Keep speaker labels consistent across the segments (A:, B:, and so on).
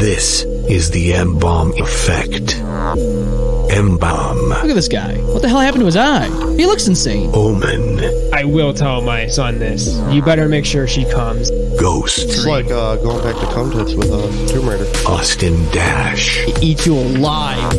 A: This is the M bomb effect. M bomb.
B: Look at this guy. What the hell happened to his eye? He looks insane.
A: Omen.
C: I will tell my son this. You better make sure she comes.
A: Ghost.
D: It's like uh, going back to Comtits with uh, Tomb Raider.
A: Austin Dash.
E: Eat you alive.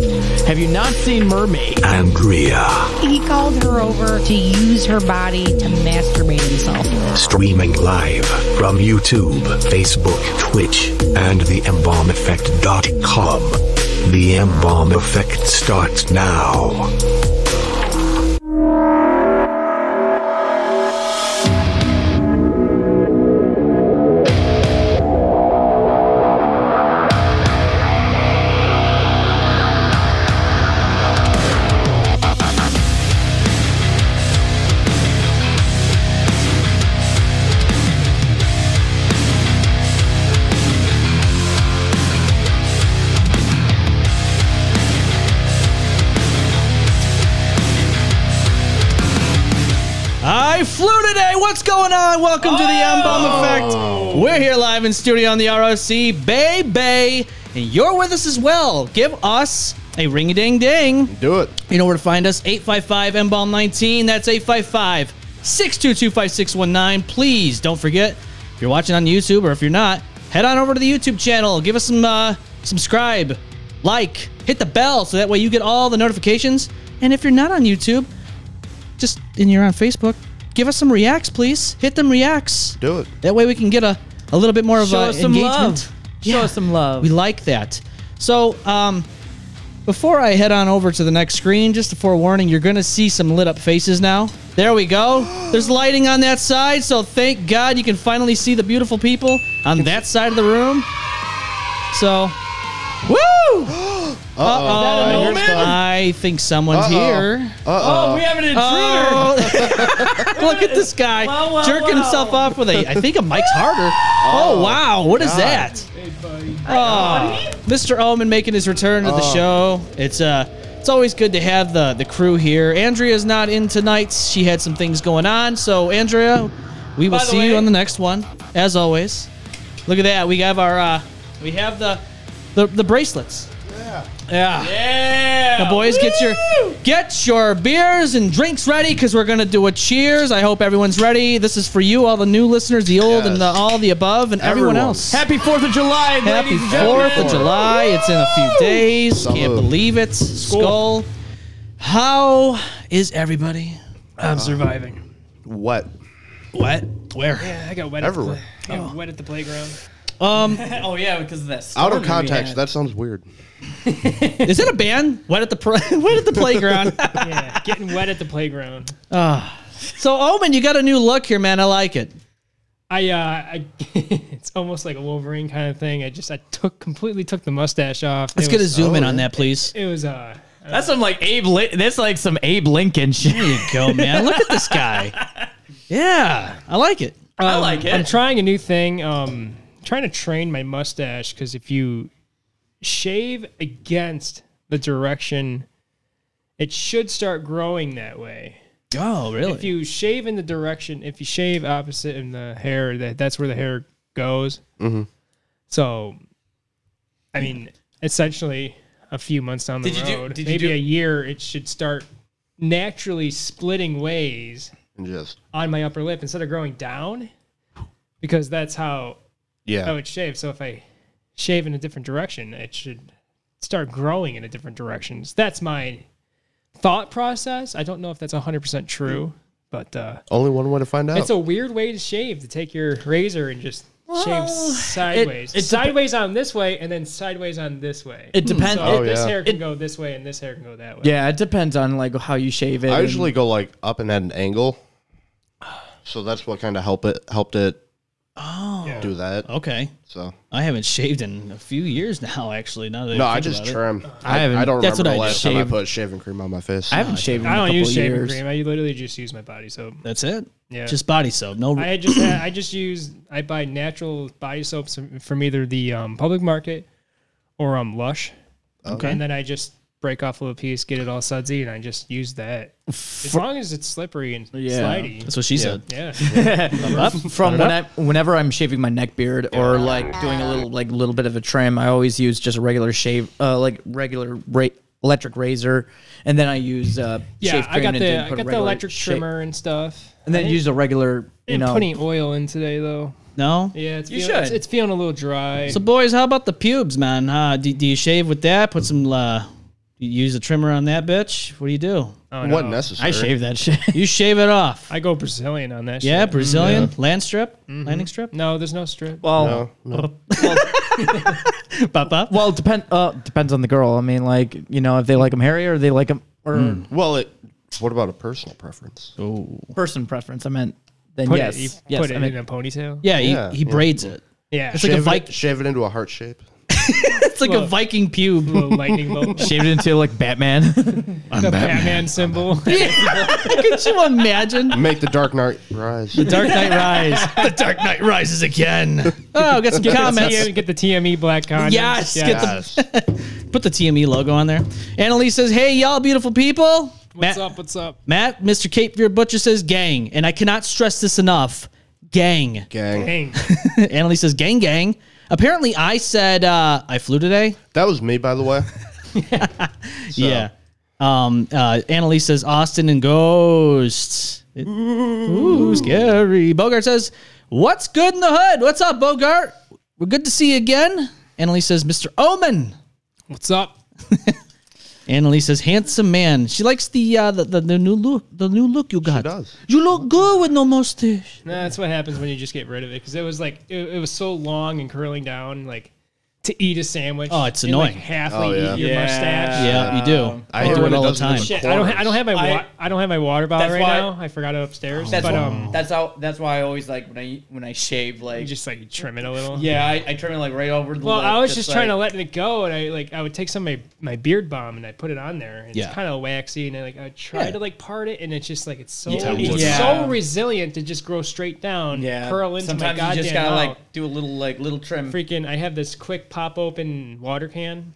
E: Have you not seen Mermaid?
A: Andrea.
F: He called her over to use her body to masturbate himself.
A: Streaming live from YouTube, Facebook, Twitch, and the mbombeffect.com. The M bomb effect starts now.
B: I flew today. What's going on? Welcome to the M
D: Oh.
B: Bomb Effect. We're here live in studio on the ROC Bay Bay, and you're with us as well. Give us a ring a ding ding.
D: Do it.
B: You know where to find us 855 MBOM 19. That's 855 622 5619. Please don't forget, if you're watching on YouTube or if you're not, head on over to the YouTube channel. Give us some uh, subscribe, like, hit the bell so that way you get all the notifications. And if you're not on YouTube, just and you're on Facebook, give us some reacts, please. Hit them reacts.
D: Do it.
B: That way we can get a, a little bit more of
E: Show
B: a
E: us some
B: engagement.
E: love. Show us some love.
B: We like that. So, um, before I head on over to the next screen, just a forewarning, you're going to see some lit up faces now. There we go. There's lighting on that side, so thank God you can finally see the beautiful people on that side of the room. So, woo!
D: Uh,
E: an
D: here's
E: omen?
D: Todd.
B: I think someone's
D: Uh-oh.
B: here.
E: oh, we have an intruder.
B: Oh. Look at this guy
E: Wow, wow,
B: jerking
E: wow.
B: himself off with a, I think a Mike's harder. Oh, wow, what is
D: God.
B: that? Oh, Mr. Omen making his return to the
D: Oh.
B: show. It's uh, it's always good to have the the crew here. Andrea's not in tonight; she had some things going on. So, Andrea, we will
E: By the
B: see you
E: way-
B: on the next one, as always. Look at that. We have our uh, we have the the, the bracelets. Yeah. Yeah.
E: Yeah.
B: Now, boys, get your get your beers and drinks ready because we're gonna do a cheers. I hope everyone's ready. This is for you, all the new listeners, the old and the,
D: Yes.
B: all the above, and everyone,
D: Everyone.
B: else.
E: Happy 4th of July,
B: Happy
E: ladies and gentlemen.
B: Fourth of July! It's in a few days. Can't
D: Salud.
B: believe it. Skull. How is everybody?
C: I'm surviving.
D: What?
B: What? Where?
C: Yeah, I got wet
D: Everywhere.
C: at the, I got wet at the playground.
B: Um,
E: Oh, yeah, because of that. storm
D: Out of
E: that we
D: context.
E: had.
D: That sounds weird.
B: is it a band? Wet at the pl- wet at the playground.
C: Yeah, getting wet at the playground.
B: so Omen, you got a new look here, man. I like it.
C: I, uh, I it's almost like a Wolverine kind of thing. I just I took completely took the mustache off.
B: Let's
C: it
B: get a
C: was,
B: zoom in
D: oh,
B: on
D: yeah.
B: that, please.
C: It was uh,
E: That's some like Abe. Lin- that's like some Abe Lincoln shit.
B: There you go, man. Look at this guy. Yeah, I like it.
E: I
C: Um,
E: like it.
C: I'm trying a new thing. Um, trying to train my mustache because if you shave against the direction, it should start growing that way.
B: Oh,
C: If you shave in the direction, if you shave opposite in the hair, that that's where the hair goes. Mm-hmm. So, I mean, essentially, a few months down the
E: Did you do-
C: road,
E: did you
C: maybe
E: do-
C: a year, it should start naturally splitting ways
D: And just
C: on my upper lip instead of growing down, because that's how
D: yeah.
C: I would shave. So if I shave in a different direction, it should start growing in a different direction. So that's my thought process. I don't know if that's 100% true, but uh,
D: Only one way to find out.
C: it's a weird way to shave to take your razor and just shave sideways.
E: it dep-
C: It's sideways on this way and then sideways on this way.
E: It depends.
C: so
D: Oh,
E: it-
C: this
D: yeah.
C: hair can go this way and this hair can go that way.
E: yeah, it depends on like how you shave it.
D: I
E: and-
D: usually go like up and at an angle. So that's what kind of help it helped it
C: Yeah.
D: do that.
B: okay.
D: So
B: I haven't shaved in a few years now, actually. Now that
D: no, I
B: think
D: just
B: about it.
D: trim.
E: I haven't-
D: I don't
B: that's
D: remember the
B: what I
D: last
B: just
D: time I
E: shaved.
D: put shaving cream on my face.
E: I haven't shaved. In
C: I
E: a
C: don't
E: couple
C: use shaving
E: years.
C: cream. I literally just use my body soap.
B: That's it.
C: Yeah.
B: Just body soap. No.
C: I just I just use I buy natural body soaps from either the um, public market or um Lush,
B: okay.
C: and then I just break off a little piece, get it all sudsy, and I just use that. As long as it's slippery and
E: Yeah.
C: slidey.
B: That's what she said.
C: Yeah.
E: From when I, whenever I'm shaving my neck beard or like doing a little like little bit of a trim, I always use just a regular shave, uh, like regular ra- electric razor, and then I use uh, shave
C: Yeah,
E: cream
C: I got
E: and then
C: the I
E: put
C: got
E: a
C: the
E: regular
C: electric
E: shave-
C: trimmer and stuff.
E: and then
C: I
E: use a regular, you
C: didn't
E: know,
C: put any oil in today though.
B: No.
C: Yeah, it's
E: You
C: feeling, It's,
E: should.
C: it's feeling a little dry.
B: So, boys, how about the pubes, man? Uh, do, do you shave with that? Put some, uh, you use a trimmer on that bitch? What do you do?
C: Oh, no.
D: Wasn't necessary.
E: I shave that shit.
B: You shave it off.
C: I go Brazilian on that.
B: yeah,
C: shit.
B: Brazilian land strip, landing strip.
C: No, there's no strip.
E: well,
D: No, Uh, no.
B: Pop up.
E: well, depend uh, depends on the girl. I mean, like you know, if they like them hairy or they like them or
D: Well, it. What about a personal preference?
E: person preference. I meant then
C: put
E: yes,
C: it, you
E: yes.
C: put
E: I
C: it
E: mean,
C: in a ponytail.
B: Yeah, he,
D: Yeah,
B: he
D: yeah.
B: braids it.
C: yeah.
B: It's like a
D: Shave
B: Viking.
D: it, shave it into a heart shape.
B: It's like a
C: Look.
B: Viking pube.
C: little lightning bolt.
E: shaved it into like Batman.
C: the Batman symbol.
B: Could you imagine?
D: Make the Dark Knight rise.
B: The Dark Knight Rise. the Dark Knight rises again. Oh, got some comments.
C: Yeah, get the TME black condom.
B: Yes, get the-
D: Yes.
C: E
B: Put the TME logo on there. Annalise says, "Hey, y'all, beautiful people."
C: what's
B: Matt,
C: up? What's up?
B: Matt, Mr. Cape Fear Butcher says, "Gang," and I cannot stress this enough. Gang.
D: Gang.
C: Dang.
B: Annalise says, "Gang, gang." Apparently, I said uh, I flew today.
D: That was me, by the way. So,
B: Yeah. Um, uh, Annalise says Austin and ghosts. It- ooh, scary. Bogart says, "What's good in the hood? What's up, Bogart? We're good to see you again." Annalise says, "Mr. Omen."
C: What's up?
B: Annalise says, "Handsome man." She likes the uh, the, the the new look. The new look you got.
D: does.
B: You look good with no mustache.
C: Nah, that's what happens when you just get rid of it because it was like it, it was so long and curling down like to eat a sandwich.
B: Oh, it's
C: you,
B: annoying.
C: Like halfly
D: Oh, yeah.
C: eat your
E: Yeah.
C: mustache.
B: Yeah, you do.
D: Uh, I
B: I
D: do
B: do it
D: it
B: all the
D: doesn't
B: time.
D: look
C: Shit, I don't. Ha- I don't have my. Wa-
E: I-
C: I, don't have my water bottle
E: That's
C: right
E: why-
C: now. I forgot it upstairs.
E: That's
C: but
E: why,
C: um,
E: that's how. That's why I always like when I when I shave like.
C: you just like trim it a little.
E: yeah, I, I trim it like right over the.
C: Well,
E: lip,
C: I was just, trying to
E: like-
C: let it go, and I like I would take some of my, my beard balm and I put it on there. And
B: Yeah.
C: It's kind of waxy, and I like I try
B: Yeah.
C: to like part it, and it's just like it's so
E: Yeah.
C: it's
E: Yeah.
C: so resilient to just grow straight down,
E: yeah.
C: curl into
E: Sometimes
C: my goddamn
E: you just gotta
C: mouth.
E: like do a little like little trim.
C: freaking I have this quick pop open water can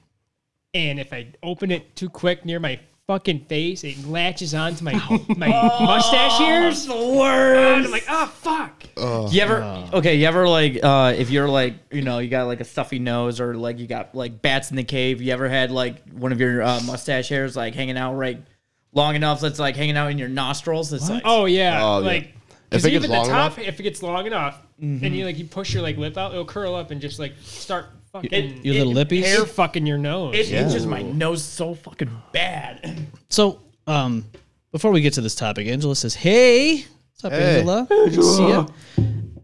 C: and if I open it too quick near my fucking face, it latches onto my my mustache hairs.
E: the worst.
C: And I'm like, ah fuck.
E: You ever okay? You ever like uh, if you're like you know you got like a stuffy nose or like you got like bats in the cave? You ever had like one of your uh, mustache hairs like hanging out right long enough that's like hanging out in your nostrils? It's like
C: Oh yeah.
D: Oh, yeah.
C: like
D: If
C: because
D: it gets
C: even the
D: long
C: top
D: enough-
C: if it gets long enough and you like you push your like lip out, it'll curl up and just like start fucking
B: Your little lippies?
C: hair fucking your nose.
E: it itches my nose so fucking bad.
B: So, um, before we get to this topic, Angela says, "Hey, what's up,
D: Hey.
B: Angela? Good to see ya.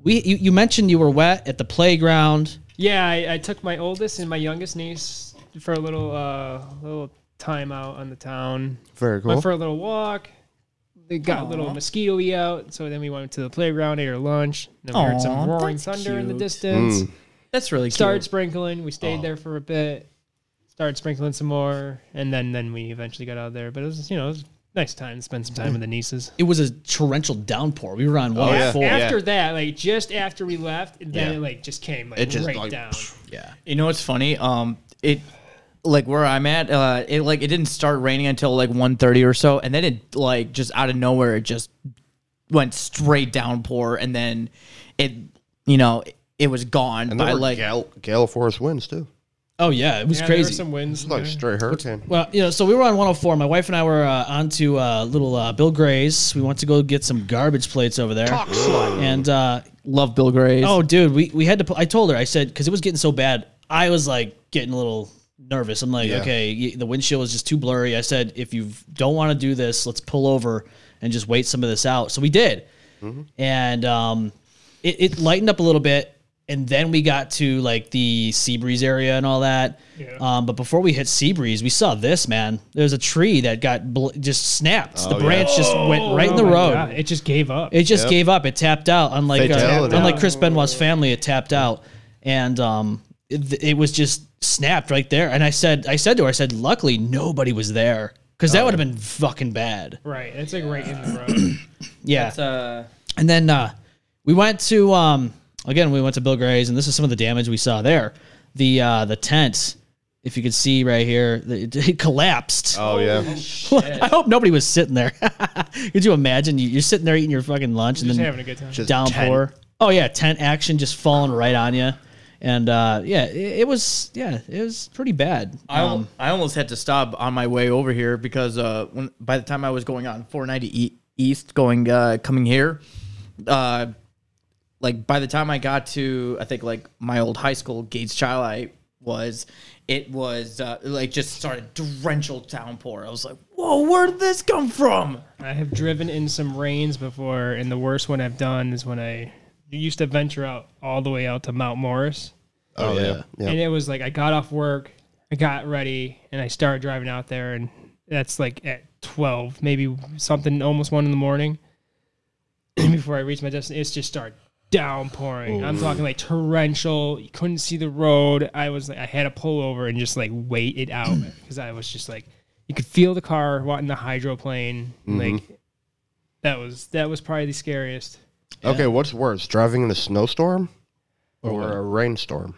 B: We you, you mentioned you were wet at the playground.
C: yeah, I, I took my oldest and my youngest niece for a little uh little time out on the town.
D: Very
C: went
D: cool.
C: for a little walk. They got a little mosquito out, so then we went to the playground, ate our lunch. Then we heard
E: Aw,
C: some roaring
E: that's
C: thunder in the
E: cute.
D: Mm.
C: distance.
E: That's really
C: Started
E: cute.
C: sprinkling. We stayed there for a bit. Started sprinkling some more, and then then we eventually got out of there. But it was you know it was a nice time to spend some time with the nieces.
B: It was a torrential downpour. We were on one
D: Oh, yeah.
B: four.
D: Yeah.
C: After that, like just after we left, and then
D: Yeah.
C: it like just came like
D: It just,
C: right
D: like,
C: down.
E: You know what's funny? Um, it like where I'm at, uh, it like it didn't start raining until like 1.30 or so, and then it like just out of nowhere, it just went straight downpour, and then it, you know, it was gone
D: And there
E: by
D: were
E: like
D: gale, gale force winds too.
B: Oh yeah, it was
C: Yeah, There were
B: crazy.
C: some winds.
D: It's like straight hurricane.
B: Well, you know, so we were on 104. My wife and I were uh, on to uh, little uh, Bill Gray's. We went to go get some garbage plates over there. And uh,
E: love Bill Gray's.
B: oh, dude, we, we had to. pu- I told her, I said, because it was getting so bad, I was like getting a little nervous. I'm like,
D: Yeah.
B: okay, y- the windshield is just too blurry. I said, if you don't want to do this, let's pull over and just wait some of this out. So we did.
C: Mm-hmm.
B: And um, it, it lightened up a little bit. And then we got to like the sea breeze area and all that.
C: Yeah.
B: Um, but before we hit sea breeze, we saw this man. There's a tree that got bl- just snapped. the branch just went right in the
C: Oh my
B: road.
C: God, It just gave up.
B: It just gave up. It tapped out. Unlike uh,
D: Fatality.
B: unlike Chris Benoit's family, it tapped out, and um, it, it was just snapped right there. And I said, I said to her, I said, luckily nobody was there because that
C: Oh,
B: would have been fucking bad.
C: right. It's like right in the road.
B: Yeah.
E: It's, uh,
B: And then uh, we went to um, again we went to Bill Gray's, and this is some of the damage we saw there. The uh, the tent if you could see right here, it, it collapsed.
D: Oh yeah.
B: I hope nobody was sitting there. Could you imagine? You- You're sitting there eating your fucking lunch and
C: Just
B: then
C: having a good time.
D: Just
B: downpour. Oh yeah, tent action just falling right on you, and uh, yeah, it, it was yeah, it was pretty bad.
E: I, al- I almost had to stop on my way over here because uh, when by the time I was going on 490 e- east, going uh, coming here, uh, like by the time I got to I think like my old high school, Gates Child, I was it was uh, like just started torrential downpour. I was like, whoa, where did this come from?
C: I have driven in some rains before, and the worst one I've done is when I used to venture out all the way out to Mount Morris.
D: Oh yeah. Yeah.
C: And it was like I got off work, I got ready, and I started driving out there, and that's like at twelve, maybe something, almost one in the morning. And before I reached my destination, it's just started downpouring. I'm talking like torrential. You couldn't see the road. I was like, I had to pull over and just like wait it out because I was just like, you could feel the car wanting the hydroplane. Like that was that was probably the scariest.
D: Okay. What's worse, driving in a snowstorm or a rainstorm?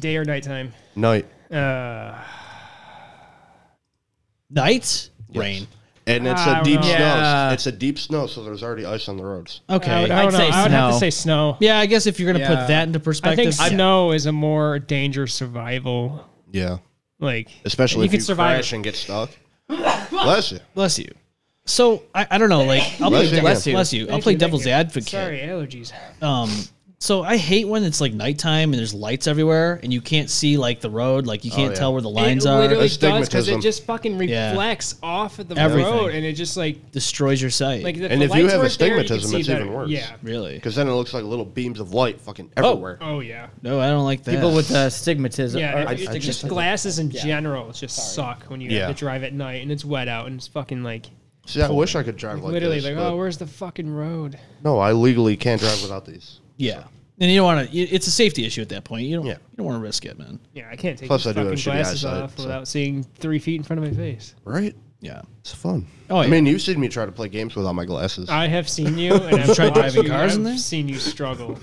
C: Day or nighttime.
D: Night.
C: Uh,
B: Night rain.
D: And it's
C: I
D: a
C: don't
D: deep
C: know.
D: snow.
E: Yeah.
D: It's a deep snow, so there's already ice on the roads.
C: I
B: Okay.
C: would, I
E: I'd
C: don't know.
E: say
C: I would have to
E: snow.
C: say snow.
B: yeah, I guess if you're gonna
E: Yeah.
B: put that into
C: I think
B: perspective,
C: snow is a more dangerous survival.
D: Yeah.
C: Like
D: Especially
C: You
D: if
C: could
D: you
C: survive
D: crash and get stuck. Bless you.
B: bless you. So I, I don't know, like I'll play
D: Bless
B: bless
D: you. Bless
B: you.
E: you.
B: Bless you. I'll
C: Thank
B: play
C: you, thank
B: devil's
C: you.
B: advocate.
C: sorry allergies.
B: Um, so I hate when it's like nighttime and there's lights everywhere and you can't see like the road, like you can't
D: yeah.
B: tell where the lines are.
C: it literally does because it
D: Astigmatism.
C: just fucking
B: Yeah.
C: reflects off of the
B: Everything.
C: road, and it just like
B: destroys your sight.
C: like
D: And
C: the
D: if you
C: lights
D: have
C: weren't there, you could
D: astigmatism,
C: see
D: it's
C: better.
D: even worse.
C: Yeah.
B: really?
D: Because then it looks like little beams of light fucking everywhere.
C: Oh yeah.
B: No, I don't like that.
E: People with uh, stigmatism.
C: Yeah.
E: or
C: it- it- just glasses in general just suck when you
D: Yeah.
C: have to drive at night and it's wet out and it's fucking like
D: See, I wish I could drive like
C: literally
D: this.
C: like
D: but
C: oh where's the fucking road?
D: no, I legally can't drive without these.
B: yeah, and you don't want to. It's a safety issue at that point. You don't.
D: Yeah.
B: You don't want to risk it, man.
C: Yeah, I can't take
D: Plus,
C: these
D: I do have
C: fucking
D: shitty
C: glasses
D: eyesight,
C: off
D: so.
C: without seeing three feet in front of my face.
D: Right?
B: Yeah.
D: It's fun.
B: Oh, yeah.
D: I mean, you've seen me try to play games without my glasses.
C: I have seen you, and I've
B: tried driving
C: tried driving you,
B: cars
C: I've
B: in there?
C: seen you struggle.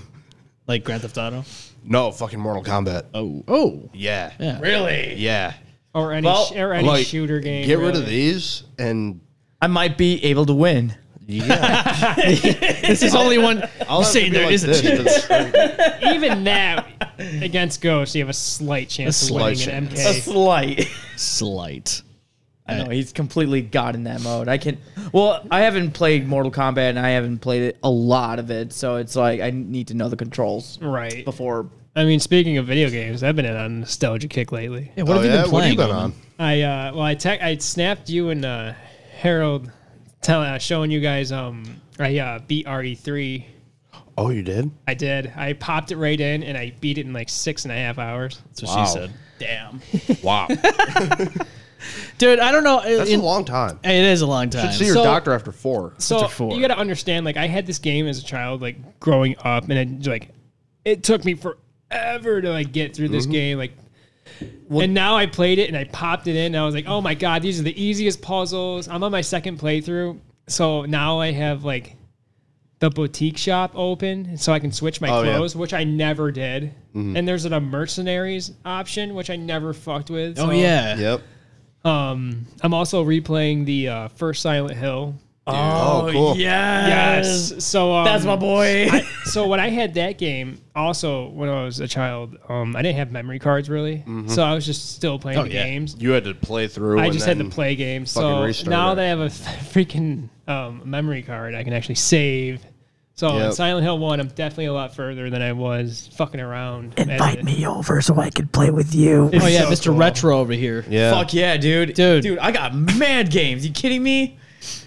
B: Like Grand Theft Auto.
D: no, fucking Mortal Kombat.
B: Oh. Oh.
D: Yeah.
B: Yeah.
D: Really? Yeah.
C: or any sh- or any
D: like,
C: shooter game.
D: Get rid of
C: really.
D: these and
E: I might be able to win.
B: This is only one. I'm
D: I'll have to
B: saying
D: be
B: there
D: like
B: is a
D: this,
B: chance.
D: 'cause-
C: Even now, against Ghost, you have a slight chance
B: A
C: of winning
D: slight
C: an
D: chance.
E: A
C: MK.
E: slight.
B: Slight.
E: I know he's completely god in that mode. I can. Well, I haven't played Mortal Kombat and I haven't played it, a lot of it, so it's like I need to know the controls
C: Right.
E: before.
C: I mean, speaking of video games, I've been in on a nostalgia kick lately.
B: Yeah, what
D: Oh,
B: have you
D: yeah?
B: been playing?
D: What have you been
B: Roman?
D: on?
C: I uh, well, I tech, I snapped you and uh, Harold, telling uh, showing you guys. Um, I uh, beat RE three.
D: Oh, you did?
C: I did. I popped it right in, and I beat it in like six and a half hours.
B: That's what
D: Wow.
B: she said. Damn.
D: Wow.
B: Dude, I don't know. uh,
D: That's
B: In-
D: a long time.
B: it is a long time.
D: See your
C: So-
D: doctor after four.
C: so
B: After four.
C: you got to understand like i had this game as a child like growing up and it like it took me forever to like get through
B: Mm-hmm.
C: this game like and now i played it and i popped it in and i was like oh my god these are the easiest puzzles i'm on my second playthrough so now i have like the boutique shop open so i can switch my
D: Oh, yeah.
C: clothes which i never did
B: Mm-hmm.
C: and there's a mercenaries option which i never fucked with
B: oh
C: so,
B: yeah.
D: Yep.
C: um i'm also replaying the uh, first silent hill
D: Oh, cool.
C: Yes. So um, that's my
E: boy.
C: so when I had that game, also when I was a child, um, I didn't have memory cards really, so I was just still playing the
B: yeah.
C: games.
D: You had to play through.
C: I
D: and
C: just had to
D: then-
C: play games.
D: fucking
C: So
D: restart
C: now
D: it.
C: that I have a freaking um, memory card, I can actually save. So in
D: Yep.
C: Silent Hill One, I'm definitely a lot further than I was fucking around. Invite me.
B: Oh yeah,
C: so
B: Mr.
C: cool.
B: Retro over here.
D: Yeah.
E: Fuck yeah, dude.
B: Dude.
E: Dude, I got mad games. You kidding me?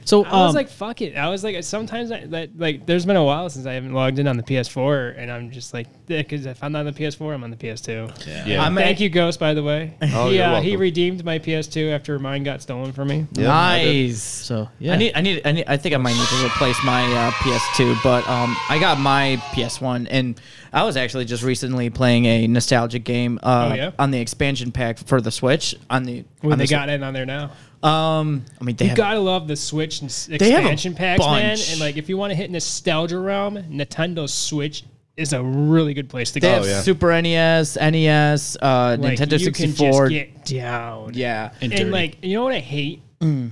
B: So um,
C: I was like, fuck it. I was like, sometimes I, that like, there's been a while since I haven't logged in on the PS4, and I'm just like, because if I'm not on the PS4, I'm on the PS2. Yeah.
D: Yeah.
E: I'm
C: Thank you, Ghost, by the way.
D: Oh,
C: he,
D: you're
C: uh, he
D: welcome.
C: redeemed my PS2 after mine got stolen from me.
D: Yeah, I did.
E: nice.
B: so yeah.
E: I need, I need, I need, I think I might need to replace my uh, PS2, but um, I got my PS1, and I was actually just recently playing a nostalgic game uh,
C: Oh, yeah?
E: on the expansion pack for the Switch. On the
C: When
E: on
C: they
E: the
C: got in on there now,
E: um, I mean, they have
C: gotta love the Switch and s-
E: have a
C: expansion packs, man.
E: bunch.
C: And like, if you want to hit nostalgia realm, Nintendo Switch is a really good place to
E: They
C: go.
E: have
D: Oh, yeah.
E: Super E NES, NES, uh,
C: Like,
E: Nintendo
C: you can just
E: 64.
C: get down.
E: yeah.
C: And like, you know what I hate?
D: Mm.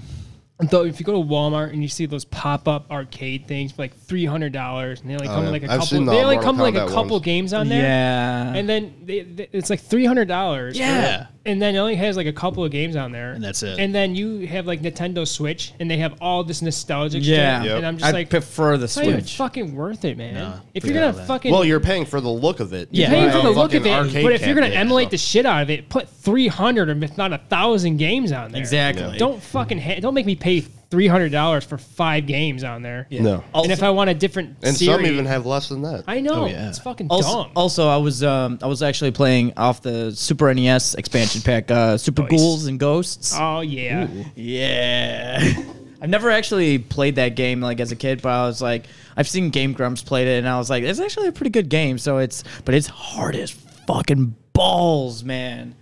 C: Though, if you go to Walmart and you see those pop-up arcade things for like three hundred dollars, and they like come
D: Oh, yeah.
C: with like a
D: I've
C: couple,
D: seen the
C: they like
D: Mortal
C: come with like a
D: Kombat
C: couple
D: ones.
C: games on there,
E: Yeah.
C: and then they, they, it's like three hundred dollars,
B: Uh-huh. Yeah.
C: and then it only has like a couple of games on there,
B: And that's it.
C: And then you have like Nintendo Switch, and they have all this nostalgic,
E: yeah.
C: shit,
D: Yep.
C: and I'm just
E: I
C: like,
E: prefer the
C: it's not even
E: Switch.
C: fucking worth it, man. if you're
B: forget
C: gonna
B: all that.
C: fucking
D: Well, you're paying for the look of it.
C: you're
E: Yeah.
C: paying
E: Right.
C: for the look of
D: Fucking
C: it,
D: arcade
C: but if you're gonna
D: cabinet,
C: emulate
D: so-
C: the shit out of it, put three hundred or if not a thousand games on there.
E: Exactly.
C: Don't fucking ha- don't make me pay three hundred dollars for five games on there.
D: No.
C: and if I want a different
D: And
C: series,
D: some even have less than that.
C: I know
B: Oh, yeah.
C: it's fucking
E: Also,
C: dumb.
E: also, I was um, I was actually playing off the Super NES expansion pack, uh, Super
C: Nice.
E: Ghouls and Ghosts.
C: oh yeah,
E: Yeah. I've never actually played that game like as a kid, but I was like, I've seen Game Grumps played it, and I was like, it's actually a pretty good game. So it's, but it's hard as fucking balls, man.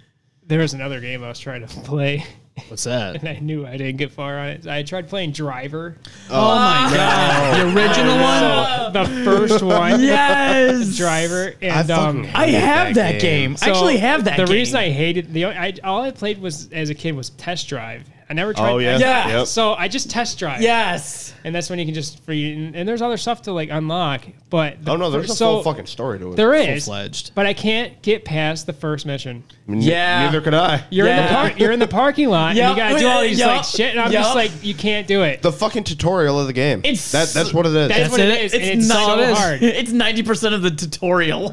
C: there was another game I was trying to play.
B: What's that?
C: And I knew I didn't get far on it. I tried playing Driver,
D: Oh
E: Oh
B: The original one.
C: the first one.
E: Yes,
C: Driver, and
D: I fucking
C: um,
D: hate
E: I have that, game. I
C: So,
E: actually have that.
C: The
E: game.
C: reason I hated the I, all I played was as a kid was test drive. I never tried.
D: Oh, yeah?
E: Yeah. Yep.
C: So I just test drive.
E: yes,
C: And that's when you can just free and, and there's other stuff to like unlock, but the
D: Oh no,
C: fir-
D: there's a
C: so
D: full fucking story to it.
C: there is
B: Full-fledged.
C: but I can't get past the first mission.
D: N-
E: Yeah.
D: Neither could I.
C: You're in the
E: Yeah.
C: park. You're in the parking lot.
E: Yup.
C: and You gotta do all these
E: Yup.
C: like shit, and I'm
E: Yup.
C: just like, you can't do it.
D: the fucking tutorial of the game.
E: It's-
D: that, that's what it is.
C: that's, what it is. and it's
E: not-
C: so
E: it is.
C: hard. And
E: It's ninety percent of the tutorial.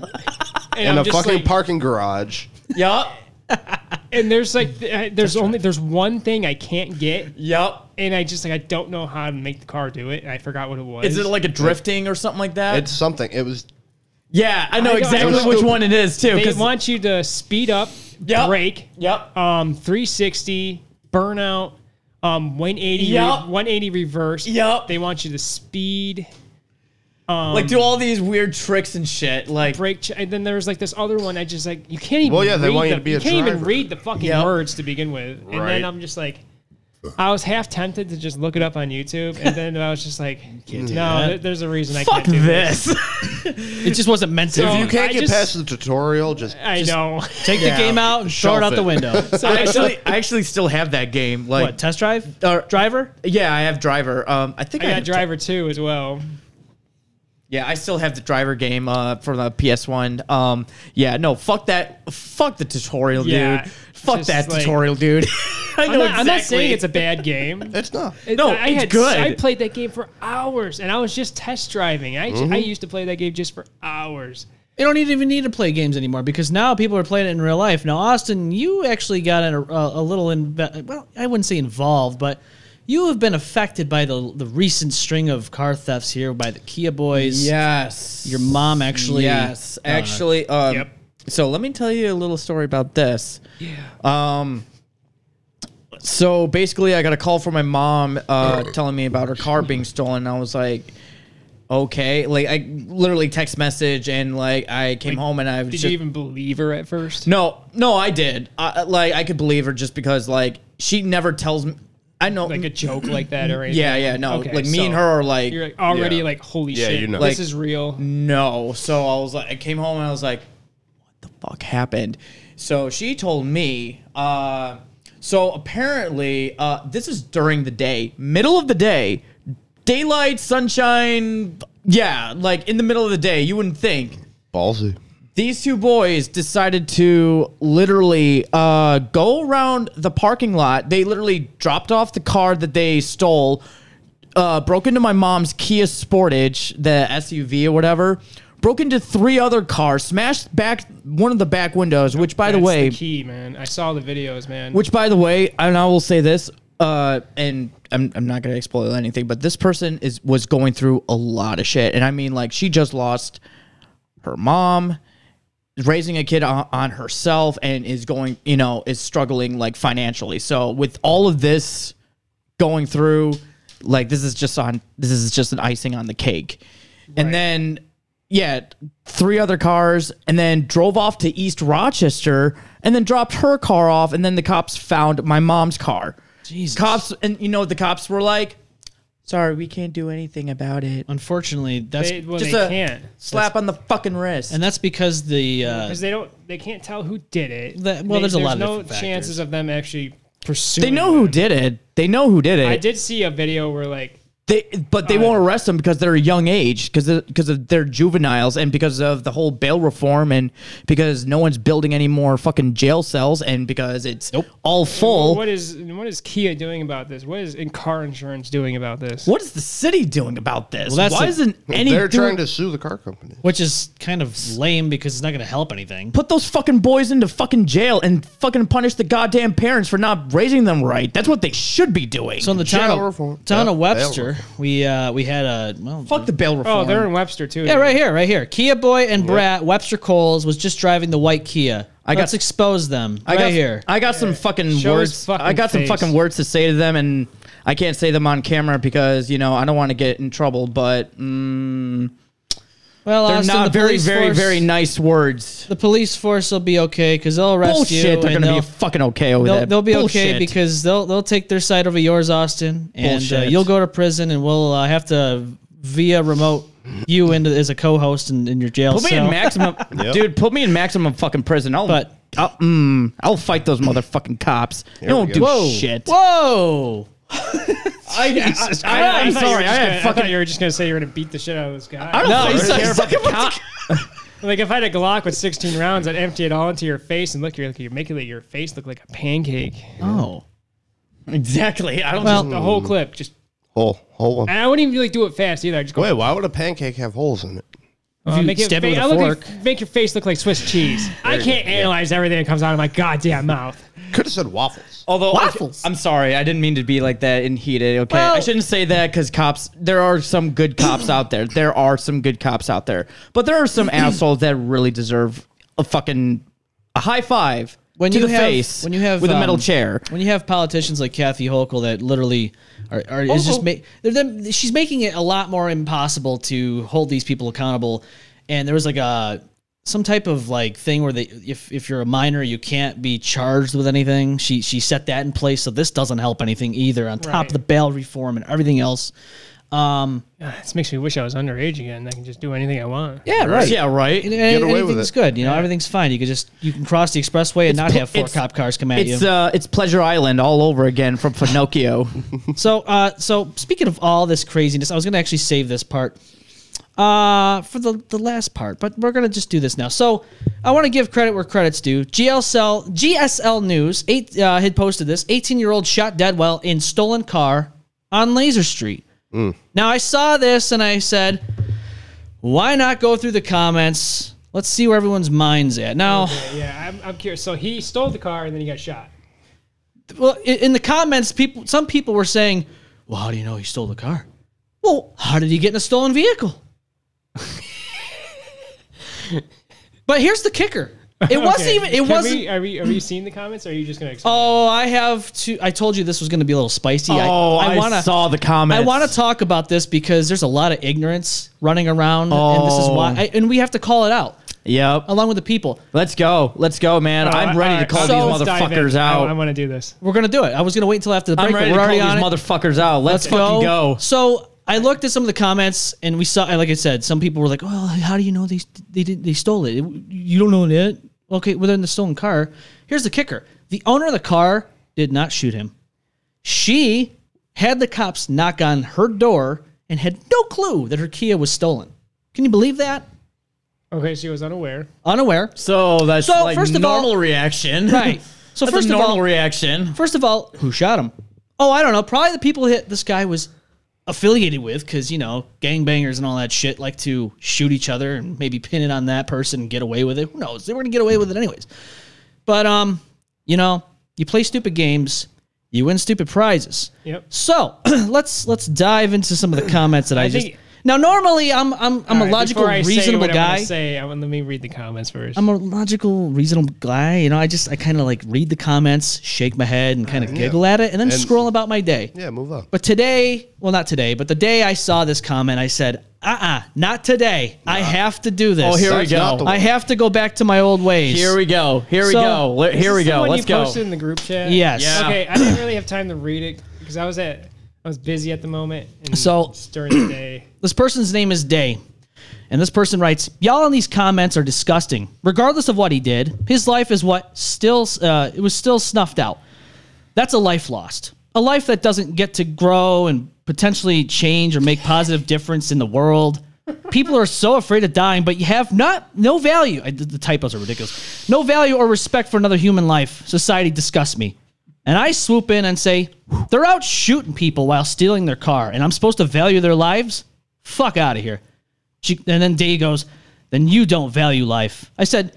D: in
C: I'm
D: a
C: just
D: fucking
C: like-
D: parking garage.
E: yup,
C: And there's like, th- I- there's only there's one thing I can't get,
E: yup.
C: and I just like I don't know how to make the car do it. And I forgot what it was.
E: Is it like a drifting or something like that?
D: It's something. It was
E: yeah, I know
C: I don't-
E: exactly
C: it was
E: which
D: stupid.
E: one it is too.
C: They
E: 'cause-
C: want you to speed up,
E: Yup.
C: brake,
E: Yup.
C: um, 360, burnout, um, 180, re-
E: Yup.
C: 180 reverse.
E: Yup.
C: They want you to speed,
E: like do all these weird tricks and shit. Like
C: brake. Ch- and then there was like this other one. I just like you can't even.
D: Well, yeah, they
C: read
D: want you
C: the-
D: to be a
C: can't even
D: driver.
C: read the fucking
E: Yup.
C: words to begin with. And
D: Right.
C: then I'm just like. I was half tempted to just look it up on YouTube, and then I was just like, "No, there- there's a reason I
E: fuck
C: can't do this."
E: this.
B: It just wasn't meant to.
C: So-
B: be.
D: you can't
C: I
D: get
C: just-
D: past the tutorial. Just
C: I know.
B: take the game out and throw it
D: Shelf
B: out the
D: it.
B: window.
E: I actually, I actually still have that game. Like,
B: what test drive?
E: or-
B: Driver?
E: yeah, I have Driver. Um, I think
C: I
E: I,
C: got
E: have
C: Driver Two as well.
E: Yeah, I still have the Driver game uh, for the PS1. Um, yeah, no, fuck that. Fuck the tutorial,
C: Yeah,
E: dude. Fuck
C: just
E: that
C: like-
E: tutorial, dude. I know
C: I'm not,
E: exactly.
C: I'm not saying it's a bad game.
D: it's not.
E: No,
C: I
E: it's
C: had,
E: good.
C: I played that game for hours, and I was just test driving. I,
D: Mm-hmm.
C: I used to play that game just for hours.
B: You don't need- even need to play games anymore because now people are playing it in real life. Now, Austin, you actually got in a, a little in, well, I wouldn't say involved, but you have been affected by the the recent string of car thefts here by the Kia boys.
E: Yes.
B: your mom actually.
E: Yes, actually. Um,
C: uh, Yep.
E: So let me tell you a little story about this. Yeah. Um. So basically, I got a call from my mom uh, telling me about her car being stolen. I was like, okay. Like I literally text message and like I came home and I was
C: Did
E: just,
C: you even believe her at first?
E: no, no, I did. I, like I could believe her just because like she never tells me. I know.
C: Like a joke like that or anything?
E: yeah, yeah, no.
C: Okay,
E: like me and
C: so
E: her are like
C: You're like already
D: Yeah.
C: like, holy
D: Yeah,
C: shit,
D: you know.
E: Like-
C: this is real.
E: no. So I was like, I came home and I was like, what the fuck happened? So she told me, uh, so apparently, uh, this is during the day, middle of the day, daylight, sunshine. Yeah, like in the middle of the day, you wouldn't think.
D: Ballsy.
E: These two boys decided to literally uh, go around the parking lot. They literally dropped off the car that they stole, uh, broke into my mom's Kia Sportage, the SUV or whatever, broke into three other cars, smashed back one of the back windows. Which, by the
C: That's
E: way,
C: key, man. I saw the videos, man.
E: which, by the way, and I will say this, uh, and I'm, I'm not going to exploit anything, but this person is was going through a lot of shit, and I mean, like, she just lost her mom, raising a kid on, on herself, and is going, you know, is struggling like financially. So with all of this going through, like, this is just on, this is just an icing on the cake, and then. Yeah, three other cars, and then drove off to East Rochester, and then dropped her car off, and then the cops found my mom's car.
B: Jesus.
E: Cops, and you know what the cops were like? Sorry, we can't do anything about it.
B: Unfortunately, that's
C: They, well,
E: Just
C: they
E: a
C: can't
E: slap on the fucking wrist.
B: and that's because the uh,
C: because they don't. They can't tell who did it.
B: That- well,
C: They-
B: there's a lot of
C: no
B: different factors.
C: chances of them actually pursuing.
E: they know who
C: them.
E: did it. They know who did it.
C: I did see a video where like
E: They, but they won't arrest them because they're a young age, because because of they're juveniles, and because of the whole bail reform, and because no one's building any more fucking jail cells, and because it's all full.
C: what is what is Kia doing about this? What is in car insurance doing about this?
E: what is the city doing about this?
B: that's
E: Why
B: the-
E: isn't any
D: They're
E: doing-
D: trying to sue the car company.
B: which is kind of lame because it's not going to help anything.
E: put those fucking boys into fucking jail and fucking punish the goddamn parents for not raising them right? That's what they should be doing.
B: So in the town
D: Shower
B: of,
D: reform.
B: town of
D: Yeah,
B: Webster, we uh, we had a well,
E: fuck the bail reform.
C: Oh, they're in Webster too.
B: yeah, right here, right here. Kia boy and brat Webster Coles was just driving the white Kia.
E: I got-
B: Let's expose them
E: I
B: right
E: got,
B: here.
E: I got some fucking
C: Show his
E: words.
C: fucking
E: I got
C: face.
E: some fucking words to say to them, and I can't say them on camera because you know I don't want to get in trouble. But mm,
B: well,
E: they're
B: Austin,
E: not
B: the
E: very,
B: police
E: very,
B: force-
E: very nice words.
B: The police force will be okay because they'll arrest you.
E: Bullshit. They're
B: and
E: gonna be
B: they'll-
E: fucking okay over
B: They'll,
E: that.
B: they'll be okay
E: Bullshit.
B: because they'll they'll take their side over yours, Austin, and uh,
E: Bullshit.
B: you'll go to prison, and we'll uh, have to via remote you into as a co-host in, in your jail
E: put me
B: cell.
E: in maximum, dude. Put me in maximum fucking prison. I'll,
B: But-
E: I'll, mm, I'll fight those motherfucking cops. They
D: we
E: don't
D: go.
E: do
D: Whoa.
E: shit.
B: Whoa!
E: I, am sorry. I had
C: fucking.
E: fucking.
C: you were just gonna say you're gonna beat the shit out of this guy.
E: I don't
B: No,
E: fucking
B: he's
E: care about the cop.
C: Like if I had a Glock with 16 rounds, I'd empty it all into your face and look, you're, you're making like, your face look like a pancake.
B: Oh,
E: Exactly. I don't.
B: Well-
E: just-
C: The whole clip, just
D: Whole, whole one.
C: and I wouldn't even like do it fast either. I just go
D: Wait, why would a pancake have holes in it?
C: uh,
B: you
C: make it,
B: stab it
C: fa-
B: with a
C: I look
B: fork.
C: like, make your face look like Swiss cheese. I can't analyze everything that comes out of my goddamn mouth.
D: Could have said waffles.
E: Although
B: Waffles.
E: I, am sorry, I didn't mean to be like that and heated. Okay,
B: Well-
E: I shouldn't say that because cops. There are some good cops out there. There are some good cops out there, but there are some assholes that really deserve a fucking a high five
B: when
E: to
B: you
E: the
B: have
E: face.
B: when you have
E: with a metal
B: um,
E: chair.
B: when you have politicians like Kathy Hochul that literally are, are is just ma- they're them, she's making it a lot more impossible to hold these people accountable. And there was like a some type of like thing where they if if you're a minor you can't be charged with anything. She she set that in place, so this doesn't help anything either. On top of the bail reform and everything else. Um,
C: God, Ah, This makes me wish I was underage again. I can just do anything I want.
B: yeah, right.
E: Yeah, right.
B: And, and
D: away with
B: everything's
D: it.
B: good. You know, everything's fine. You could just you can cross the expressway and not
E: pl-
B: have four
E: it's-
B: cop cars come at you.
E: It's uh, it's Pleasure Island all over again from Pinocchio.
B: So, uh, so speaking of all this craziness, I was gonna actually save this part uh, for the the last part, but we're gonna just do this now. So, I want to give credit where credits due. GSL GSL News eight uh, had posted this: eighteen year old shot dead while in stolen car on Laser Street. Now, I saw this and I said, why not go through the comments? Let's see where everyone's mind's at. Now,
C: Yeah, I'm, I'm curious. So he stole the car and then he got shot.
B: well, i- in the comments, people, some people were saying, "Well, how do you know he stole the car?" Well, how did he get in a stolen vehicle? but here's the kicker: it wasn't
C: Okay.
B: even. It
C: Can
B: wasn't.
E: uh,
C: We, are we are we seeing the comments? Or are you just gonna? Explain?
B: oh, I have to. I told you this was going to be a little spicy.
E: oh, I,
B: wanna-
E: saw the comments.
B: I want to talk about this because there's a lot of ignorance running around, and this is
E: Oh.
B: why. I, and we have to call it out
E: Yep.
B: along with the people.
E: Let's go. Let's go, man.
C: Oh,
E: I'm
C: all
E: ready to
C: right,
E: call
C: so
E: these
C: let's dive in.
E: motherfuckers
C: I,
E: out.
C: I want to do this.
B: We're going to do it. I was going to wait until after the break,
E: I'm
B: but
E: ready
B: we're
E: to call
B: already
E: these
B: on it.
E: motherfuckers out. Let's, fucking go.
B: So I looked at some of the comments, and we saw, like I said, some people were like, "Well, how do you know they they did, they stole it? You don't know that? Okay, well, they're in the stolen car. Here's the kicker: the owner of the car did not shoot him. She had the cops knock on her door and had no clue that her Kia was stolen. Can you believe that?
C: Okay, she was unaware.
B: Unaware.
E: So that's
B: So,
E: like
B: first of all-
E: normal reaction,
B: Right. So
E: That's
B: first
E: a
B: of
E: normal
B: all,
E: reaction.
B: First of all, who shot him? Oh, I don't know. Probably the people that this guy was affiliated with, because you know, gangbangers and all that shit like to shoot each other and maybe pin it on that person and get away with it. Who knows? They were gonna get away with it anyways. But um, you know, you play stupid games, you win stupid prizes.
C: Yep.
B: So let's let's dive into some of the comments that I, just.
C: think-
B: now, normally, I'm I'm I'm
C: All
B: a
C: right,
B: logical,
C: before I say
B: reasonable
C: what I'm gonna
B: guy.
C: Say, I want- let me read the comments first.
B: I'm a logical, reasonable guy. You know, I just I kind of like read the comments, shake my head, and kind of giggle at it, and then scroll about my day.
D: Yeah, move up.
B: But today, well, not today, but the day I saw this comment, I said, "Uh, uh not today. I have to do this.
E: Oh, here we
D: That's not
E: go.
D: the
B: I have to go back to my old ways."
E: Here we go. Here we
B: So-
E: go. Le-
C: Is
E: Here
C: this
E: we
C: the
E: go.
C: one
E: Let's
C: you
E: go.
C: posted in the group chat.
B: Yes. Yeah.
C: Okay, I didn't really have time to read it because I was at. I I was busy at the moment. And
B: So-
C: it's during the day,
B: This person's name is Day. And this person writes, "Y'all on these comments are disgusting. Regardless of what he did, his life is what still uh, it was still snuffed out. That's a life lost. A life that doesn't get to grow and potentially change or make positive difference in the world. People are so afraid of dying, but you have not no value. I, the typos are ridiculous. No value or respect for another human life. Society disgusts me. And I swoop in and say, they're out shooting people while stealing their car, and I'm supposed to value their lives? Fuck out of here. She, and then Day goes, then you don't value life. I said,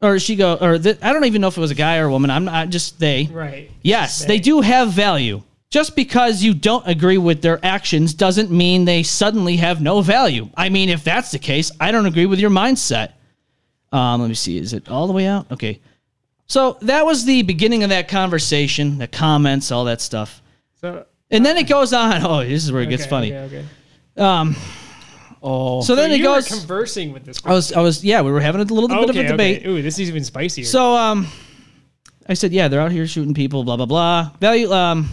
B: or she go, or th- I don't even know if it was a guy or a woman. I'm not just they.
C: right?
B: Yes, they do have value. Just because you don't agree with their actions doesn't mean they suddenly have no value. I mean, if that's the case, I don't agree with your mindset. Um, let me see. Is it all the way out? Okay. So that was the beginning of that conversation, the comments, all that stuff.
C: So
B: And then it goes on. Oh, this is where it gets
C: okay,
B: funny.
C: Okay, okay.
B: So then
C: So
B: it
C: you were
B: goes.
C: conversing with this.
B: I was, I was, yeah, we were having a little bit of a debate.
C: Okay. Ooh, this is even spicier.
B: So um, I said, yeah, they're out here shooting people, blah blah blah. Value um,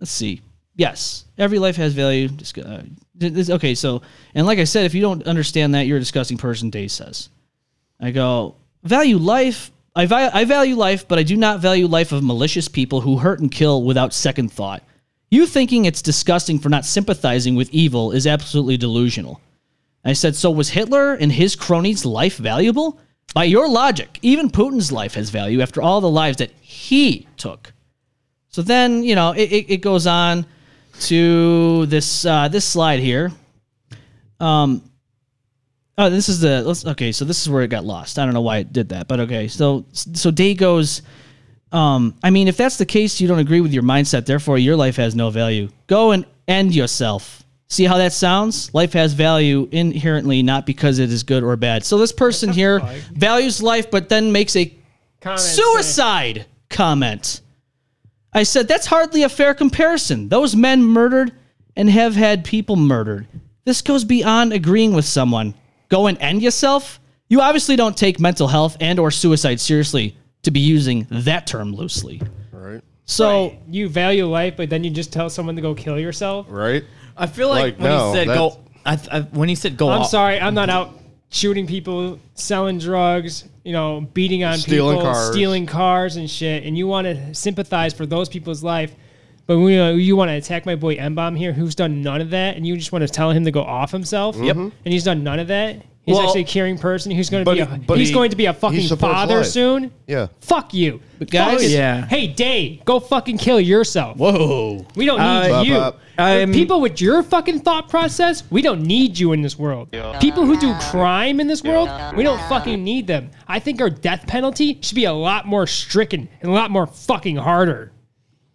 B: let's see. Yes, every life has value. Just, uh, th- this- okay, so and like I said, if you don't understand that, you're a disgusting person. Day says, I go value life. I, vi- I value life, but I do not value life of malicious people who hurt and kill without second thought. You thinking it's disgusting for not sympathizing with evil is absolutely delusional. I said, so was Hitler and his cronies' life valuable? By your logic, even Putin's life has value after all the lives that he took. So then, you know, it, it, it goes on to this uh, this slide here. Um, oh, this is the let's, okay. So this is where it got lost. I don't know why it did that, but okay. So so Day goes. Um, I mean, if that's the case, you don't agree with your mindset. Therefore, your life has no value. Go and end yourself. See how that sounds? Life has value inherently, not because it is good or bad. So this person here values life, but then makes a
C: Comment saying-
B: suicide comment. I said, that's hardly a fair comparison. Those men murdered and have had people murdered. This goes beyond agreeing with someone. Go and end yourself? You obviously don't take mental health and or suicide seriously to be using that term loosely.
D: Right.
B: So
C: uh, you value life, but then you just tell someone to go kill yourself.
D: Right.
E: I feel
D: Like,
E: like, when
D: no,
E: he said
D: that's-
E: go, I, th- I, when he said go,
C: I'm
D: uh,
E: off-
C: sorry, I'm not out shooting people, selling drugs, you know, beating on
D: Stealing
C: people,
D: cars.
C: stealing cars and shit. And you want to sympathize for those people's life, but when you, you want to attack my boy M Bomb here, who's done none of that, and you just want to tell him to go off himself. Yep. And he's done none of that. He's
E: Well-
C: actually a caring person. He's going to
D: Mm-hmm. But
C: be
D: he-
C: a,
D: but
C: he's
D: he-
C: going to be a fucking
D: supports
C: father
D: life.
C: soon.
D: Yeah.
C: Fuck you,
B: guys-
C: Fucking-
E: Yeah.
C: Hey, Dave, go fucking kill yourself.
B: Whoa.
C: We don't need
D: Uh,
C: you.
D: Pop, pop.
E: I'm-
C: People with your fucking thought process, we don't need you in this world. People who do crime in this world, we don't fucking need them. I think our death penalty should be a lot more stricken and a lot more fucking harder.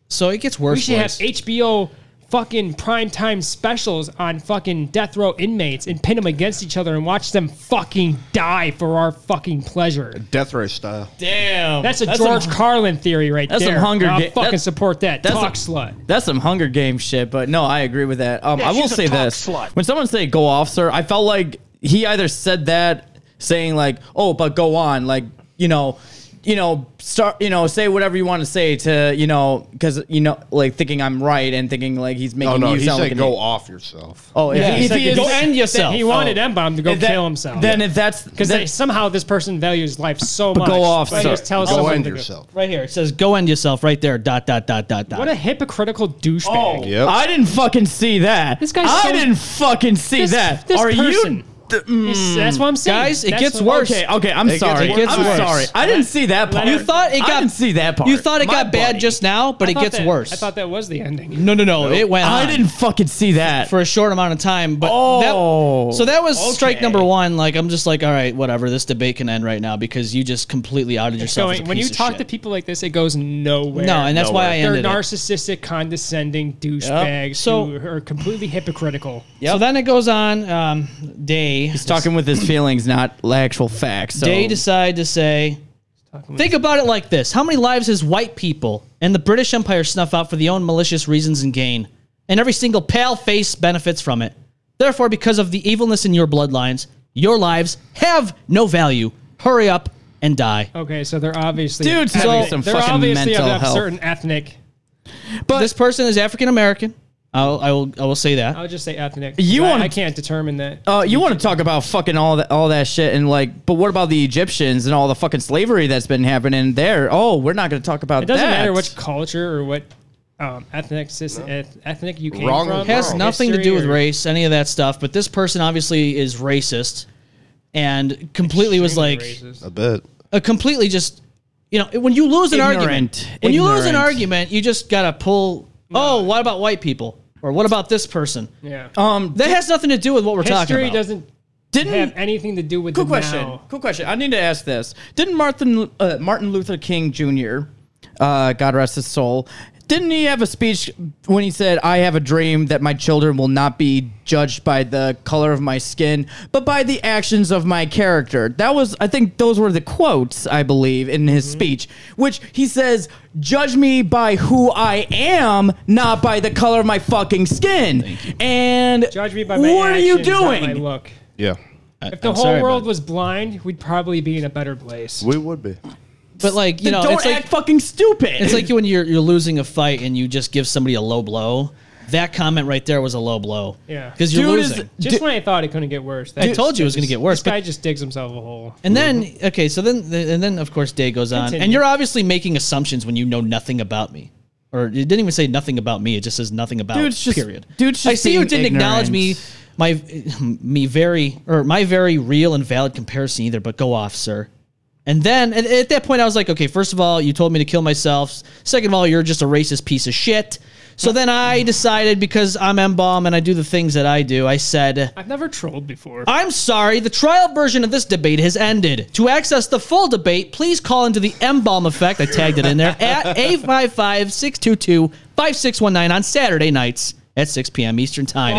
B: So it gets
C: We
B: worse.
C: should have
B: boys.
C: HBO fucking primetime specials on fucking death row inmates and pin them against each other and watch them fucking die for our fucking pleasure.
D: Death race style.
E: damn,
C: That's a
E: Um, some-
C: George Carlin theory right
E: that's some
C: there.
E: Hunger
C: I'll
E: Ga-
C: fucking
E: that-
C: support that.
E: that's
C: Talk
E: some-
C: slut.
E: That's some Hunger Game shit, but no, I agree with that. Um, I will
G: she's a
E: say
G: talk
E: this:
G: slut.
E: when someone say "go off, sir," I felt like he either said that, saying like, "Oh, but go on," like you know, you know, start, you know, say whatever you want to say to you know, because you know, like thinking I'm right and thinking like he's making
D: Oh no,
E: you
D: he
E: sound
D: said
E: like
D: go
E: an,
D: off yourself.
E: Oh, if,
C: Yeah,
E: he,
C: he
E: if
C: said
E: he is,
C: go
B: end yourself. Oh.
C: He wanted M Bomb to go
E: if that-
C: kill himself.
E: Then if that's
C: Because
E: that-
C: somehow this person values life so
E: But
C: much.
E: go off,
C: Why
E: sir.
C: just tell
D: Go
C: someone
D: end
C: to go-
D: yourself.
B: right here. It says go end yourself right there. Dot dot dot dot dot.
C: What a hypocritical douchebag.
E: Oh,
D: Yep.
E: I didn't fucking see that.
C: This guy's
E: I
C: so-
E: didn't fucking see
C: This-
E: that.
C: this
E: Are
C: person.
E: you?
C: It's-
E: mm.
C: That's what I'm saying.
B: Guys, it
C: That's
B: gets
C: what-
B: worse.
E: Okay, okay, I'm
D: gets
E: sorry.
D: worse. It gets
E: I'm
D: worse.
E: sorry. I didn't see that part.
B: you thought it
E: I
B: got
E: didn't see that part.
B: You thought it
E: My
B: got bad
E: buddy.
B: just now, but
C: I
B: it
C: thought
B: gets
C: that-
B: worse.
C: I thought that was the ending.
B: no, no, no. It went.
E: I
B: on.
E: didn't fucking see that.
B: for a short amount of time. But
E: Oh,
B: that, so that was strike
E: okay.
B: number one. Like I'm just like, all right, whatever. This debate can end right now because you just completely outed yourself. as a
C: Going, when
B: piece
C: you
B: of
C: talk
B: shit.
C: to people like this, it goes nowhere.
B: no, and that's why I
C: they're
B: ended. it.
C: narcissistic, condescending douchebags
B: So-
C: who are completely hypocritical.
B: So then it goes on. Um, Day
E: He's talking with his feelings, not actual facts. So.
B: Day decide to say.
C: Talking
B: Think about it like this: How many lives has white people and the British Empire snuff out for their own malicious reasons and gain, and every single pale face benefits from it? Therefore, because of the evilness in your bloodlines, your lives have no value. Hurry up and die.
C: Okay, so they're obviously
E: Dude's
C: having-
E: having some
C: they're
E: fucking
C: obviously
E: mental
C: of a
E: health.
C: certain ethnic
E: But
B: this person is African American. I'll I will I will say that.
C: I'll just say ethnic.
E: You
C: I-
E: wanna-
C: I can't determine that.
B: Oh,
E: Uh, you want to talk about fucking all that, all that shit, and like, but what about the Egyptians and all the fucking slavery that's been happening there? Oh, we're not going to talk about.
C: It doesn't
E: that.
C: matter which culture or what um, ethnic sis- eth- ethnic you came
D: Wrong
C: from.
D: with
B: has
D: Wrong.
B: nothing to do
C: history
B: with
C: or-
B: race, any of that stuff. But this person obviously is racist, and completely was like
D: A bit.
B: a completely just you know when you lose an argument,
E: Ignorant.
B: when you lose an
E: Ignorant.
B: argument, you just gotta pull. Oh, what about white people? Or what about this person?
C: Yeah.
E: Um,
B: That has nothing to do with what we're talking
C: history
B: "Oh, about.
C: doesn't have
E: didn't
C: anything to do with
E: cool
C: the
E: question?
C: now.
E: Cool question. I need to ask this. Didn't Martin uh, Martin Luther King Jr. Uh, God rest his soul. Didn't he have a speech when he said, "I have a dream that my children will not be judged by the color of my skin, but by the actions of my character"? That was, I think, those were the quotes I believe in his
C: Mm-hmm.
E: speech, which he says, "Judge me by who I am, not by the color of my fucking skin." And
C: Judge me by my
E: what are you
C: actions, not
E: doing?
C: My look.
D: Yeah.
B: if
C: The whole world was blind. We'd probably be in a better place.
D: We would be.
B: but like you
E: Then
B: know,
E: don't
B: it's
E: act
B: like
E: fucking stupid.
B: it's like when you're you're losing a fight and you just give somebody a low blow. That comment right there was a low blow.
C: Yeah.
B: because you're
E: Dude is-
B: losing.
C: Just when I thought it couldn't get worse, that
B: I told you it was gonna get worse,
C: This guy
B: but-
C: just digs himself a hole.
B: And then
E: Mm-hmm.
B: okay, so then and then of course day goes on, and
C: Continue.
B: you're obviously making assumptions when you know nothing about me, or it didn't even say nothing about me. It just says nothing about.
E: Dude's just-
B: period.
E: dude's just
B: I see you
E: being
B: didn't acknowledge me,
E: ignorant.
B: my me very or my very real and valid comparison either. But go off, sir. And then and at that point, I was like, okay, first of all, you told me to kill myself. Second of all, you're just a racist piece of shit. So then I decided because I'm M bomb and I do the things that I do. I said.
C: I've never trolled before.
B: I'm sorry, the trial version of this debate has ended. To access the full debate, please call into the M Bomb Effect. I tagged it in there at 855 622 5619 on Saturday nights at 6 p.m. Eastern Time.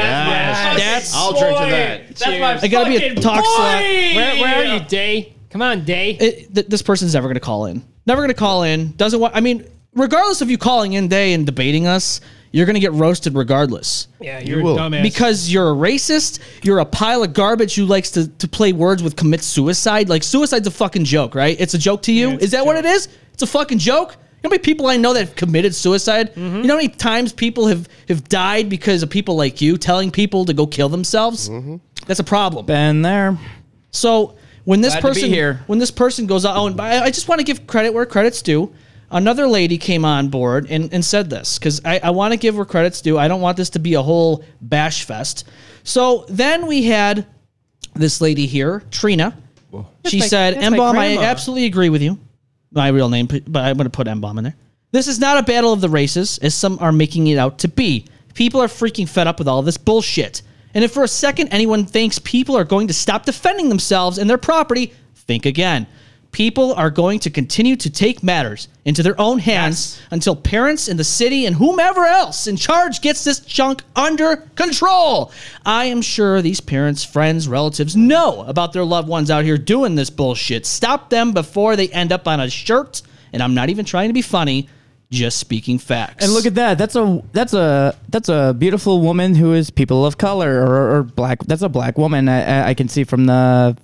B: That's-
D: I'll drink to that.
E: That's my
B: I gotta be a talk slut.
C: Where, where are you, Day? Come on, Day.
B: It, th- this person's never going to call in. Never going to call in. Doesn't want, I mean, regardless of you calling in day and debating us, you're going to get roasted regardless.
C: yeah, you're
D: will.
C: a dumbass.
B: because you're a racist, you're a pile of garbage who likes to, to play words with commit suicide. Like suicide's a fucking joke, right? It's a joke to you.
C: it's
B: is
C: a
B: that what it
C: joke.
B: is? It's a fucking joke. You know how many people I know that have committed suicide?
C: Mm-hmm.
B: You know how many times people have, have died because of people like you telling people to go kill themselves?
C: Mm-hmm.
B: That's a problem.
E: been there.
B: So when this
E: Glad to be
B: person
E: here.
B: when this person goes on, oh, and I, I just want to give credit where credits due. Another lady came on board and, and said this because I, I want to give where credits due. I don't want this to be a whole bash fest. So then we had this lady here, Trina. She
C: my-
B: said,
C: that's my
B: "Embalm, I
C: grandma."
B: absolutely agree with you. My real name, but I'm going to put Embalm in there. This is not a battle of the races, as some are making it out to be. People are freaking fed up with all this bullshit. And if for a second anyone thinks people are going to stop defending themselves and their property, think again. People are going to continue to take matters into their own hands until parents in the city and whomever else in charge gets this junk under control. I am sure these parents, friends, relatives know about their loved ones out here doing this bullshit. Stop them before they end up on a shirt. And I'm not even trying to be funny, just speaking facts.
E: And look at that. That's a that's a that's a beautiful woman who is people of color or, or black. That's a black woman. I, I- I can see from the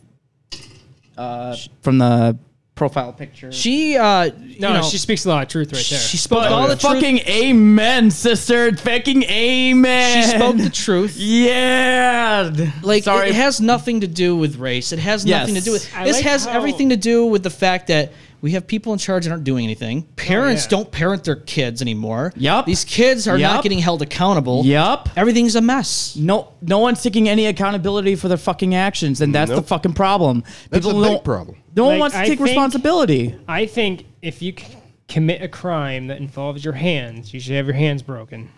E: uh, from the profile picture.
B: she. Uh,
C: no,
B: you know,
C: she speaks a lot of truth right there.
B: she spoke all the truth.
E: fucking amen, sister. Fucking amen.
B: She spoke the truth.
E: Yeah.
B: Like
E: sorry.
B: it has nothing to do with race. It has
E: Yes.
B: nothing to do with
C: I
B: this
C: like
B: has
C: how-
B: everything to do with the fact that we have people in charge that aren't doing anything. Parents
C: Oh, yeah.
B: don't parent their kids anymore.
E: Yup.
B: These kids are not
E: Yup.
B: getting held accountable.
E: Yup.
B: Everything's a mess.
E: no, no one's taking any accountability for their fucking actions, and that's the
D: Nope.
E: fucking problem.
D: That's
E: People
D: a big
E: don't-
D: problem.
E: No one
C: Like,
E: wants to
C: I
E: take
C: think-
E: responsibility.
C: I think if you c- commit a crime that involves your hands, you should have your hands broken.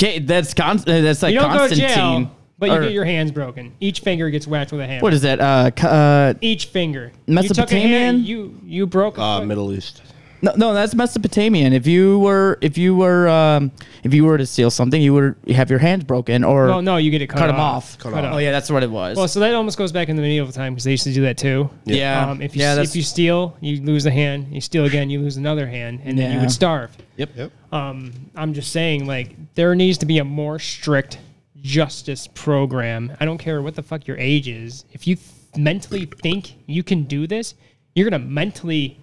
E: Okay, that's con- uh, that's like
C: You don't go to
E: Constantine.
C: jail, but you
E: Or-
C: get your hands broken. Each finger gets whacked with a hammer.
E: what is that? Uh, co- uh,
C: Each finger. You took a
E: Mesopotamian?
C: hand, You you broke. A
E: Ah,
D: Uh,
C: foot.
D: Middle East.
E: no, no, that's Mesopotamian. If you were, if you were, um, if you were to steal something, you would have your hands broken or
C: Well, no, you get it cut,
E: cut them
C: off.
E: off. Oh yeah, that's what it was.
C: Well, so that almost goes back in the medieval time because they used to do that too.
E: yeah,
C: Um, if you
E: yeah,
C: s-
E: that's-
C: if you steal, you lose a hand. You steal again, you lose another hand, and then you
E: Yeah.
C: would starve.
E: yep.
D: Yep.
C: Um, I'm just saying, like, there needs to be a more strict justice program. I don't care what the fuck your age is. If you th- mentally think you can do this, you're gonna mentally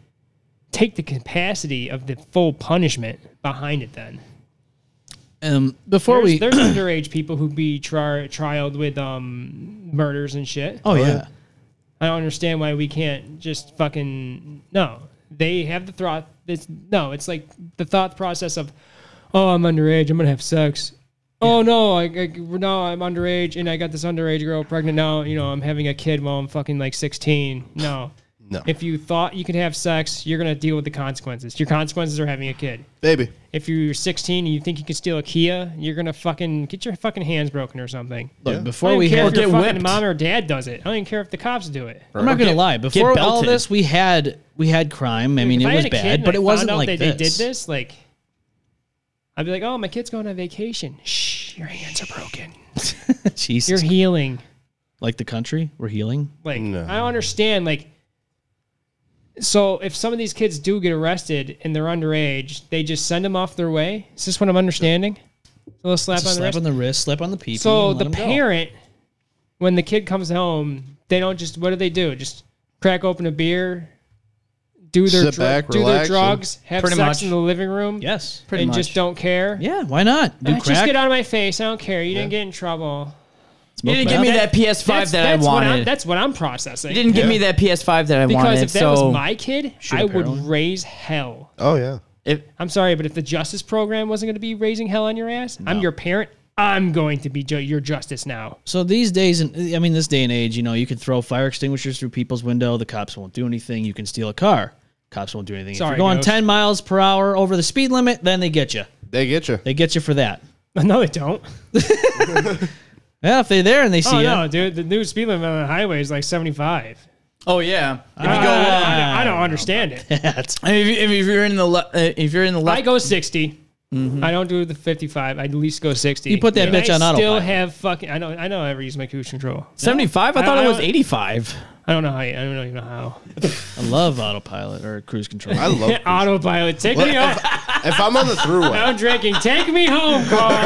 C: take the capacity of the full punishment behind it. Then
B: Um, before
C: There's,
B: we,
C: there's underage people who be tri- trialed with um, murders and shit.
B: oh yeah,
C: I don't understand why we can't just fucking no. They have the thought. It's, no, it's like the thought process of, oh, I'm underage. I'm gonna have sex. Oh no, I, I no, I'm underage, and I got this underage girl pregnant. Now you know I'm having a kid while I'm fucking like 16. No,
D: No.
C: If you thought you could have sex, you're gonna deal with the consequences. Your consequences are having a kid.
D: Baby.
C: If you're 16 and you think you can steal a Kia, you're gonna fucking get your fucking hands broken or something.
B: Look,
C: I
B: before
C: don't
B: we
C: care
B: had,
C: if your
E: get
C: fucking
E: whipped.
C: mom or dad does it. I don't even care if the cops do it.
B: I'm not gonna lie. Before
E: get
B: all
E: belted.
B: this, we had we had crime. I mean,
C: If
B: it
C: I
B: was
C: had a kid
B: bad,
C: and
B: but
C: I
B: it wasn't
C: found
B: like
C: out that
B: this.
C: They did this, like I'd be like, "Oh, my kid's going on vacation. Shh, your hands are broken.
B: Jesus,
C: You're healing."
B: like the country, we're healing.
C: Like
D: No.
C: I don't understand. Like, so if some of these kids do get arrested and they're underage, they just send them off their way. Is this what I'm understanding? So they'll slap
B: Just
C: on the
B: slap
C: wrist.
B: on the wrist, slap on the pee.
C: so the parent, when the kid comes home, they don't just what do they do? Just crack open a beer, do their
D: Sit
C: dru-
D: back,
C: do their
D: relax, and-
C: drugs, have
E: Pretty
C: sex
E: much.
C: in the living room,
B: yes,
E: Pretty
C: and
E: much.
C: just don't care.
B: yeah. Why not? Do
C: Ah, Just
B: crack,
C: get out of my face. I don't care. You didn't get in trouble.
E: You
B: smoke
E: didn't
B: meth.
E: give me that PS5 that I
C: what I'm-
E: wanted.
C: that's what I'm processing.
E: you didn't give me that PS5 that I
C: because
E: wanted.
C: if that
E: so
C: was my kid, I would raise hell.
D: Oh yeah.
E: if,
C: I'm sorry, but if the justice program wasn't going to be raising hell on your ass, I'm your parent. I'm going to be ju- your justice now.
B: So these days, and I mean this day and age, you know, you can throw fire extinguishers through people's window. The cops won't do anything. You can steal a car. Cops won't do anything.
C: Sorry,
B: if you're going
C: Ghost.
B: 10 miles per hour over the speed limit, then they get you.
D: They get you.
B: They get you for that.
C: No, they don't.
B: Yeah, if they're there and they see
C: Oh
B: you.
C: no, dude, the new speed limit on the highway is like 75.
E: oh yeah, if
C: I,
E: you go, uh,
C: I don't- I don't understand it.
E: if, you, if you're in the le- uh, if you're in the
C: I
E: left,
C: go 60. I don't do the 55. I at least go 60.
B: You put that
C: And
B: bitch
C: I
B: on
C: Still
B: autopilot.
C: have fucking. I know. I know. I ever use my cruise control.
E: 75. I
C: I-
E: thought
C: I
E: it was
C: don't-
E: 85.
C: I don't know how. You, I don't even know how.
B: I love autopilot or cruise control.
D: I love.
C: Autopilot, take me
D: Well,
C: home.
D: if I'm on the throughway,
C: I'm drinking. Take me home, car.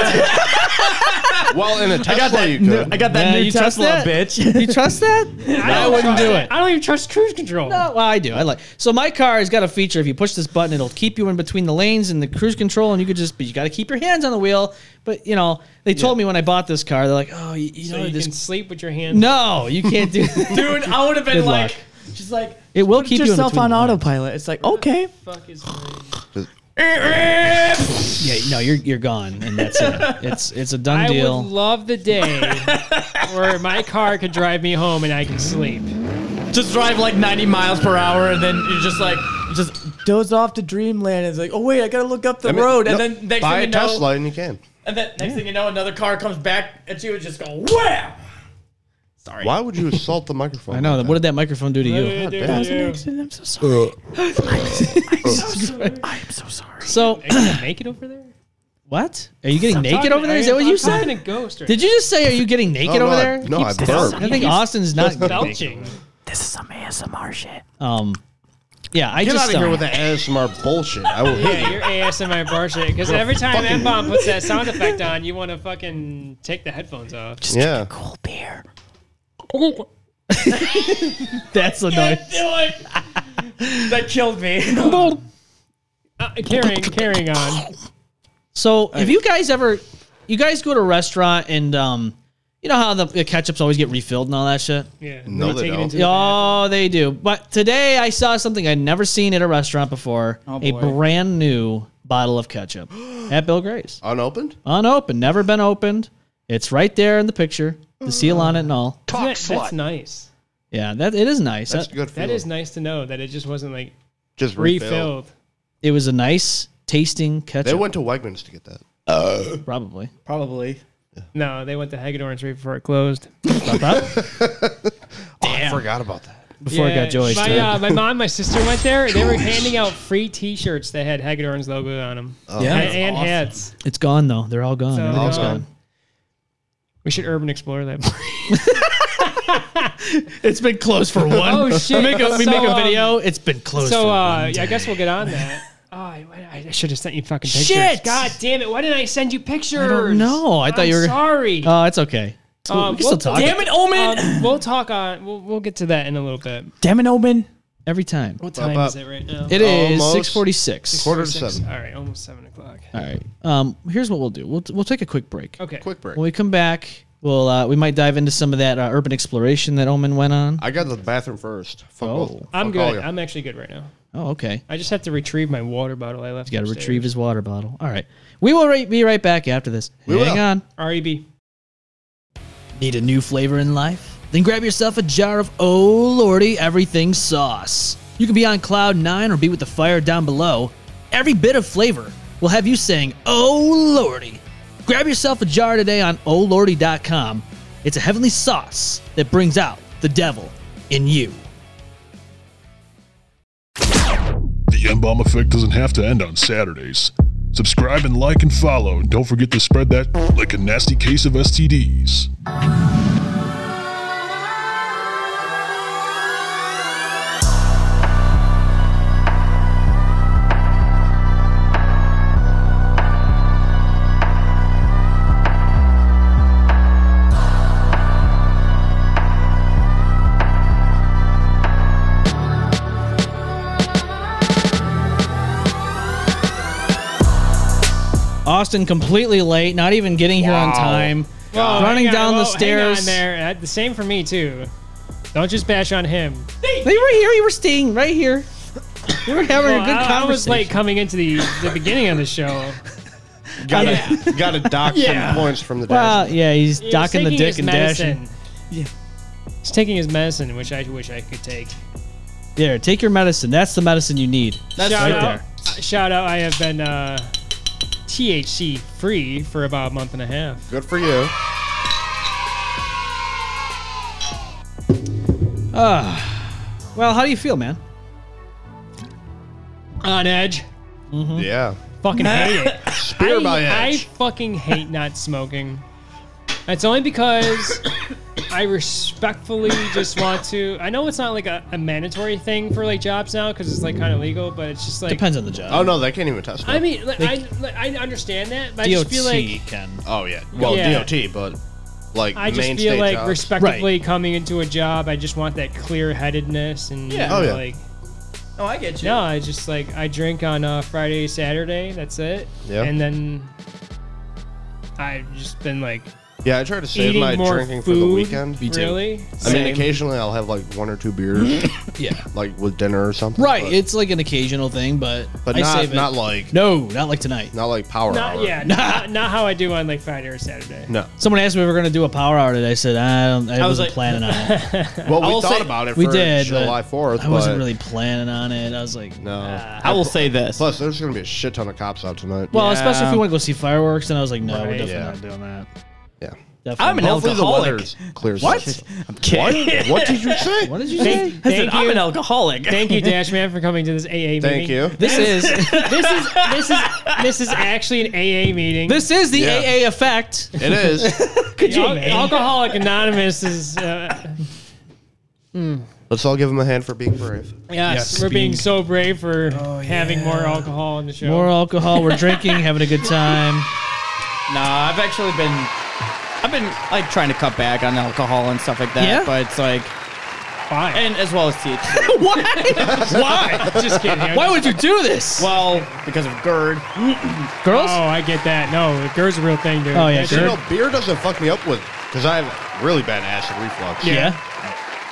D: well, in a Tesla, you
E: new-
D: could.
E: I got that
B: Yeah,
E: new
B: you trust
E: Tesla,
B: that?
E: bitch.
B: you trust that?
C: I wouldn't do it. I don't even trust cruise control.
B: Oh, well, I do. I like. So my car has got a feature. If you push this button, it'll keep you in between the lanes and the cruise control, and you could just. But you got to keep your hands on the wheel. But you know, they told me when I bought this car, they're like, "Oh, you, you
C: So
B: know
C: you
B: this."
C: can sleep with your hands.
B: no, you can't do.
E: Dude, I would have been
B: Good
E: like,
B: luck.
E: just like
B: it will
E: put
B: keep you in
E: yourself
B: between
E: on
B: the lanes.
E: autopilot. It's like okay.
C: Fuck is
B: Yeah, no, you're you're gone, and that's it. It's it's a done
C: I
B: deal.
C: would love the day where my car could drive me home and I can sleep.
E: just drive like 90 miles per hour and then you're just like you just doze off to dreamland it's like oh wait i gotta look up the
D: I mean,
E: road
D: no,
E: and then next
D: buy
E: thing
D: a
E: you know
D: Tesla and you can.
E: and then next thing you know another car comes back at you and just go wham
D: Why would you assault the microphone? Oh,
B: I know.
D: like
B: Uh, What did that microphone do to you?
E: i'm so sorry i'm so sorry
B: So
C: Naked over there?
B: what? Are you getting naked
C: Talking-
B: over there? Is
C: I-
B: that what you
C: I'm talking
B: said?
C: to Ghost right
B: Did you just say are you getting naked
D: no,
B: over
D: I-
B: there?
D: no, I
B: Keep-
D: burped.
B: I think Austin's not
C: now. belching.
E: this is some asmr shit
B: Um, yeah, I
D: Get
B: just
D: out of here
B: um,
D: with that ASMR bullshit. I will hit
C: Yeah,
D: you.
C: your ASMR bar shit. Because every time
D: fucking-
C: M bomb puts that sound effect on, you want to fucking take the headphones off.
D: Yeah.
E: cold beer
B: that's a noise.
E: that killed me
C: Uh, carrying, carrying on.
B: So, have you guys ever, you guys go to a restaurant and, um, you know how the, the ketchups always get refilled and all that shit?
C: Yeah.
D: No,
C: Let me
D: they
C: take it
D: don't.
C: into the
B: Oh, they do. But today I saw something I'd never seen at a restaurant before
D: Oh,
B: a
E: boy.
B: brand new bottle of ketchup at Bill Gray's.
D: Unopened?
B: Unopened, never been opened. It's right there in the picture, the seal on it and all.
C: bathroom. Isn't that- That's nice.
B: Yeah, that it is nice.
D: That's
B: That-
D: good.
C: That
D: feeling.
C: is nice to know that it just wasn't like
D: just refilled.
C: refilled.
B: it was a nice tasting ketchup,
D: They went to Wegmans to get that.
B: probably.
E: probably
C: No, they went to Hagedorn's right before it closed.
D: I forgot about that.
B: Before it got Joey's
C: My,
B: turn.
C: uh, my mom, and my sister went there. They were handing out free T-shirts that had Hagedorn's logo on them
E: yeah
C: and, and hats.
B: it's gone though. They're all gone.
C: So,
B: Everything's
C: uh,
B: gone.
C: We should urban explore that.
B: It's been closed for one.
C: oh shit!
B: We make a, we
C: So,
B: make a
C: um,
B: video. It's been closed.
C: so
B: for one
C: uh, yeah, I
B: day.
C: guess we'll get on that. Oh, I, I should have sent you fucking pictures.
B: Shit!
C: God damn it! Why didn't I send you pictures?
B: know. I thought
C: I'm
B: you were-
C: sorry.
B: Oh, it's okay. It's cool.
C: Um,
B: we can still
C: well,
B: talk.
E: damn it omen
C: Um, we'll talk on. We'll, we'll get to that in a little bit.
E: damn it omen
B: every time.
C: What time
D: up.
C: is it right now?
B: It is
D: Almost.
B: six forty six.
D: Quarter to
C: Six.
D: seven.
C: All right, almost seven o'clock.
B: All right. Um, here's what we'll do. We'll we'll take a quick break.
C: Okay.
D: Quick break.
B: When we come back, we'll uh, we might dive into some of that uh, urban exploration that Omen went on.
D: I got to the bathroom first. Fuck
B: Oh.
D: both.
C: I'm
D: Fuck all
C: good.
D: ya.
C: I'm actually good right now.
B: Oh, okay.
C: I just have to retrieve my water bottle I left.
B: He's got to
C: upstairs.
B: retrieve his water bottle. All right. We will right, be right back after this.
D: We
B: Hang
D: will.
B: on.
C: R.E.B.
B: Need a new flavor in life? Then grab yourself a jar of Oh Lordy Everything sauce. You can be on cloud nine or be with the fire down below. Every bit of flavor will have you saying Oh Lordy. Grab yourself a jar today on olordy.com. It's a heavenly sauce that brings out the devil in you.
G: The M Bomb Effect doesn't have to end on Saturdays. Subscribe and like and follow. Don't forget to spread that like a nasty case of STDs.
B: Austin completely late, not even getting here on time.
C: Whoa,
B: running
C: Oh, hang on,
B: down
C: whoa,
B: the
C: Hang on
B: stairs.
C: there. Uh, The same for me too. Don't just bash on him.
B: They were here. You were staying right here. We were having
C: Well,
B: a good
C: I, I
B: conversation.
C: was late coming into the the beginning of the show.
D: Gotta, gotta dock
C: Yeah.
D: some points from the
B: Well,
D: dash.
B: Uh, yeah, he's
C: He was
B: docking the
C: taking
B: dick
C: his
B: and dashing.
C: medicine. He's taking his medicine, which I wish I could take.
B: There, take your medicine. That's the medicine you need.
E: That's
C: shout
B: right
C: out,
B: there.
C: uh, shout out! I have been uh, THC free for about a month and a half.
D: Good for you.
B: Well, how do you feel, man?
C: On edge,
D: Yeah.
C: fucking hate it.
D: Spear
C: I,
D: by
C: I
D: edge.
C: fucking hate not smoking. It's only because I respectfully just want to. I know it's not like a, a mandatory thing for like jobs now because it's like kind of legal, but it's just like.
B: Depends on the job.
D: oh no, they can't even touch me.
C: I mean, like, I like, I understand that, but I
B: DOT
C: just feel like
B: can.
D: oh yeah. Well,
C: Yeah.
D: DOT, but like
C: I just
D: main
C: feel
D: state
C: like
D: jobs.
C: respectfully coming into a job, I just want that clear headedness and you
E: Yeah.
C: know,
D: Oh, yeah.
C: like
B: Oh,
E: No, I get you.
C: no, I just like I drink on uh, Friday, Saturday, that's it,
D: Yeah.
C: and then I've just been like
D: Yeah, I try to save
C: eating
D: my
C: more
D: drinking
C: food.
D: for the weekend.
C: Really?
D: I mean,
C: Same.
D: occasionally I'll have like one or two beers,
B: Yeah.
D: like with dinner or something.
B: Right.
D: But,
B: it's like an occasional thing, but
D: but
B: I
D: not
B: save it.
D: not like
B: no, not like tonight.
D: not like power
C: Not
D: hour.
C: yeah, not, not how I do on like Friday or Saturday.
D: No.
B: Someone asked me if we were going to do a power hour today. I said I don't. I,
E: was
B: wasn't
E: like-
B: planning on it.
D: Well, we
E: will
D: thought
E: say-
D: about it.
B: We
D: for
B: did. but
D: July Fourth.
B: I wasn't really planning on it. I was like,
D: No.
E: I will say this.
D: Plus, there's gonna be a shit ton of cops out tonight.
B: well, especially if
E: Yeah.
B: we want to go see fireworks, and I was like, no, we're
C: Right.
B: definitely
D: Yeah.
B: not doing that.
D: yeah.
B: Definitely.
E: I'm an
B: not.
D: Hopefully the
E: alcoholic.
D: weather's clears.
E: What? I'm kidding.
D: up. What did you say?
B: What did you say?
C: Thank,
E: I
C: thank
E: said, I'm
C: you,
E: an alcoholic.
C: thank you, Dashman, for coming to this AA meeting.
D: Thank you.
B: This is
C: This is this is this is actually an AA meeting.
B: this is the
D: Yeah.
B: AA effect.
D: It is.
C: The Al- Alcoholic Anonymous is uh,
D: Let's all give him a hand for being brave.
C: yes, we're being so brave for having more alcohol in the show.
B: Oh, More alcohol. We're drinking, having a good time.
E: Nah, I've actually been, I've been like trying to cut back on alcohol and stuff like that.
B: Yeah?
E: But it's like,
C: Fine.
E: and as well as THC.
B: Why? Why?
C: just kidding. I'm
B: Why would
C: just-
B: you do this?
E: well, because of GERD.
B: girls?
C: Oh, I get that. No, GER's a real thing, dude.
B: Oh, yeah,
C: That
B: GER.
D: You
C: shit-
D: know, beer doesn't fuck me up with because I have really bad acid reflux.
B: yeah.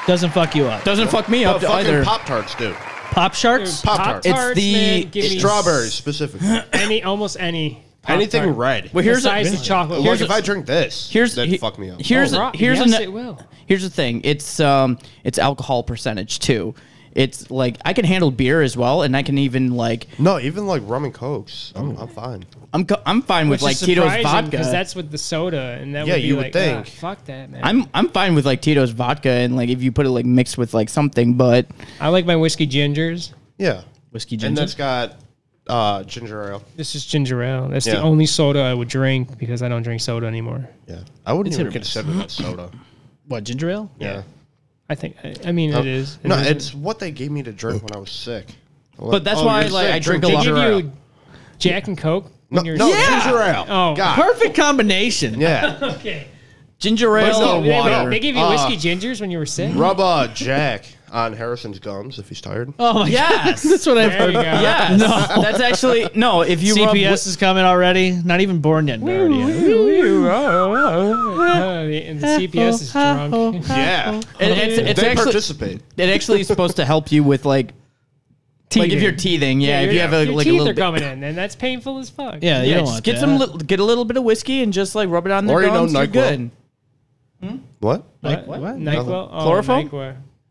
B: Doesn't fuck you up.
E: Doesn't fuck me
D: But
E: up to
D: fucking
E: either.
D: Pop Tarts do.
B: Pop sharks?
D: Pop
C: Pop
D: Tarts.
E: It's
C: Tarts,
E: the-
C: man, give me
D: Strawberries specifically.
C: Any, almost any. Pop-Tart.
D: Anything red.
E: Well,
C: Here's
E: here's
C: size
E: a,
C: of chocolate.
D: Like
C: Here's
D: if I drink this,
E: here's
D: that
E: he-
D: fuck me up.
E: Here's a,
C: rock-
E: here's
C: Oh, yes,
E: an-
C: it will.
E: here's the thing. It's um it's alcohol percentage too. It's like I can handle beer as well, and I can even like
D: no, even like rum and cokes, I'm, I'm fine.
E: I'm co- I'm fine with like Tito's vodka.
C: because that's with the soda, and that
D: Yeah,
C: would be
D: you would
C: like,
D: think.
C: "Ah, fuck that, man.
E: I'm I'm fine with like Tito's vodka and like if you put it like mixed with like something, but
C: I like my whiskey gingers.
D: Yeah,
B: Whiskey
D: and
B: ginger.
D: that's got uh, ginger ale.
C: This is ginger ale. That's the
D: Yeah.
C: only soda I would drink because I don't drink soda anymore.
D: Yeah, I wouldn't
B: It's hit
D: even
B: or miss.
D: consider that soda.
B: what, ginger ale?
D: Yeah,
C: I think. I, I mean, it is. It
D: no,
C: is-
D: it's what they gave me to drink when I was sick. I'm
E: But that's why,
D: you're
E: like, I drink a
C: They
E: lot-
C: give
D: ginger ale.
C: you Jack and Coke
D: No,
C: when you're
D: no,
C: sick.
D: ginger ale.
C: Oh.
D: God.
B: Perfect combination.
D: Yeah,
C: Okay.
E: ginger ale
D: no
C: They,
D: water.
C: they give you
D: Uh,
C: whiskey gingers when you were sick.
D: rub a Jack. on Harrison's gums if he's tired.
B: Oh my
E: Yes.
B: god, that's what I've
C: There
B: heard.
C: you go.
E: Yes. No. That's actually no. If you rub
B: CPS is coming already. Not even born yet. but already in.
C: Oh, the- and the CPS is drunk.
D: Yeah,
E: it, it's, it's
D: they
E: actually
D: participate.
E: it actually is supposed to help you with like like if you're teething. Yeah, if you have a,
C: your
E: like a
C: teeth
E: little
C: are
E: bit.
C: coming in, and that's painful as fuck.
B: Yeah, you
E: Yeah,
B: don't
E: just
B: want
E: get
B: that.
E: some little, get a little bit of whiskey and just like rub it on the
D: Or, you know,
E: gums. you're
D: NyQuil.
E: good.
D: What?
C: What?
E: what?
C: Nyquil? Oh,
E: Chloroform?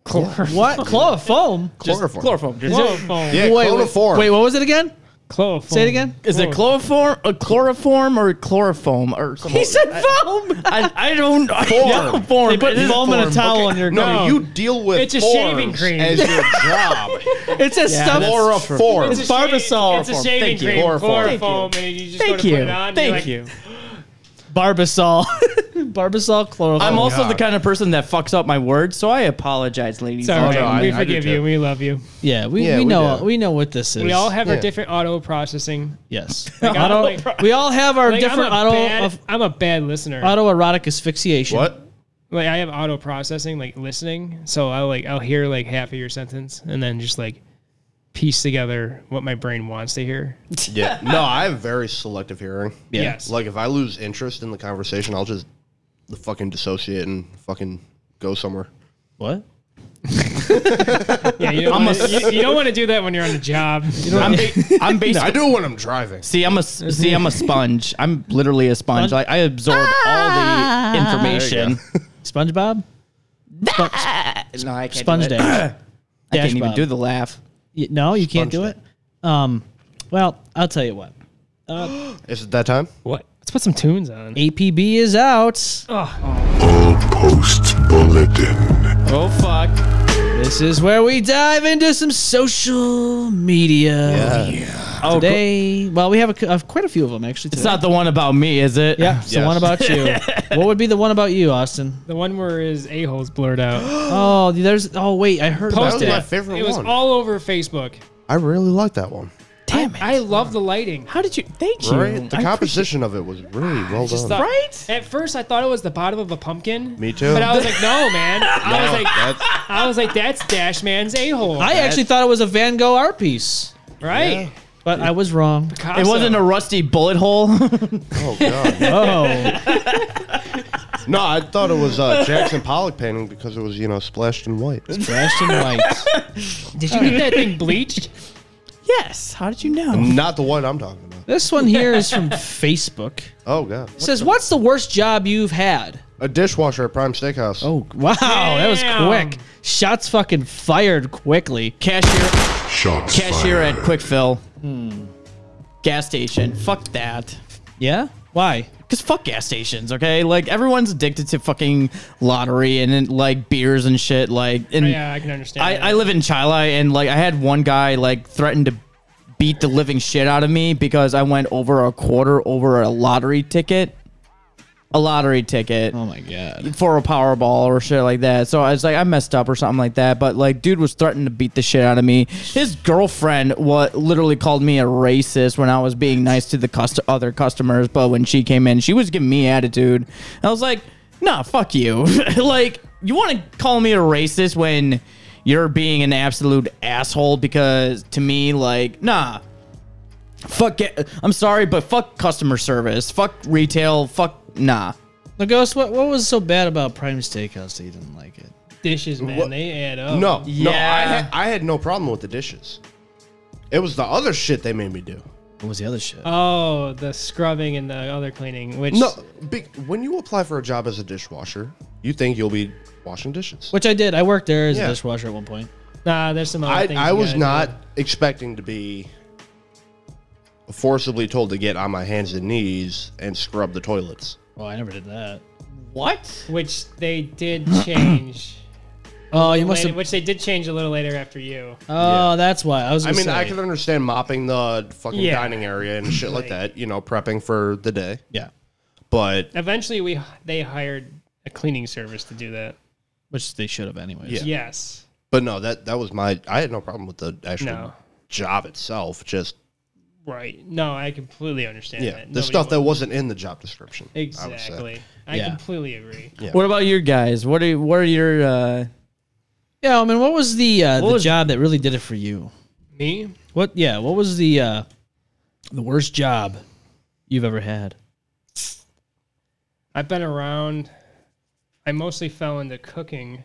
C: Nyquil.
B: what chloroform?
E: Just
D: Chloroform.
E: Chloroform. Just-
C: Chloroform.
D: Yeah,
B: wait,
D: chloroform.
B: Wait, what was it again?
C: Chloroform.
B: Say it again.
E: Is it chloroform, a chloroform, or chloroform, or
B: He said foam.
E: I, I don't know.
D: Form.
E: Yeah, form.
B: They put
E: It is
B: foam in a
E: form.
B: towel on your
D: No,
B: gum.
D: you deal with
C: It's a
D: forms
C: shaving cream.
D: as your job.
B: It says stuff.
D: Chloroform.
B: It's Barbasol.
C: It's a shaving
E: Thank you.
C: cream.
D: Chloroform.
C: Chloroform. And you just go
E: Thank
C: to
E: you.
C: put it on.
E: Thank
C: you're
E: you.
C: like,
B: Barbasol. Barbasol chloroform.
D: Oh,
E: I'm also the kind of person that fucks up my words, so I apologize, ladies.
C: It's
B: Oh,
C: all right.
D: Oh, no, I- I
C: we
D: do
C: forgive you.
D: too.
C: We love you.
B: yeah, we,
D: Yeah,
B: we
D: we
B: know
D: do.
B: we know what this is.
C: We all have our
D: Yeah.
C: different auto processing.
B: yes.
C: I'm
B: Auto-
C: like-
B: we all have our
C: Like,
B: different
C: I'm a
B: auto
C: bad,
B: of
C: I'm a bad listener.
B: autoerotic asphyxiation.
D: What?
C: like I have auto processing, like listening. So I will like I'll hear like half of your sentence and then just like piece together what my brain wants to hear.
D: Yeah. No, I have very selective hearing.
C: Yes.
D: Like if I lose interest in the conversation, I'll just the fucking dissociate and fucking go somewhere.
B: What?
C: yeah, you don't, wanna, you, you don't want to do that when you're on the job.
E: I'm, ba- I'm basically.
D: I do when I'm driving.
E: See, I'm a see, I'm a sponge. I'm literally a sponge. I, I absorb all the
B: Ah.
E: information.
B: SpongeBob?
E: no, I can't
B: Sponge
E: do
B: Dash.
E: it. I
B: Dash
E: can't even
B: Bob.
E: do the laugh.
B: Y- No, you can't do
D: Sponge
B: it. Um, well, I'll tell you what.
D: Is it that time?
C: What? Let's put some tunes on.
B: APB is out.
G: Post bulletin.
E: Oh fuck!
B: This is where we dive into some social media.
E: Oh, cool.
B: Today, well, we have a c uh, quite a few of them actually.
E: it's
B: today.
E: not the one about me, is it?
B: Yeah, it's the
D: Yes.
B: one about you. what would be the one about you, Austin?
C: The one where his a hole's blurred out.
B: Oh, there's. Oh, wait, I heard
D: That
B: about
D: was
C: Posted
B: that.
D: my
C: it.
D: favorite
C: It was
D: one.
C: all over Facebook.
D: I really like that one.
E: Damn it!
C: I love the lighting.
E: How did you? Thank you.
D: Right? The
E: I
D: composition of it was really well done.
C: Ah, thought-
E: Right?
C: At first, I thought it was the bottom of a pumpkin.
D: Me too.
C: But I was like, no, man. I was like,
D: That's,
C: I was like, that's Dash Man's a hole,
B: I actually thought it was a Van Gogh art piece,
C: right?
B: but I was wrong.
E: It wasn't a rusty bullet hole.
D: oh god.
B: Oh,
D: No, I thought it was uh, Jackson Pollock painting because it was you know splashed in white.
B: Ashton White.
C: Did you get that thing bleached?
E: yes. How did you know?
D: Not the one I'm talking about.
B: This one here is from Facebook. It
D: Oh god.
B: says, "What's the worst job you've had?"
D: A dishwasher at Prime Steakhouse.
B: Oh, wow, that was
C: Damn.
B: quick. Shots fucking fired quickly.
E: Cashier,
G: Shots
E: cashier
G: fired.
E: at Quick Fill. Gas station. Fuck that.
B: Hmm. Yeah? Why?
E: Cause fuck gas stations, okay? Like everyone's addicted to fucking lottery and, then like beers and shit. Like, and
C: Yeah, I can understand.
E: I,
C: that.
E: I live in Chila, and like I had one guy like threaten to beat the living shit out of me because I went over a quarter over a lottery ticket, a lottery ticket
B: Oh my god.
E: for a Powerball or shit like that. So I was like, I messed up or something like that. But like, dude was threatening to beat the shit out of me. His girlfriend what literally called me a racist when I was being nice to the cust- other customers. But when she came in, she was giving me attitude. I was like, Nah, fuck you. like, you want to call me a racist when you're being an absolute asshole? Because to me, like, nah. Fuck it. I'm sorry, but fuck customer service. Fuck retail. Fuck nah.
B: Now, Ghost, what, what was so bad about Prime Steakhouse that you didn't like it?
C: dishes, man.
D: What?
C: They add up.
D: No, no, I
E: Yeah.
D: had, I had no problem with the dishes. It was the other shit they made me do.
B: What was the other shit?
C: Oh, the scrubbing and the other cleaning, which
D: No, be, when you apply for a job as a dishwasher, you think you'll be washing dishes.
B: Which I did. I worked there as a
D: Yeah.
B: dishwasher at one point.
C: nah, there's some other
D: I,
C: things.
D: I
C: you
D: was
C: gotta
D: not
C: do.
D: expecting to be forcibly told to get on my hands and knees and scrub the toilets.
B: Oh, I never did that.
E: What?
C: Which they did change.
B: Oh, you must
C: later,
B: have.
C: which they did change a little later after you.
D: Uh.
B: Oh, that's why. I was.
D: I
B: Gonna
D: mean,
B: say.
D: I could understand mopping the fucking
C: Yeah.
D: dining area and shit like that, you know, prepping for the day.
B: Yeah.
D: But
C: Eventually, we they hired a cleaning service to do that.
B: Which they should have, anyways.
D: Yeah.
C: Yes.
D: but no, that that was my. I had no problem with the actual
C: No.
D: job itself. Just
C: Right. No, I completely understand
D: Yeah,
C: that.
D: the
C: Nobody
D: stuff that
C: would-
D: wasn't in the job description. I would say.
C: exactly. I,
B: Yeah.
C: completely agree.
D: Yeah.
E: What about you guys? What are what are your uh,
B: Yeah, I mean, what was the uh, the
E: was-
B: job that really did it for you?
C: Me?
B: What? Yeah, what was the uh, the worst job you've ever had?
C: I've been around. I mostly fell into cooking.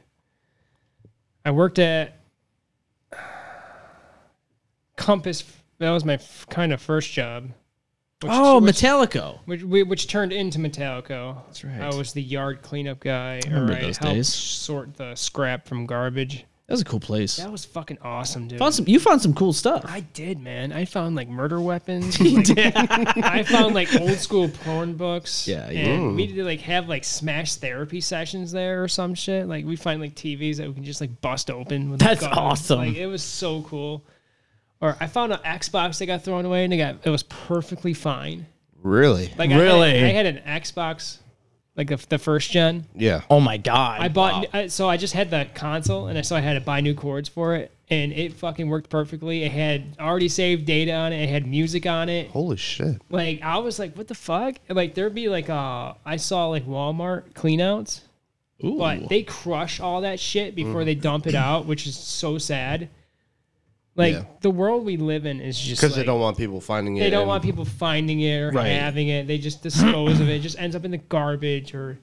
C: I worked at Compass. That was my f- kind of first job. Which,
B: Oh,
C: which,
B: Metallico.
C: which, which, which turned into Metallico. That's
B: right.
C: I was the yard cleanup guy. I
B: remember those days.
C: Sort the scrap from garbage.
B: That was a cool place.
C: That was fucking awesome, dude.
B: Found some. You found some cool stuff.
C: I did, man. I found like murder weapons. like, I found like old school porn books.
B: Yeah, yeah.
C: and we did like have like smash therapy sessions there or some shit. Like we find like TVs that we can just like bust open. With
E: That's
C: guns.
E: awesome.
C: Like it was so cool. Or I found an Xbox that got thrown away and it got it was perfectly fine.
D: Really?
C: Like I had-
E: Really?
C: I had, an Xbox, like the, the first gen.
D: Yeah.
E: Oh my god!
C: I bought I, so I just had the console and I so I had to buy new cords for it and it fucking worked perfectly. It had already saved data on it. It had music on it.
D: Holy shit.
C: Like I was like, what the fuck? And, Like there'd be like uh I saw like Walmart cleanouts,
B: Ooh.
C: but they crush all that shit before they dump it out, which is so sad. Like
D: Yeah.
C: the world we live in is just
D: Because they
C: like-
D: don't want people finding it.
C: they don't
D: and-
C: want people finding it or
B: Right.
C: having it. They just dispose of it. It just ends up in the garbage or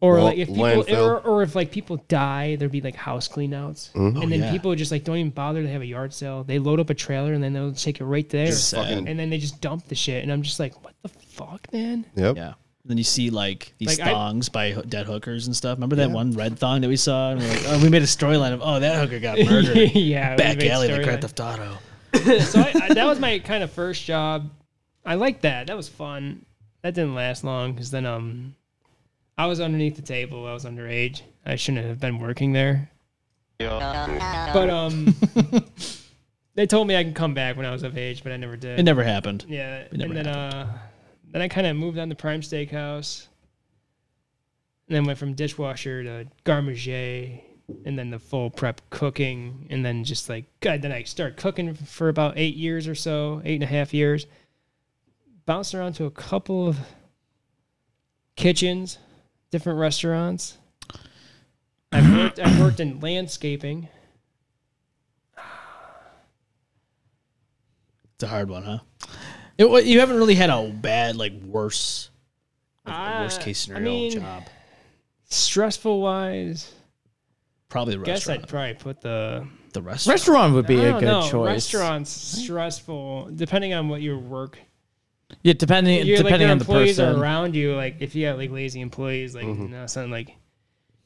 C: or
D: Well,
C: like if people
D: landfill.
C: or, or if like people die, there'd be like house cleanouts, and then people just like don't even bother to have a yard sale. They load up a trailer and then they'll take it right there,
D: fucking-
C: and then they just dump the shit. And I'm just like, what the fuck, man?
D: Yep.
B: Yeah. Then you see like these
C: Like, I-
B: thongs by ho- dead hookers and stuff. Remember that one red thong that we saw? And we're like, oh, we made a storyline of, oh, that hooker got murdered.
C: yeah,
B: Back
C: we made
B: alley, the
C: storyline.
B: Grand Theft Auto.
C: so I, I, that was my kind of first job. I liked that. That was fun. That didn't last long because then um, I was underneath the table. I was underage. I shouldn't have been working there. But um, they told me I can come back when I was of age, but I never did.
B: It never happened.
C: yeah,
B: never
C: and then uh, then I kind of moved on to Prime Steakhouse, and then went from dishwasher to garmager, and then the full prep cooking, and then just like God, then I started cooking for about eight years or so, eight and a half years. Bounced around to a couple of kitchens, different restaurants. I've worked, I've worked in landscaping.
B: It's a hard one, huh? It, wa- you haven't really had a bad, like, worse, like, a worst
C: Uh,
B: case
C: I
B: scenario
C: mean,
B: job.
C: Stressful wise,
B: Probably the
C: guess
B: restaurant.
C: I'd probably put the
B: the restaurant.
E: restaurant would be
C: I
E: a
C: don't
E: good
C: know,
E: choice.
C: Restaurants stressful depending on what your work.
E: Yeah, depending
C: You're, like
E: depending
C: your
E: on the
C: employees
E: person.
C: are around you. Like if you have like lazy employees, like you know, something like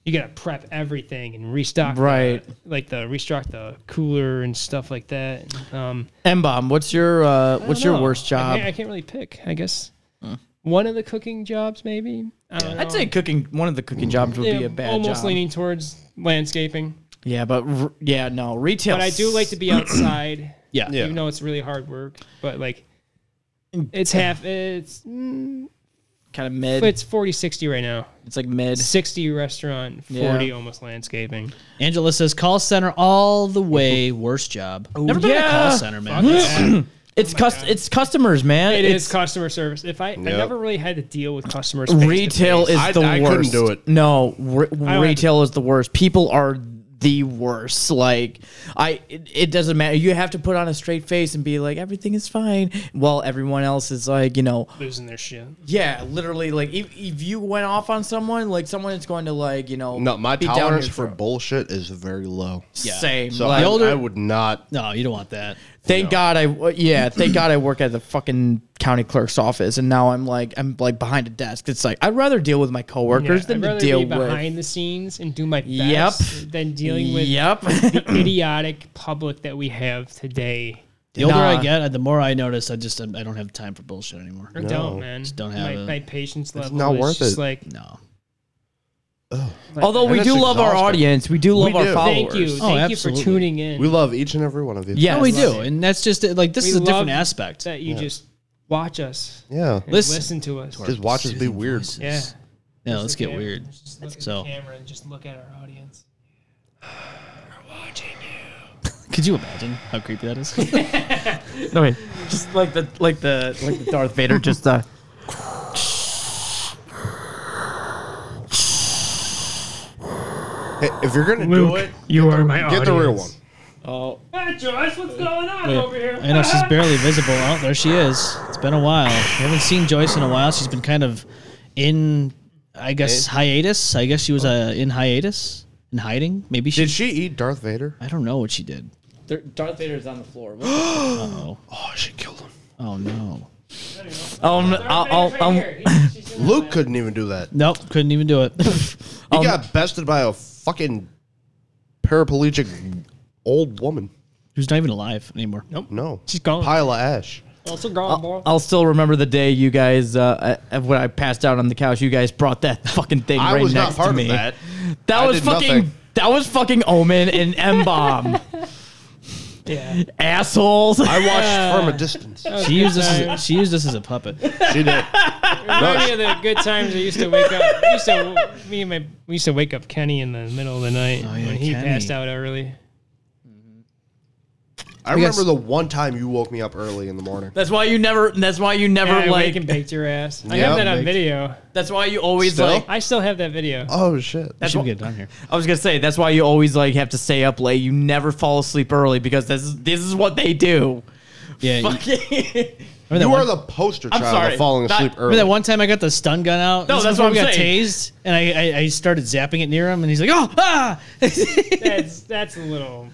C: you gotta prep everything and restock. the-
E: Right.
C: like the restock the cooler and stuff like that. Um,
E: M bomb. What's your uh,
C: I
E: what's
C: don't
E: your
C: know.
E: worst
C: I
E: job?
C: can't, I can't really pick. I guess one of the cooking jobs, maybe. I don't know.
E: I'd say cooking. One of the cooking jobs would be
C: Mm-hmm. Yeah,
E: a bad
C: almost
E: job.
C: leaning towards landscaping,
E: Yeah, but r- yeah, no retail.
C: but I do like to be outside.
B: Yeah.
D: Yeah.
C: even though it's really hard work. But like, it's half. It's
E: kind of mid. It's,
C: it's 40, 60 right now.
E: like mid.
C: Sixty restaurant,
E: Yeah.
C: forty almost landscaping.
B: Angela says, call center all the way, worst job. Never been in a
E: yeah.
B: call center, man. That's-
E: It's cus- It's customers, man.
C: It
E: it's
C: is customer service. If I, I never really had to deal with customers.
E: retail is
D: I-
E: the
D: I couldn't
E: worst.
D: do it.
E: No, re-
C: have
E: retail is the worst. People are the worst. Like I, it, it doesn't matter. You have to put on a straight face and be like everything is fine, while everyone else is like you know
C: losing their shit.
E: Yeah, literally. Like if, if you went off on someone, like someone is going to like you know.
D: No, my
E: be down
D: tolerance
E: your
D: for
E: throat.
D: bullshit is very low.
E: same.
D: So
E: like,
D: I, I would not.
B: no, you don't want that.
E: thank God I w- yeah. Thank God I work at the fucking county clerk's office, and now I'm like I'm like behind a desk. It's like I'd rather deal with my coworkers
C: I'd
E: than to
C: rather
E: deal
C: be
E: with.
C: behind the scenes and do my best
E: Yep.
C: than dealing with
E: Yep.
C: the idiotic public that we have today.
B: The older
E: Nah.
B: I get, the more I notice I just I don't have time for bullshit anymore.
C: I don't man.
B: don't have
C: my,
B: it.
C: my patience level.
D: not
C: is
D: worth
C: just
D: it.
C: Like
B: No.
E: Although we
D: And
E: do
D: it's
E: love our
D: exhausting.
E: audience, we do love our
D: do.
E: followers.
C: Thank you.
B: Oh,
C: Thank you for
B: absolutely.
C: tuning in.
D: We love each and every one of you.
E: Yes.
B: No, we do, and that's just it. like this
C: We
B: is a different
C: love
B: aspect.
C: that you just watch us,
D: Yeah.
C: and
B: Listen.
C: listen, to us.
D: Just watch us be weird.
C: yeah.
B: Yeah, let's
C: the
B: get
C: camera.
B: weird.
C: Just look at
B: So-
C: the camera and just look at our audience.
B: Could you imagine how creepy that is?
E: No, wait. Just like the like the like the Darth Vader just uh
D: Hey, if you're gonna do it,
H: You are my audience.
D: Get the real one.
E: Oh,
C: Hey, Joyce, what's going on over here?
B: I know she's barely visible. Oh, there she is. It's been a while. We haven't seen Joyce in a while. She's been kind of in, I guess, hiatus. I guess she was uh, in hiatus, in hiding. Maybe she.
D: Oh. Did she eat Darth Vader?
B: I don't know what she did.
E: there- Darth Vader's on the floor. What
D: Oh, she killed him.
B: Oh no.
E: the- um, I'll, I'll, um,
D: Luke couldn't even do that. He
B: Nope. Couldn't even do it.
D: got bested by a fucking paraplegic old woman.
B: Who's not even alive anymore.
D: No,
C: She's gone.
D: Pile of ash.
C: Also gone, boy.
E: I'll still remember the day you guys, uh, uh, when I passed out on the couch, you guys brought that fucking thing
D: I
E: right
D: was not
E: next
D: part
E: to
D: of
E: me.
D: that.
E: That
D: I
E: was
D: did
E: fucking.
D: nothing.
E: That was fucking Omen and M bomb.
C: Yeah.
E: Assholes.
D: I watched from a distance.
C: Oh,
B: She used this. As, she used this as a puppet.
D: She did.
C: Remind me of the good times I used to wake up. We used to, me and my, we used to wake up Kenny in the middle of the night
B: yeah,
C: when he
B: Kenny.
C: passed out early.
D: I remember the one time you woke me up early in the morning.
E: that's why you never. That's why you never
C: Yeah, I wake
E: like.
C: and baked your ass. I
D: Yeah,
C: have that on
D: baked.
C: video.
E: That's why you always
D: Still?
E: like.
C: I still have that video.
D: Oh shit!
E: That's
B: She'll
E: why,
B: get it done here.
E: I was gonna say. That's why you always like have to stay up late. You never fall asleep early because this is this is what they do.
B: Yeah. you-
E: Fucking.
B: remember that
D: You
B: one-
D: are the poster
E: I'm
D: child
E: sorry.
D: of falling
E: That-
D: asleep early.
B: Remember that one time I got the stun gun out?
E: No,
B: This is
E: that's
B: before
E: what I'm
B: we got
E: saying.
B: tased, and I, I, I started zapping it near him, and he's like, "Oh, ah!"
C: That's that's a little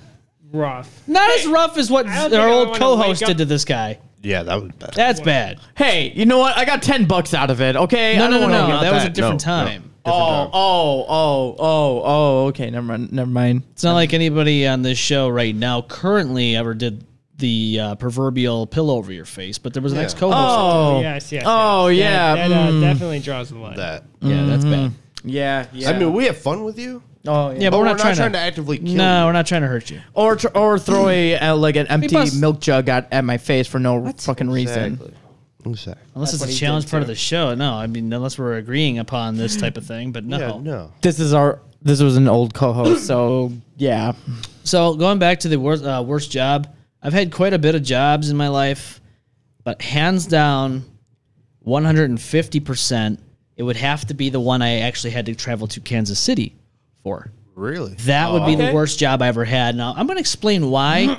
C: rough.
B: Not as rough as what
C: I don't think
B: our
C: I
B: old
C: wanna
B: co-host
C: wake
B: did
C: up-
B: to this guy.
D: Yeah, that was bad.
B: That's bad.
E: Hey, you know what? I got ten bucks out of it. Okay.
B: No,
E: I
B: no,
E: don't
B: no,
E: wanna
B: no.
E: hear
B: That,
E: about
B: was a different
D: No, no.
B: time.
E: Oh, oh, oh, oh, oh. Okay, never mind. Never mind.
B: It's not like anybody on this show right now currently ever did the uh, proverbial pill over your face, but there was an ex-co-host.
E: Oh,
C: Yes, yes.
E: Oh,
C: yes.
E: yeah,
C: That, that, uh, definitely draws the line.
D: That.
B: yeah, that's bad.
E: Mm-hmm. yeah, yeah.
D: I mean, we have fun with you,
E: oh, yeah.
B: Yeah, but,
D: but
B: we're, not, trying, to.
D: actively kill
B: no, we're not trying to hurt you.
E: or tr- or throw a uh, like an empty
B: must-
E: milk jug at, at my face for no fucking
D: you.
E: reason.
D: Exactly.
B: Unless
E: what
B: it's a
E: he
B: challenge
E: did,
B: part
E: too.
B: of the show. No, I mean, unless we're agreeing upon this type of thing, but no.
D: Yeah, no.
E: This is our this was an old co-host, so yeah.
B: So going back to the worst, uh, worst job, I've had quite a bit of jobs in my life, but hands down, 150%, it would have to be the one I actually had to travel to Kansas City for.
D: Really?
B: That would be the
E: okay.
B: worst job I ever had. Now, I'm going to explain why.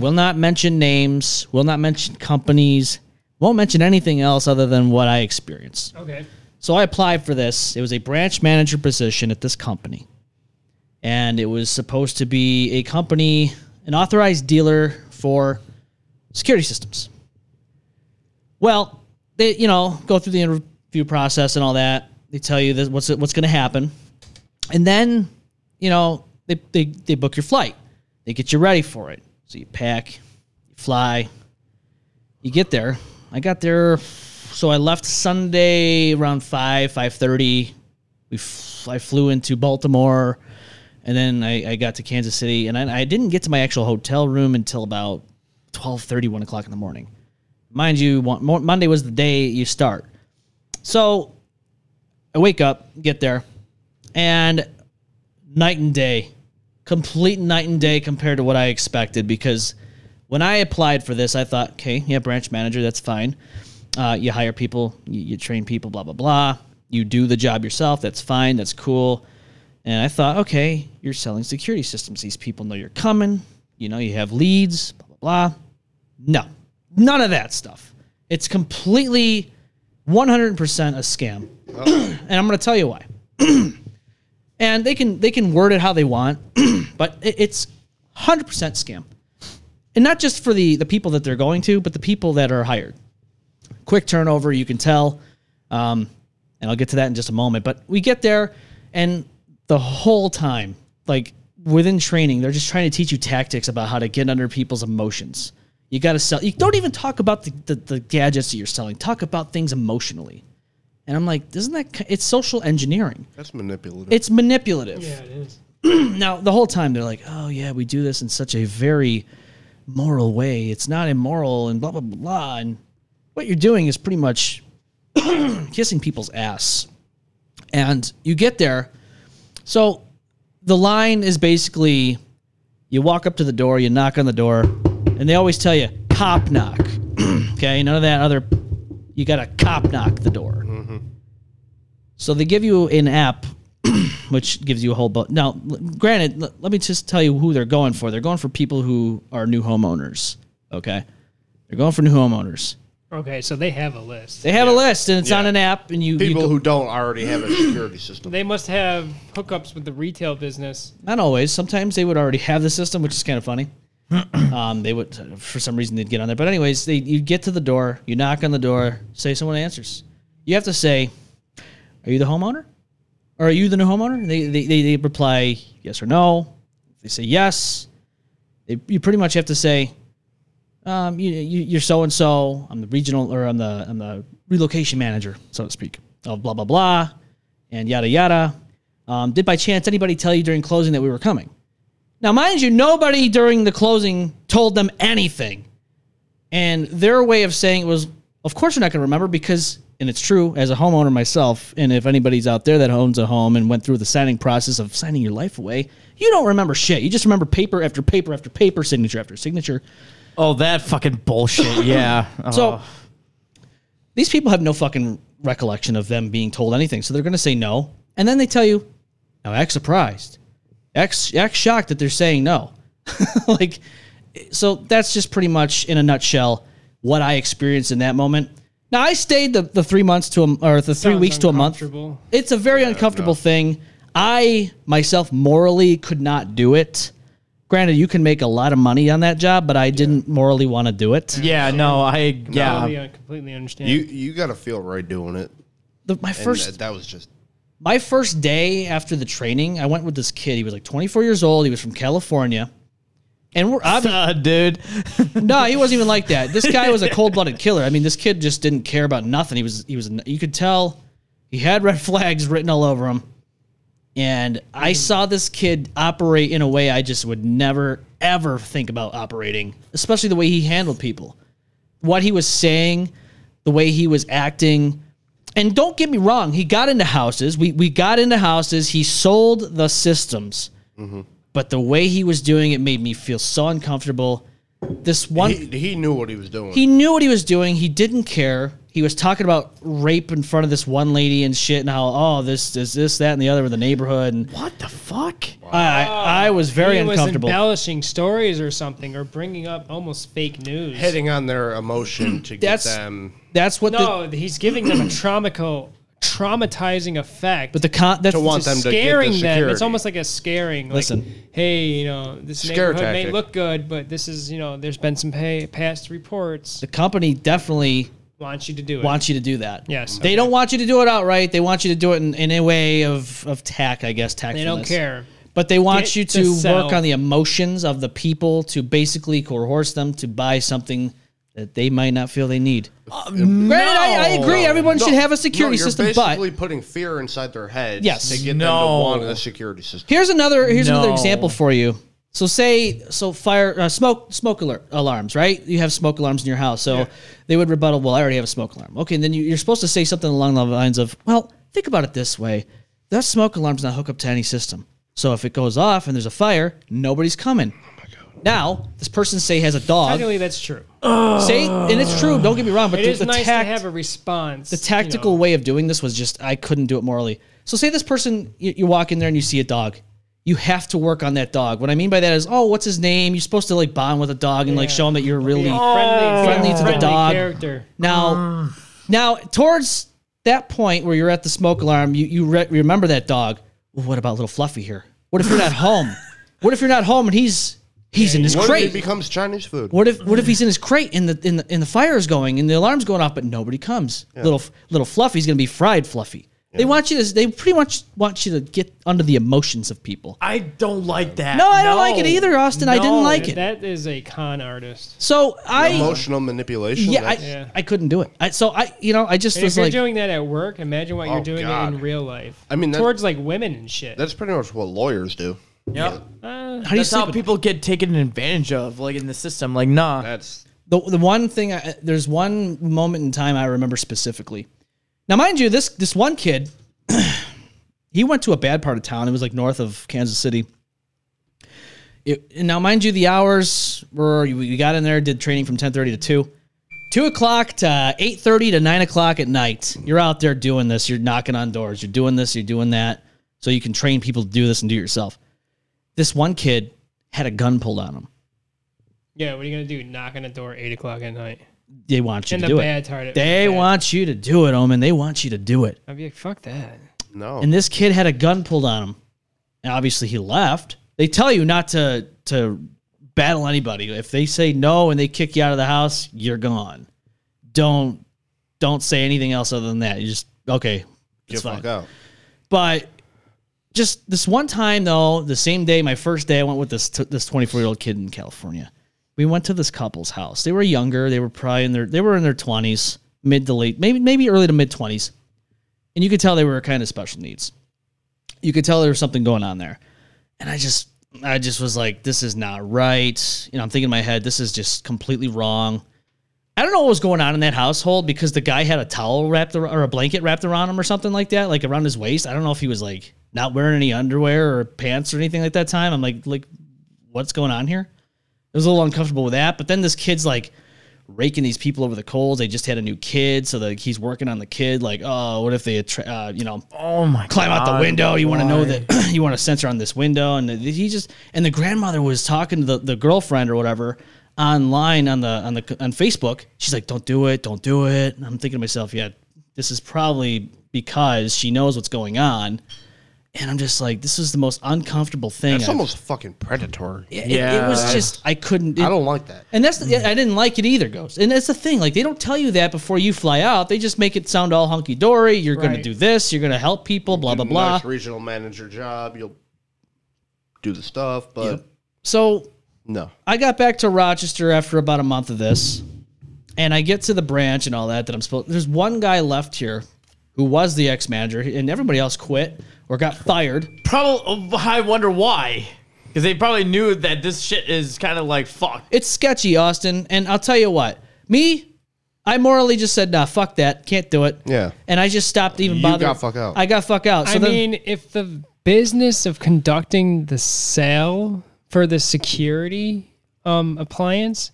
B: will not mention names, will not mention companies, won't mention anything else other than what I experienced.
C: Okay.
B: So I applied for this. It was a branch manager position at this company. And it was supposed to be a company, an authorized dealer for security systems. Well, they, you know, go through the interview process and all that. They tell you this, what's what's going to happen. And then, you know, they, they, they book your flight. They get you ready for it. So you pack, you fly, you get there. I got there, so I left Sunday around five, five thirty. We f- I flew into Baltimore, and then I, I got to Kansas City, and I, I didn't get to my actual hotel room until about 12, 1 o'clock in the morning. Mind you, one, Mo- Monday was the day you start. So I wake up, get there, and night and day, complete night and day compared to what I expected. Because when I applied for this, I thought, okay, yeah, branch manager, that's fine. Uh, you hire people, you, you train people, blah blah blah. You do the job yourself. That's fine. That's cool. And I thought, okay, you're selling security systems. These people know you're coming. You know, you have leads, blah blah blah. No, none of that stuff. It's completely 100% a scam. and I'm going to tell you why. and they can they can word it how they want, but it, it's 100% scam. And not just for the the people that they're going to, but the people that are hired. Quick turnover, you can tell. Um, and I'll get to that in just a moment, but we get there and the whole time, like within training, they're just trying to teach you tactics about how to get under people's emotions. You got to sell. You don't even talk about the, the, the gadgets that you're selling. Talk about things emotionally. And I'm like, isn't that, ki- it's social engineering.
D: That's manipulative.
B: It's manipulative.
C: Yeah, it is.
B: Now, the whole time they're like, oh, yeah, we do this in such a very moral way. It's not immoral and blah, blah, blah. And what you're doing is pretty much kissing people's ass. And you get there. So the line is basically you walk up to the door, you knock on the door, and they always tell you, cop knock. okay, none of that other, you got to cop knock the door. So they give you an app which gives you a whole boat. Now, l- granted, l- let me just tell you who they're going for. They're going for people who are new homeowners. Okay, they're going for new homeowners.
C: Okay, so they have a list.
B: They have a list, and it's on an app, and you you
D: People
B: go-
D: who don't already have a security system.
C: They must have hookups with the retail business.
B: not always. Sometimes they would already have the system, which is kind of funny. um, they would, for some reason, they'd get on there. But anyways, they you get to the door, you knock on the door, say someone answers. You have to say, "Are you the homeowner? Or are you the new homeowner?" They they they, they reply yes or no. If they say yes, they, you pretty much have to say, um, you, you you're so and so. I'm the regional or I'm the I'm the relocation manager, so to speak. Of blah blah blah, and yada yada. Um, did by chance anybody tell you during closing that we were coming? Now, mind you, nobody during the closing told them anything. And their way of saying it was, of course, you're not going to remember because, and it's true, as a homeowner myself, and if anybody's out there that owns a home and went through the signing process of signing your life away, you don't remember shit. You just remember paper after paper after paper, signature after signature.
E: Oh, that fucking bullshit. Yeah.
B: So
C: Uh.
E: Oh.
B: these people have no fucking recollection of them being told anything. So they're going to say no. And then they tell you, now X surprised, X, X shocked that they're saying no. like, so that's just pretty much in a nutshell what I experienced in that moment. Now I stayed the, the three months to a, m- or the three
C: Sounds
B: weeks to a month.
C: uncomfortable.
B: It's a very uncomfortable thing. I myself morally could not do it. Granted, you can make a lot of money on that job, but I didn't morally want to do it.
E: yeah, no, I yeah.
C: Totally, uh, completely understand.
D: You you gotta feel right doing it.
B: The, my
D: And
B: first
D: that, that was just
B: my first day after the training, I went with this kid. He was like 24 years old. He was from California. And we're obvi-
E: Uh, dude.
B: no, he wasn't even like that. This guy was a cold-blooded killer. I mean, this kid just didn't care about nothing. He was he was you could tell he had red flags written all over him. And I saw this kid operate in a way I just would never ever think about operating, especially the way he handled people. What he was saying, the way he was acting, and don't get me wrong, he got into houses. We we got into houses. He sold the systems. But the way he was doing it made me feel so uncomfortable. This one
D: he, he knew what he was doing.
B: he knew what he was doing. He didn't care. He was talking about rape in front of this one lady and shit, and how oh this is this that and the other with the neighborhood, and
E: What the fuck?
B: I I was very
C: he was
B: uncomfortable.
C: embellishing stories or something, or bringing up almost fake news.
D: hitting on their emotion to get
B: That's-
D: them
B: That's what. the,
C: no, he's giving them a traumico, traumatizing effect.
B: but the con that's
D: to want
B: the-
D: them to get
C: scaring
D: the
C: them. It's
D: security.
C: almost like a scaring. Like,
B: Listen.
C: hey, you know, this
D: Scare
C: neighborhood may
D: tactic.
C: look good, but this is, you know, there's been some pay, past reports
B: the company definitely
C: wants you to do it.
B: wants you to do that.
C: Yes,
B: They
C: okay.
B: don't want you to do it outright. They want you to do it in, in a way of of tack, I guess. Tactfulness.
C: they don't care.
B: But they want
C: Get
B: you
C: to
B: to work
C: sell.
B: on the emotions of the people to basically coerce them to buy something that they might not feel they need. Granted, I, I agree. Everyone should
D: Uh, No,
B: have a security
D: no, you're
B: system, but
D: basically putting fear inside their heads.
B: Yes.
D: to get
E: No.
D: them to want a security system.
B: here's another here's another
E: No.
B: example for you. So say so fire uh, smoke smoke alert alarms, right? You have smoke alarms in your house, so they would rebuttal, "Well, I already have a smoke alarm." Okay, and then you, you're supposed to say something along the lines of, "Well, think about it this way: that smoke alarm's not hooked up to any system, so if it goes off and there's a fire, nobody's coming." Now, this person say has a dog.
C: Technically, that's true.
B: Say, and it's true. Don't get me wrong, but
C: It
B: the,
C: is
B: the
C: nice
B: tact-
C: to have a response.
B: the tactical way of doing this was just I couldn't do it morally. So say this person, you, you walk in there and you see a dog. You have to work on that dog. What I mean by that is, oh, what's his name? You're supposed to like bond with a dog and like show him that you're really
C: friendly,
B: Oh. friendly to the dog.
C: character.
D: Oh.
B: now. Now towards that point where you're at the smoke alarm, you you re- remember that dog. Well, what about little Fluffy here? What if you're not home? What if you're not home and he's he's in his
D: What
B: crate?
D: if it becomes Chinese food?
B: What if what if he's in his crate and the and the, and the fire is going and the alarm's going off but nobody comes? Little little Fluffy's gonna be fried Fluffy. They want you to they pretty much want you to get under the emotions of people.
E: I don't like that.
B: No, I don't like it either, Austin. I didn't like it.
C: That is a con artist.
B: So I
D: Emotional manipulation.
B: yeah I,
D: That's-
C: Yeah.
B: I couldn't do it. I, so I you know I just
C: And if
B: was
C: you're
B: like
C: doing that at work, imagine what
D: Oh,
C: you're doing
D: God.
C: in real life.
D: I mean, that-
C: towards like women and shit.
D: that's pretty much what lawyers do.
E: Yep.
B: how do you
E: That's
B: sleep?
E: how
B: at
E: people get taken advantage of, like in the system. Like, nah.
D: That's
B: the, the one thing I, there's one moment in time I remember specifically. Now, mind you, this this one kid, he went to a bad part of town. It was like north of Kansas City. It, and now, mind you, the hours were we- we got in there, did training from ten thirty to two. 2 o'clock to 8.30 to 9 o'clock at night you're out there doing this you're knocking on doors you're doing this you're doing that so you can train people to do this and do it yourself. This one kid had a gun pulled on him.
C: Yeah, what are you gonna do? Knock on the door eight o'clock at night.
B: They want you
C: And
B: to
C: the
B: do
C: bad
B: it.
C: target.
B: They
C: bad.
B: want you to do it, Omen. They want you to do it.
C: I'd be like, fuck that.
D: No.
B: and this kid had a gun pulled on him. And obviously he left. They tell you not to to battle anybody. If they say no and they kick you out of the house, you're gone. Don't don't say anything else other than that. You just okay.
D: Get
B: It's
D: the
B: fine.
D: fuck out.
B: But just this one time though, the same day, my first day, I went with this t- this 24 year old kid in California. We went to this couple's house. They were younger. They were probably in their they were in their 20s, mid to late, maybe maybe early to mid 20s, and you could tell they were kind of special needs. You could tell there was something going on there, and I just I just was like, this is not right. You know, I'm thinking in my head, this is just completely wrong. I don't know what was going on in that household because the guy had a towel wrapped ar- or a blanket wrapped around him or something like that, like around his waist. I don't know if he was like not wearing any underwear or pants or anything like that time. I'm like, like, what's going on here? It was a little uncomfortable with that. But then this kid's like raking these people over the coals. They just had a new kid, so like he's working on the kid. Like, oh, what if they, attra- uh, you know,
E: Oh my
B: climb out the window. You want to know that you want to censor on this window, and he just and the grandmother was talking to the, the girlfriend or whatever online on the on the on Facebook. She's like, "Don't do it, don't do it." And I'm thinking to myself, "Yeah, this is probably because she knows what's going on." And I'm just like, "This is the most uncomfortable thing."
D: It's
B: I've-
D: almost fucking predatory.
B: it, it was just I couldn't.
D: I
B: it-
D: don't like that.
B: and that's the, I didn't like it either, Ghost. And that's the thing, like they don't tell you that before you fly out. They just make it sound all hunky dory. You're going to
C: Right.
B: do this. You're going to help people. Blah blah blah.
D: Nice regional manager job. You'll do the stuff, but
B: So
D: no.
B: I got back to Rochester after about a month of this, and I get to the branch and all that that I'm supposed. There's one guy left here, who was the ex manager, and everybody else quit or got fired.
E: Probably. oh, I wonder why. Because they probably knew that this shit is kind of like fucked.
B: It's sketchy, Austin. And I'll tell you what, me, I morally just said, nah, fuck that, can't do it.
D: Yeah.
B: And I just stopped even
D: You
B: bothering.
D: got fuck out.
B: I got fuck out. So
C: I
B: then,
C: mean, if the business of conducting the sale for the security um, appliance,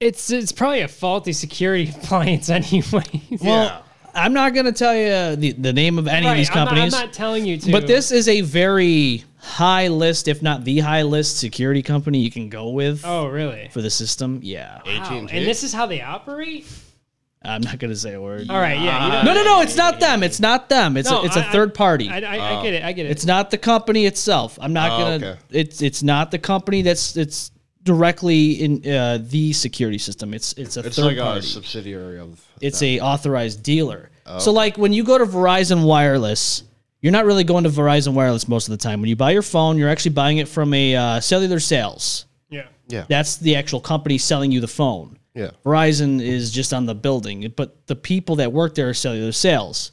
C: it's it's probably a faulty security appliance anyway.
B: well, I'm not gonna tell you the, the name of any of these
C: I'm not-
B: companies.
C: I'm not, telling you to.
B: But this is a very high list, if not the high list, security company you can go with
C: Oh, really?
B: for the system. Yeah.
C: Wow. And this is how they operate.
B: I'm not going to say a word.
C: All right, yeah. You don't-
B: No, no, no. It's not them. It's not them. It's,
C: No,
B: a, it's a
C: I- I-
B: third party.
C: I, I, I get it. I get it.
B: it's not the company itself. I'm not
D: Oh,
B: going
D: okay.
B: to. It's it's not the company that's it's directly in uh, the security system. It's it's a
D: It's
B: third
D: like a
B: party.
D: subsidiary of.
B: it's a authorized dealer. So like when you go to Verizon Wireless, you're not really going to Verizon Wireless most of the time. When you buy your phone, you're actually buying it from a uh, cellular sales.
C: yeah.
D: yeah.
B: That's the actual company selling you the phone.
D: yeah.
B: Verizon is just on the building, but the people that work there are cellular sales.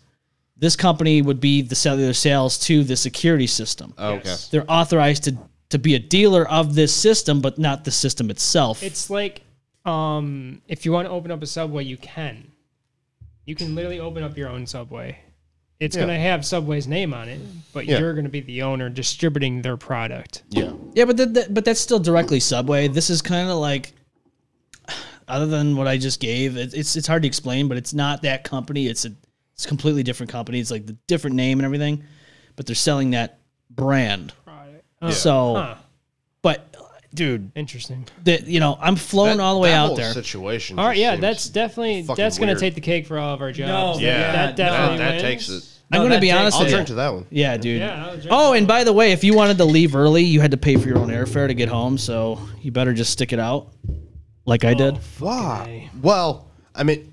B: This company would be the cellular sales to the security system.
D: Okay.
B: They're authorized to, to be a dealer of this system, but not the system itself.
C: It's like um, if you want to open up a subway, you can. You can literally open up your own subway. It's
D: Yeah.
C: going to have Subway's name on it, but
D: Yeah.
C: you're going to be the owner distributing their product.
D: Yeah.
B: yeah, but th- th- but that's still directly Subway. This is kind of like, other than what I just gave, it, it's it's hard to explain, but it's not that company. It's a it's a completely different company. It's like the different name and everything, but they're selling that brand. So,
C: Huh.
B: but dude,
C: Interesting.
B: that you know I'm flown
D: That-
B: all the way
D: that
B: out
D: whole
B: there.
D: Situation.
C: All right,
D: just
C: yeah,
D: seems-
C: that's definitely
D: fucking
C: that's going
D: weird.
C: to take the cake for all of our jobs.
E: No, yeah,
C: that, that
E: no.
C: definitely
D: that, that
C: wins.
D: takes it.
B: I'm gonna
E: that
B: be
E: takes-
B: honest.
D: I'll
B: with
D: drink
B: you.
D: to that one.
B: Yeah, dude.
C: Yeah, I'll drink
B: oh,
C: to
B: and by the way, if you wanted to leave early, you had to pay for your own airfare to get home. So you better just stick it out, like
C: Oh.
B: I did.
D: Wow. Well, I mean,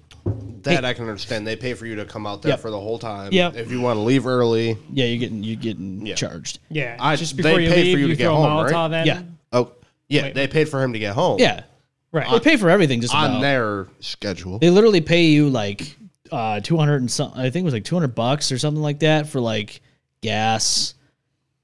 D: that I can understand. They pay for you to come out there
B: Yep.
D: for the whole time.
B: Yep.
D: If you want to leave early.
B: Yeah, you're getting you're getting charged.
C: Yeah,
D: I-
C: just
D: they
C: before you
D: pay for
C: leave,
D: you to get
C: throw a
D: home, right?
C: Molotov at
B: Yeah,
C: them.
D: Oh, yeah. They paid for him to get home.
B: yeah.
C: right.
B: They pay for everything. Just
D: On
B: about.
D: their schedule.
B: They literally pay you like uh, two hundred and something. I think it was like two hundred bucks or something like that for like gas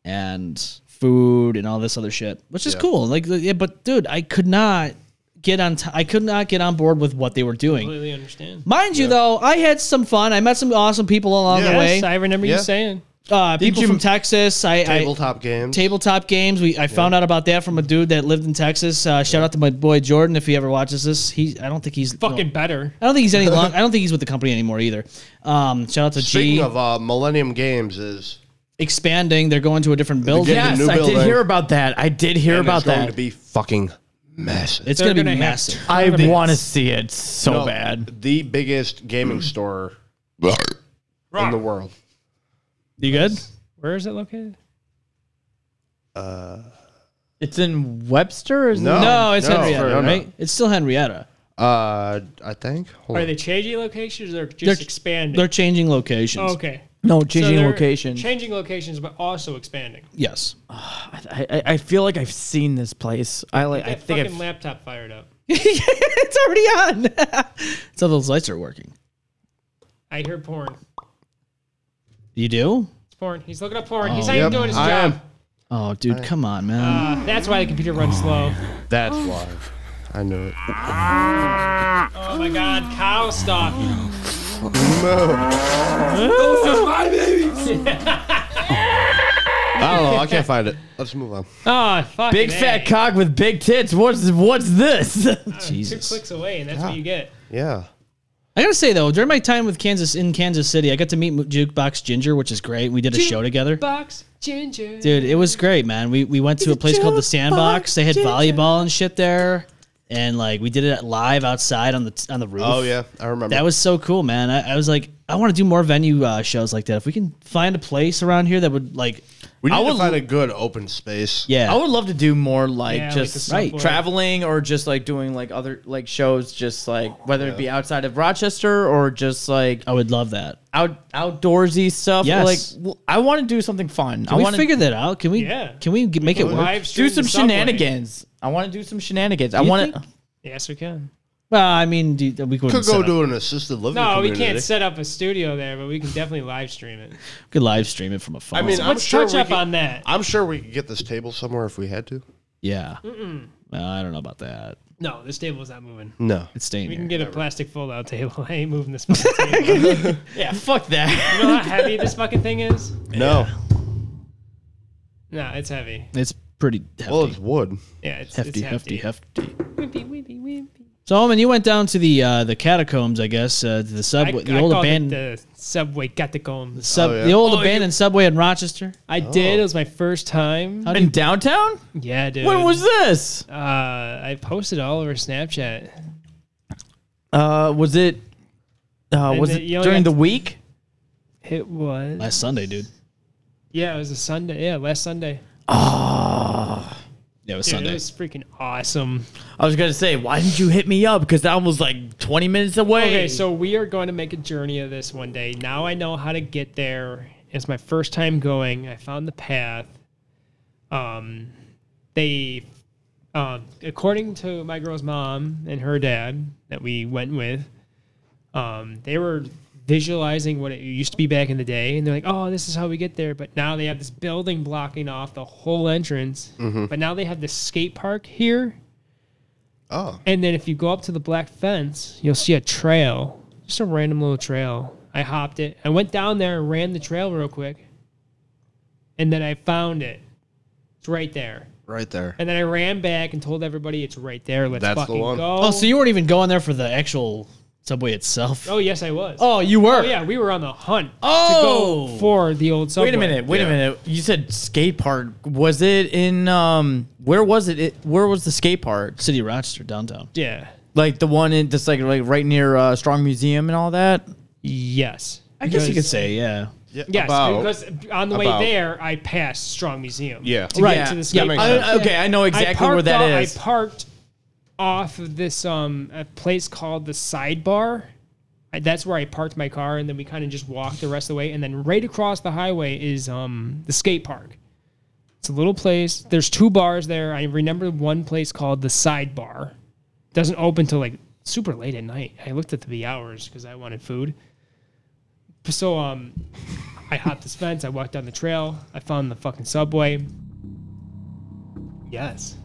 B: and food and all this other shit, which is cool. Like, yeah, but dude, I could not get on. T- I could not get on board with what they were doing.
C: Completely understand.
B: Mind you, though, I had some fun. I met some awesome people along the
D: Yeah.
B: way.
C: Yes, I remember
D: Yeah.
C: you saying.
B: Uh, people
D: you-
B: from Texas. I, I
D: Tabletop games.
B: tabletop games. We I found out about that from a dude that lived in Texas. Uh, shout out to my boy Jordan if he ever watches this. He I don't think he's
C: Fucking
B: no,
C: better.
B: I don't think he's any long. I don't think he's with the company anymore either. Um, shout out to
D: Speaking
B: G.
D: of uh, Millennium Games, is
B: expanding. They're going to a different building.
D: getting a
E: Yes,
D: new
E: I did
D: building.
E: hear about that. I did hear
D: And
E: about
D: it's going
E: that.
D: to be fucking massive.
B: It's
C: They're
B: going to be
C: gonna have
B: massive.
E: I want to see it so
D: No,
E: bad.
D: The biggest gaming store in the world.
B: you good?
C: Where is it located?
E: It's in Webster. Or is
D: No.
E: it?
B: No, it's
D: no,
B: Henrietta,
D: no, no.
B: right? It's still Henrietta.
D: Uh, I think. Hold
C: Are
D: on.
C: they changing locations or just
B: They're-
C: expanding?
B: They're changing locations.
C: okay.
E: no
C: So
E: changing
C: they're
E: location.
C: Changing locations, but also expanding.
B: Yes.
E: I, I, I feel like I've seen this place. I like. I
C: That
E: think
C: fucking
E: I've,
C: laptop fired up.
B: it's already on. That's how those lights are working.
C: I hear porn.
B: You do?
C: It's porn. He's looking up porn. He's not
D: Yep,
C: even doing his
D: I
C: job.
D: am.
B: Oh, dude, come on, man.
C: Uh, that's why the computer runs slow.
D: That's why. I knew it.
C: Oh my god, cow stuff.
D: I don't know. I can't find it. Let's move on.
C: Oh, fuck.
E: big fat cock with big tits. What's what's this?
C: Two
B: Jesus.
C: clicks away, and that's what you get.
D: Yeah.
B: I gotta say though, during my time with Kansas in Kansas City, I got to meet Mo- Jukebox Ginger, which is great. We did a show together.
C: Box ginger.
B: Dude, it was great, man. We we went to a place called the Sandbox. They had volleyball and shit there, and like we did it live outside on the on the roof.
D: Oh yeah, I remember.
B: That was so cool, man. I, I was like, I want to do more venue uh, shows like that. If we can find a place around here that would like,
D: we need
E: I
D: to
E: would-
D: find a good open space.
B: yeah,
E: I would love to do more like
C: Yeah, like
E: just
C: the
B: Right.
C: subway.
E: traveling or just like doing like other like shows, just like whether it be outside of Rochester or just like
B: I would love that.
E: out outdoorsy stuff.
B: Oh. Yes.
E: Like w- I want to do something fun. I
B: Can
E: want
B: we
E: to
B: figure that out? Can we?
C: Yeah.
B: Can we g- make it work?
C: Live
E: do
C: stream
E: some
C: the subway.
E: shenanigans. I want to do some shenanigans. I
B: you
E: want to.
B: think?
C: Yes, we can.
B: Well, I mean, do, we could
D: Could go do an assisted living.
C: No, we
D: community.
C: can't set up a studio there, but we can definitely live stream it.
B: could live stream it from a phone.
D: I mean, I'm
C: Let's
D: sure
C: touch
D: we
C: up
D: could-
C: on that.
D: I'm sure we could get this table somewhere if we had to.
B: yeah. Well, I don't know about that.
C: No, this table's not moving.
D: No.
B: It's staying
C: We
B: here.
C: can get a plastic fold-out table. I ain't moving this fucking table. you
E: Yeah, fuck that.
C: know how heavy this fucking thing is?
D: No.
C: No, it's heavy.
B: it's pretty hefty,
D: Well, it's wood.
C: Yeah, it's
B: hefty,
C: it's
B: hefty, hefty,
C: Wimpy, wimpy, wimpy.
B: So, Omen, you went down to the uh, the catacombs, I guess, uh, to the
C: I,
B: subway,
C: I
B: the old
C: called
B: abandoned
C: it the subway catacombs.
B: sub,
D: Oh, yeah.
B: the old abandoned subway in Rochester.
C: I did. It was my first time.
E: In downtown?
C: Yeah, dude.
E: When was this?
C: Uh, I posted all over Snapchat.
E: Uh, was it? Uh,
C: And
E: was
C: the-
E: it
C: you only
E: during
C: got-
E: the week?
C: It was.
B: Last Sunday, dude.
C: Yeah, it was a Sunday. Yeah, last Sunday.
B: Yeah, it was
C: Dude,
B: Sunday.
C: it was freaking awesome.
E: I was gonna say, why didn't you hit me up? Because that was like 20 minutes away.
C: Okay, so we are going to make a journey of this one day. Now I know how to get there. It's my first time going. I found the path. Um, they, um, according to my girl's mom and her dad that we went with, um, they were visualizing what it used to be back in the day, and they're like, "Oh, this is how we get there." But now they have this building blocking off the whole entrance. But now they have this skate park here
D: Oh.
C: and then if you go up to the black fence, you'll see a trail, just a random little trail. I hopped it. I went down there and ran the trail real quick. And then I found it. It's right there.
D: Right there.
C: And then I ran back and told everybody it's right there. Let's
D: That's the
C: fucking
D: one.
C: go.
B: oh, so you weren't even going there for the actual subway itself?
C: Oh, yes, I was.
B: Oh, you were.
C: Oh, yeah, we were on the hunt to
E: Oh!
C: go for the old subway.
E: wait a minute. Wait a
D: Yeah.
E: minute. You said skate park. Was it in um? Where was it? it where was the skate park?
B: City of Rochester, downtown.
C: Yeah.
E: Like the one in just like like right near uh, Strong Museum and all that.
C: Yes.
B: I guess you could
C: Because-
B: say, yeah.
D: Yeah,
C: Yes,
D: about-
C: because on the way
D: about-
C: there, I passed Strong Museum.
D: Yeah.
C: To right. Get to the skate
D: makes
E: I-
D: sense.
E: okay, I know
C: I
E: exactly where
C: parked
E: that is.
C: off- I parked off of this um a place called the Sidebar. I, that's where I parked my car, and then we kind of just walked the rest of the way. And then right across the highway is um the skate park. It's a little place. There's two bars there. I remember one place called the Sidebar. Doesn't open till like super late at night. I looked at the hours because I wanted food. So um, I hopped this fence. I walked down the trail. I found the fucking subway. Yes.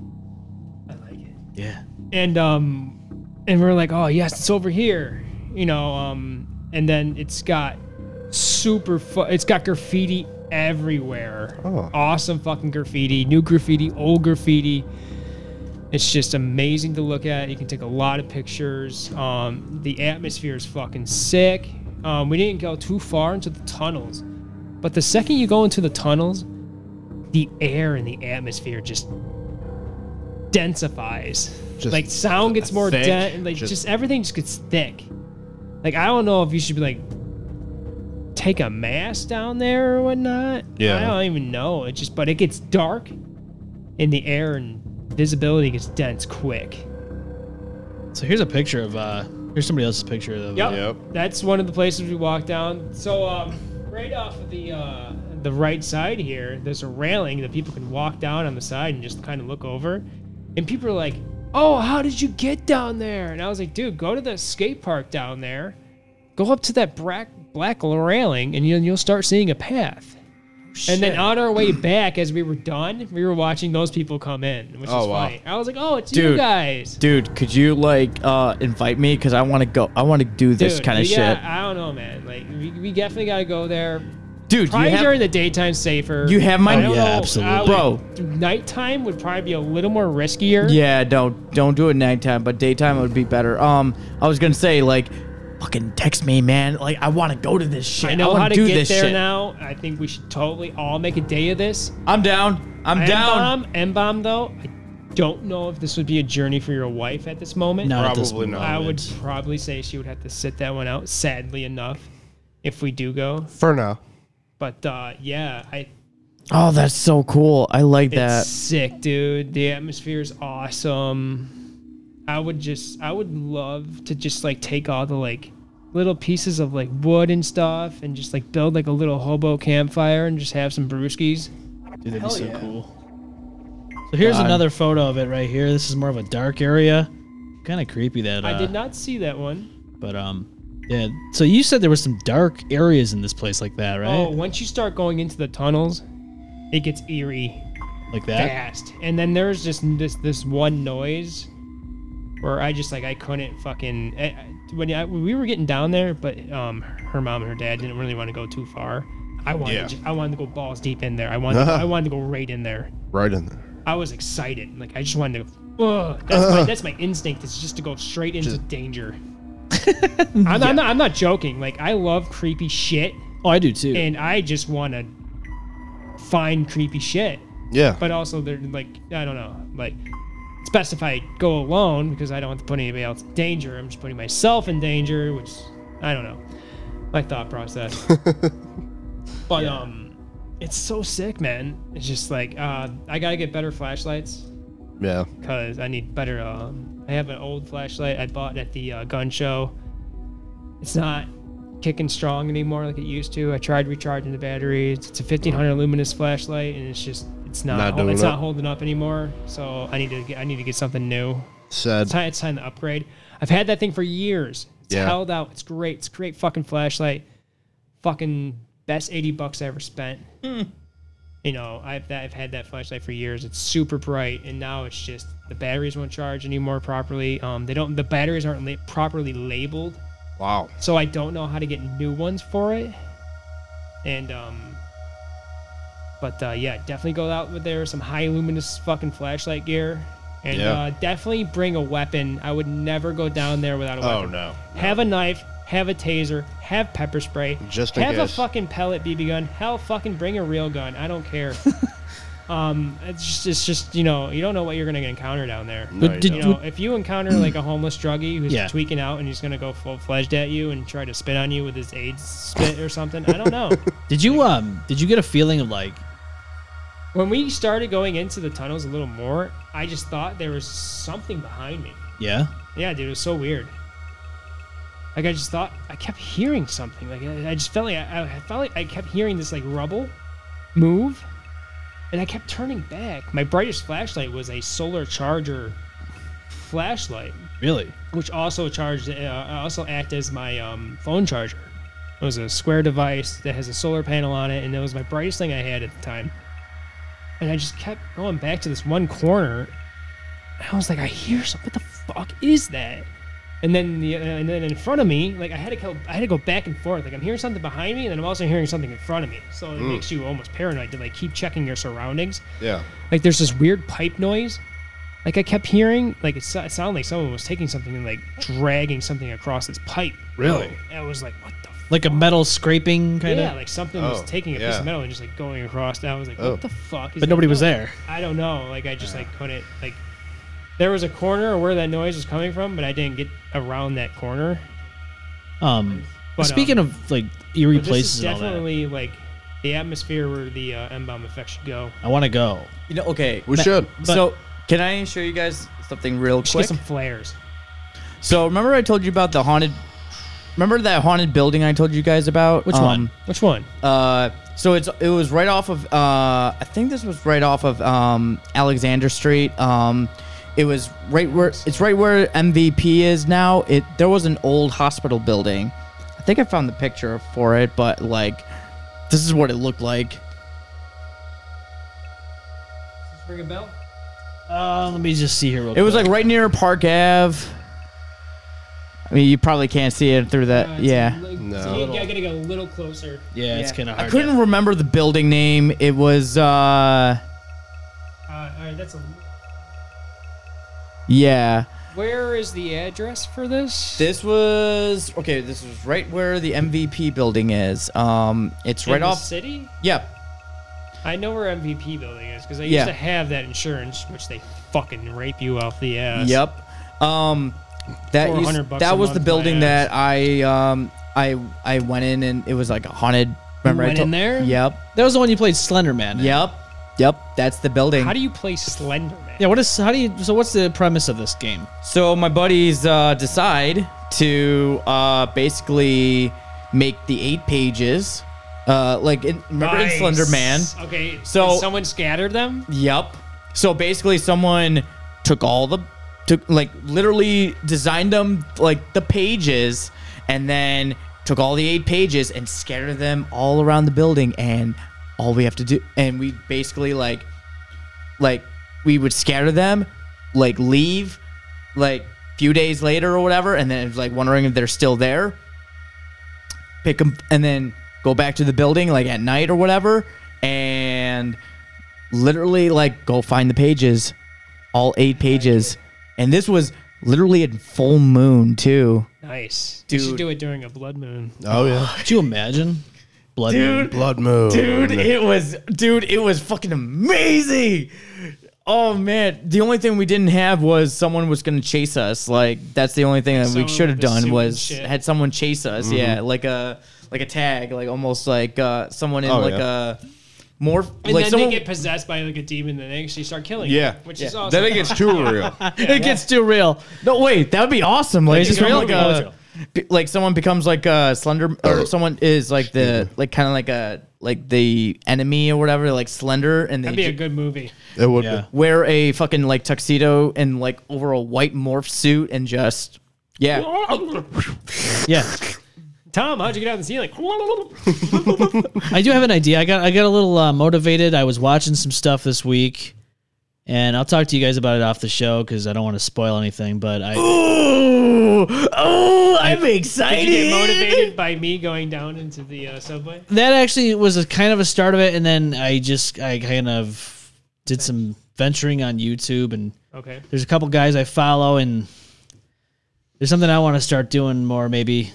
C: I like it.
B: Yeah.
C: And um and we're like, oh yes, it's over here. You know, um and then it's got super fu- it's got graffiti everywhere. Awesome fucking graffiti, new graffiti, old graffiti. It's just amazing to look at. You can take a lot of pictures. Um, the atmosphere is fucking sick. Um, we didn't go too far into the tunnels. But the second you go into the tunnels, the air and the atmosphere just densifies.
D: Just
C: like sound gets more
E: thick,
C: dense. Like just,
D: just-
C: everything just gets thick. Like I don't know if you should be like take a mask down there or whatnot.
D: Yeah.
C: I don't even know. It just but it gets dark in the air and visibility gets dense quick.
B: So here's a picture of uh here's somebody else's picture of
C: Yep.
D: Yep.
C: That's one of the places we walked down. So um, right off of the uh, the right side here, there's a railing that people can walk down on the side and just kind of look over. And people are like, "Oh, how did you get down there?" And I was like, "Dude, go to the skate park down there. Go up to that black black railing, and you, you'll start seeing a path." And then on our way back, as we were done, we were watching those people come in, which
D: Oh,
C: was
D: wow.
C: funny. I was like, "Oh, it's you
E: Dude.
C: guys."
E: Dude, could you like uh invite me? Cause I want to go. I want to do this
C: Dude,
E: kind of
C: yeah,
E: shit.
C: I don't know, man. Like, we, we definitely gotta go there.
E: Dude, you
C: Probably
E: have,
C: during the daytime safer.
E: you have my
C: I don't
B: yeah,
C: know,
B: absolutely.
C: uh,
E: Bro.
C: Nighttime would probably be a little more riskier.
E: Yeah, don't don't do it nighttime, but daytime would be better. Um, I was gonna say like, fucking text me, man. Like, I want to go to this shit.
C: I know
E: wanna
C: how to
E: do
C: get
E: this
C: there
E: shit.
C: now. I think we should totally all make a day of this.
E: I'm down. I'm down.
C: M-bomb, M-bomb though, I don't know if this would be a journey for your wife at this moment.
B: Not at this
D: Probably not.
C: I would
B: moment.
C: probably say she would have to sit that one out, sadly enough, if we do go.
D: For now.
C: But uh, yeah, I
E: Oh, that's so cool. I like that.
C: It's sick, dude. The atmosphere is awesome. I would just, I would love to just like take all the like little pieces of like wood and stuff and just like build like a little hobo campfire and just have some brewskis.
B: Dude, that'd be so cool. So here's another photo of it right here. This is more of a dark area. Kind of creepy that uh,
C: I did not see that one.
B: But um, yeah. So you said there were some dark areas in this place like that, right?
C: Oh, once you start going into the tunnels, it gets eerie
B: like that.
C: fast. And then there's just this this one noise where I just like I couldn't fucking I, I- when I, we were getting down there, but um her mom and her dad didn't really want to go too far. I wanted
D: Yeah.
C: to, I wanted to go balls deep in there. I wanted I wanted to go right in there.
D: Right in there.
C: I was excited. Like I just wanted to. Ugh, that's, my, that's my instinct. Is just to go straight into danger. I'm, not, I'm not. I'm not joking. Like I love creepy shit,
B: Oh, I do too.
C: and I just want to find creepy shit
D: Yeah.
C: but also they're like I don't know, like specify go alone because I don't want to put anybody else in danger. I'm just putting myself in danger, which I don't know. My thought process. but um it's so sick, man. It's just like uh I gotta get better flashlights
D: yeah.
C: because I need better. Um, I have an old flashlight I bought at the uh, gun show. It's not kicking strong anymore like it used to. I tried recharging the battery. It's, it's a 1500 luminous flashlight, and it's just it's not,
D: Not
C: hol-
D: doing
C: it's
D: it.
C: not holding up anymore. So I need to get I need to get something new.
D: Sad.
C: It's time, it's time to upgrade. I've had that thing for years. It's
D: Yeah.
C: held out. It's great. It's a great fucking flashlight. Fucking best 80 bucks I ever spent. You know, I've that, I've had that flashlight for years. It's super bright, and now it's just the batteries won't charge anymore properly. Um, they don't. The batteries aren't la- properly labeled,
D: Wow.
C: so I don't know how to get new ones for it. And um, but uh, yeah, definitely go out with there some high luminous fucking flashlight gear, and
D: Yeah.
C: uh, definitely bring a weapon. I would never go down there without a
D: Oh
C: weapon.
D: no.
C: Have a knife. Have a taser. Have pepper spray.
D: Just in
C: have a
D: case.
C: fucking pellet BB gun. Hell, fucking bring a real gun. I don't care. um, it's just, it's just you know you don't know what you're gonna encounter down there.
D: No,
B: But
D: you
B: did-
D: don't.
C: You know, if you encounter like a homeless druggie who's
B: Yeah.
C: tweaking out and he's gonna go full fledged at you and try to spit on you with his AIDS spit or something, I don't know.
B: Did you um? Did you get a feeling of like?
C: When we started going into the tunnels a little more, I just thought there was something behind me.
B: Yeah.
C: Yeah, dude, it was so weird. Like I just thought I kept hearing something. Like I, I just felt like I, I felt like I kept hearing this like rubble move, and I kept turning back. My brightest flashlight was a solar charger flashlight.
B: Really?
C: which also charged uh, also act as my um, phone charger. It was a square device that has a solar panel on it, and that was my brightest thing I had at the time. And I just kept going back to this one corner. And I was like, I hear something. What the fuck is that? And then the uh, and then in front of me, like I had to go, I had to go back and forth. Like I'm hearing something behind me, and then I'm also hearing something in front of me. So it makes you almost paranoid to like keep checking your surroundings.
D: Yeah.
C: Like there's this weird pipe noise. Like I kept hearing, like it, so- it sounded like someone was taking something and like dragging something across this pipe.
D: Really?
C: And I was like, what the
B: Like a metal scraping kind
C: yeah,
B: of.
C: like something was
D: Oh,
C: taking a piece
D: yeah.
C: of metal and just like going across. And I was like,
D: Oh.
C: what the fuck? Is
B: But
C: that
B: nobody was
C: noise?
B: there.
C: I don't know. Like I just like couldn't like. There was a corner where that noise was coming from, but I didn't get around that corner.
B: Um,
C: But,
B: speaking
C: um,
B: of like eerie
C: But this
B: places
C: is
B: and all that,
C: definitely like the atmosphere where the uh, M bomb effect should go.
B: I want to go.
E: You know, okay.
D: We should.
E: so, can I show you guys something real
C: Just
E: quick?
C: get some flares.
E: so, remember I told you about the haunted. Remember that haunted building I told you guys about?
B: Which
E: Um,
B: one?
C: Which one?
E: Uh, so it's it was right off of uh, I think this was right off of um, Alexander Street. Um, it was right where it's right where MVP is now. It there was an old hospital building. I think I found the picture for it, but like this is what it looked like.
C: Ring a bell.
B: Uh, let me just see here. Real
E: It was
B: quick.
E: like right near Park Ave. I mean, you probably can't see it through
C: Uh,
E: that. yeah.
D: No.
C: You gotta get a little closer.
B: yeah, it's
E: Yeah.
B: kind of
E: I
B: hard.
E: couldn't
B: to-
E: remember the building name. It was uh
C: Uh, all right, that's a.
E: yeah.
C: Where is the address for this?
E: This was okay. This was right where the MVP building is. Um, it's
C: In
E: right
C: the
E: off.
C: city.
E: Yep.
C: I know where MVP building is because I
E: Yeah.
C: used to have that insurance, which they fucking rape you off the ass.
E: Yep. Um, that
C: 400
E: used,
C: bucks a
E: that was the
C: month,
E: building
C: my ass.
E: that I um I I went in and it was like a haunted. Remember I
C: went
E: told-
C: in there?
E: Yep.
B: that was the one you played Slender Man. in.
E: Yep. Yep. That's the building.
C: How do you play Slenderman?
B: Yeah. What is? How do you? So what's the premise of this game?
E: So my buddies uh, decide to uh, basically make the eight pages. Uh, like in, remember in Slender Man?
C: Okay,
E: So-
C: so someone scattered them.
E: Yep. So basically, someone took all the took like literally designed them like the pages, and then took all the eight pages and scattered them all around the building. And all we have to do, and we basically like, like we would scatter them, like leave, like few days later or whatever, and then it's like wondering if they're still there. Pick them and then go back to the building like at night or whatever, and literally like go find the pages all eight pages and this was literally in full moon too
C: Nice. You
E: Dude.
C: should do it during a blood moon.
D: Oh yeah.
B: Could you imagine? Blood. Moon.
D: Blood moon.
E: dude it was dude it was fucking amazing oh man the only thing we didn't have was someone was gonna chase us like that's the only thing that we
C: Someone
E: should have
C: with the suit
E: done
C: and
E: was
C: shit.
E: had someone chase us
D: Mm-hmm.
E: yeah like a like a tag like almost like uh someone in
D: Oh,
E: like
D: yeah.
E: a more
C: And
E: like
C: then
E: someone
C: they get possessed by like a demon, and they actually start killing.
D: Yeah.
C: them, which
D: Yeah.
C: is awesome.
D: Then it gets too real.
B: it gets too real.
E: No, wait, that would be awesome. Like,
B: Like,
E: just
B: just
E: like
B: become like
E: a, be- like someone becomes like a slender, or someone is like the like kind of like a like the enemy or whatever, like slender, and they
C: That'd be a
E: ju-
C: good movie.
D: It would.
B: Yeah.
D: Be.
E: wear a fucking like tuxedo and like over a white morph suit and just yeah,
B: Yeah.
C: Tom, how'd you get out of the ceiling?
B: I do have an idea. I got I got a little uh, motivated. I was watching some stuff this week, and I'll talk to you guys about it off the show because I don't want to spoil anything. But I
E: oh, I'm
C: Did you get
E: excited.
C: motivated by me going down into the uh, subway?
B: that actually was a kind of a start of it, and then I just I kind of did some venturing on YouTube, and
C: Okay.
B: there's a couple guys I follow, and there's something I want to start doing more. Maybe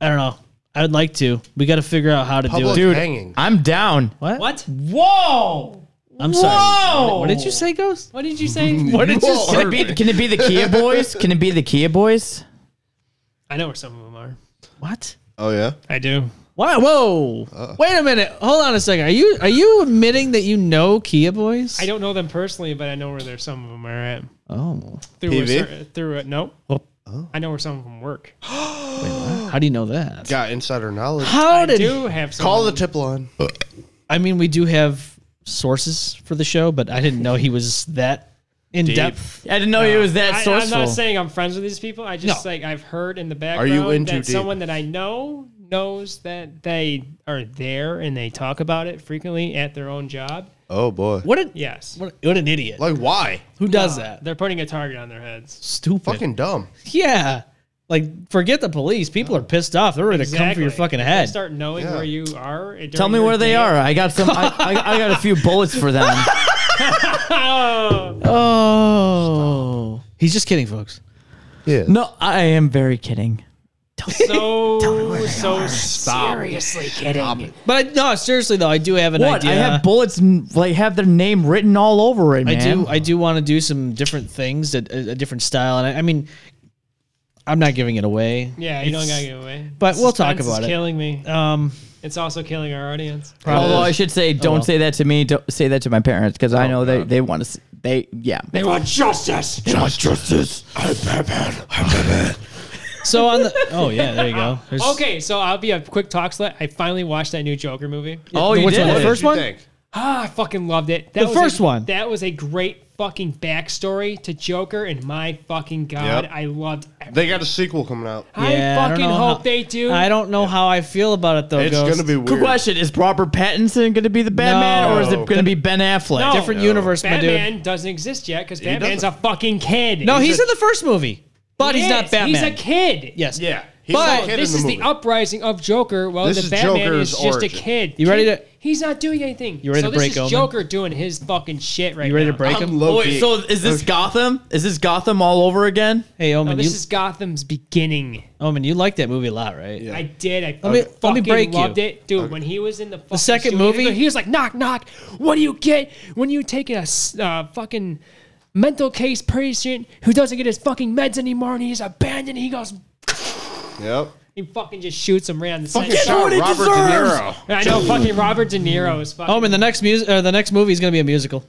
B: I don't know. I would like to. We got to figure out how to
D: Public
B: do it.
E: Dude.
D: hanging.
E: I'm down.
B: What?
C: What?
E: Whoa,
B: I'm sorry.
E: Whoa!
B: What did you say, Ghost?
C: What did you say?
E: what did you?
D: Whoa.
E: Can it be? Can it be the Kia boys? Can it be the Kia boys?
C: I know where some of them are.
B: What?
D: Oh yeah.
C: I do.
B: Why? Whoa! Wait a minute. Hold on a second. Are you are you admitting that you know Kia Boys?
C: I don't know them personally, but I know where there some of them are at.
B: Oh,
C: Through a
D: PV?
C: cer- through a nope. I know where some of them work.
B: how do you know that?
D: Got insider knowledge.
B: How
C: I
B: did?
C: do have some.
D: Call
C: of
D: the
C: them.
D: tip line.
B: I mean, we do have sources for the show, but I didn't know he was that in depth.
E: I didn't know it was that
C: I,
E: sourceful.
C: I'm not saying I'm friends with these people. I just
B: No.
C: like I've heard in the
D: Are
C: background
D: you in too
C: that
D: deep?
C: someone that I know knows that they are there and they talk about it frequently at their own job.
D: Oh boy.
B: What an
C: Yes.
B: what, what an idiot!
D: Like why?
B: Who does that?
C: They're putting a target on their heads.
B: Stupid.
D: Fucking dumb.
B: yeah. Like forget the police. People are pissed off. They're ready to come for your
C: Exactly.
B: fucking
C: If they
B: head.
C: Start knowing
D: Yeah.
C: where you are. during
E: Tell me
C: your
E: where they
C: day-
E: are. I got some. I, I, I got a few bullets for them.
C: Oh,
B: oh, he's just kidding, folks.
D: Yeah.
E: No, I am very kidding.
C: so so
F: Seriously kidding me.
B: But I, no, seriously though, I do have an
E: What?
B: idea.
E: I have bullets n- like have their name written all over it,
B: I
E: man.
B: do. I do want to do some different things, a, a, a different style, and I, I mean, I'm not giving it away.
C: Yeah, you don't
B: It's-
C: gotta get away.
B: but we'll talk
C: Suspense is
B: about it.
C: Killing me.
B: Um,
C: It's also killing our audience.
E: Although
B: Probably.
E: I should say, don't
B: well.
E: say that to me. Don't say that to my parents because I know they, they want to. See, they yeah.
C: They want justice.
B: so on the oh yeah, there you go. There's-
C: Okay, so I'll be a quick talk slut. I finally watched that new Joker movie.
E: Oh, you
B: Which
E: did
B: one? The
E: it.
B: first one.
C: Ah, I fucking loved it. That
B: The
C: was a-
B: first one.
C: That was a great fucking backstory to Joker, and my fucking god,
D: Yep.
C: I loved. Every-
D: They got a sequel coming out.
B: Yeah,
C: I
B: don't
C: fucking
B: know
C: hope
B: how-
C: they do.
B: I don't know how I feel about it though.
D: It's
B: Ghost.
D: gonna be
E: Good
D: weird.
E: question: Is Robert Pattinson going to be the Batman, or is it
D: No.
E: going to be Ben Affleck?
C: No.
B: different universe, my dude.
C: Batman doesn't exist yet because Batman's a
D: doesn't.
C: fucking kid.
B: No, he's, in the first movie, but he's
C: He
B: not
C: is.
B: Batman.
C: He's a kid.
B: Yes.
D: Yeah, he's
B: But
D: a kid
C: This
D: in
C: is
D: the
C: the
D: movie.
C: uprising of Joker. Well,
D: This
C: the
D: is
C: Batman
D: Joker's
C: is just
D: origin.
C: a kid.
B: You ready to-
C: He's not doing anything.
B: You ready
C: so
B: to
C: this
B: break
C: is
B: Omen?
C: Joker doing his fucking shit right
B: You ready to
C: now.
B: break him?
E: Oh,
D: Low
E: wait,
D: key.
E: so is this Gotham? Is this Gotham all over again?
B: Hey, Omen,
C: No, Oh, this
B: you,
C: is Gotham's beginning.
B: Omen, you liked that movie a lot, right?
D: Yeah.
C: I did. I
B: me-
C: fucking
B: let me break you.
C: loved it, dude. When he was in the, fucking
B: second
C: studio,
B: movie?
C: he was like, "Knock, knock. What do you get when you take a s- uh, fucking mental case patient who doesn't get his fucking meds anymore and he's abandoned?" He goes,
D: Yep.
C: he fucking just shoots him right on the
D: Fucking
C: side.
D: shot Robert De Niro.
C: And I know, fucking Robert De Niro is fucking.
B: Omen, the next music, uh, the next movie is gonna be a musical.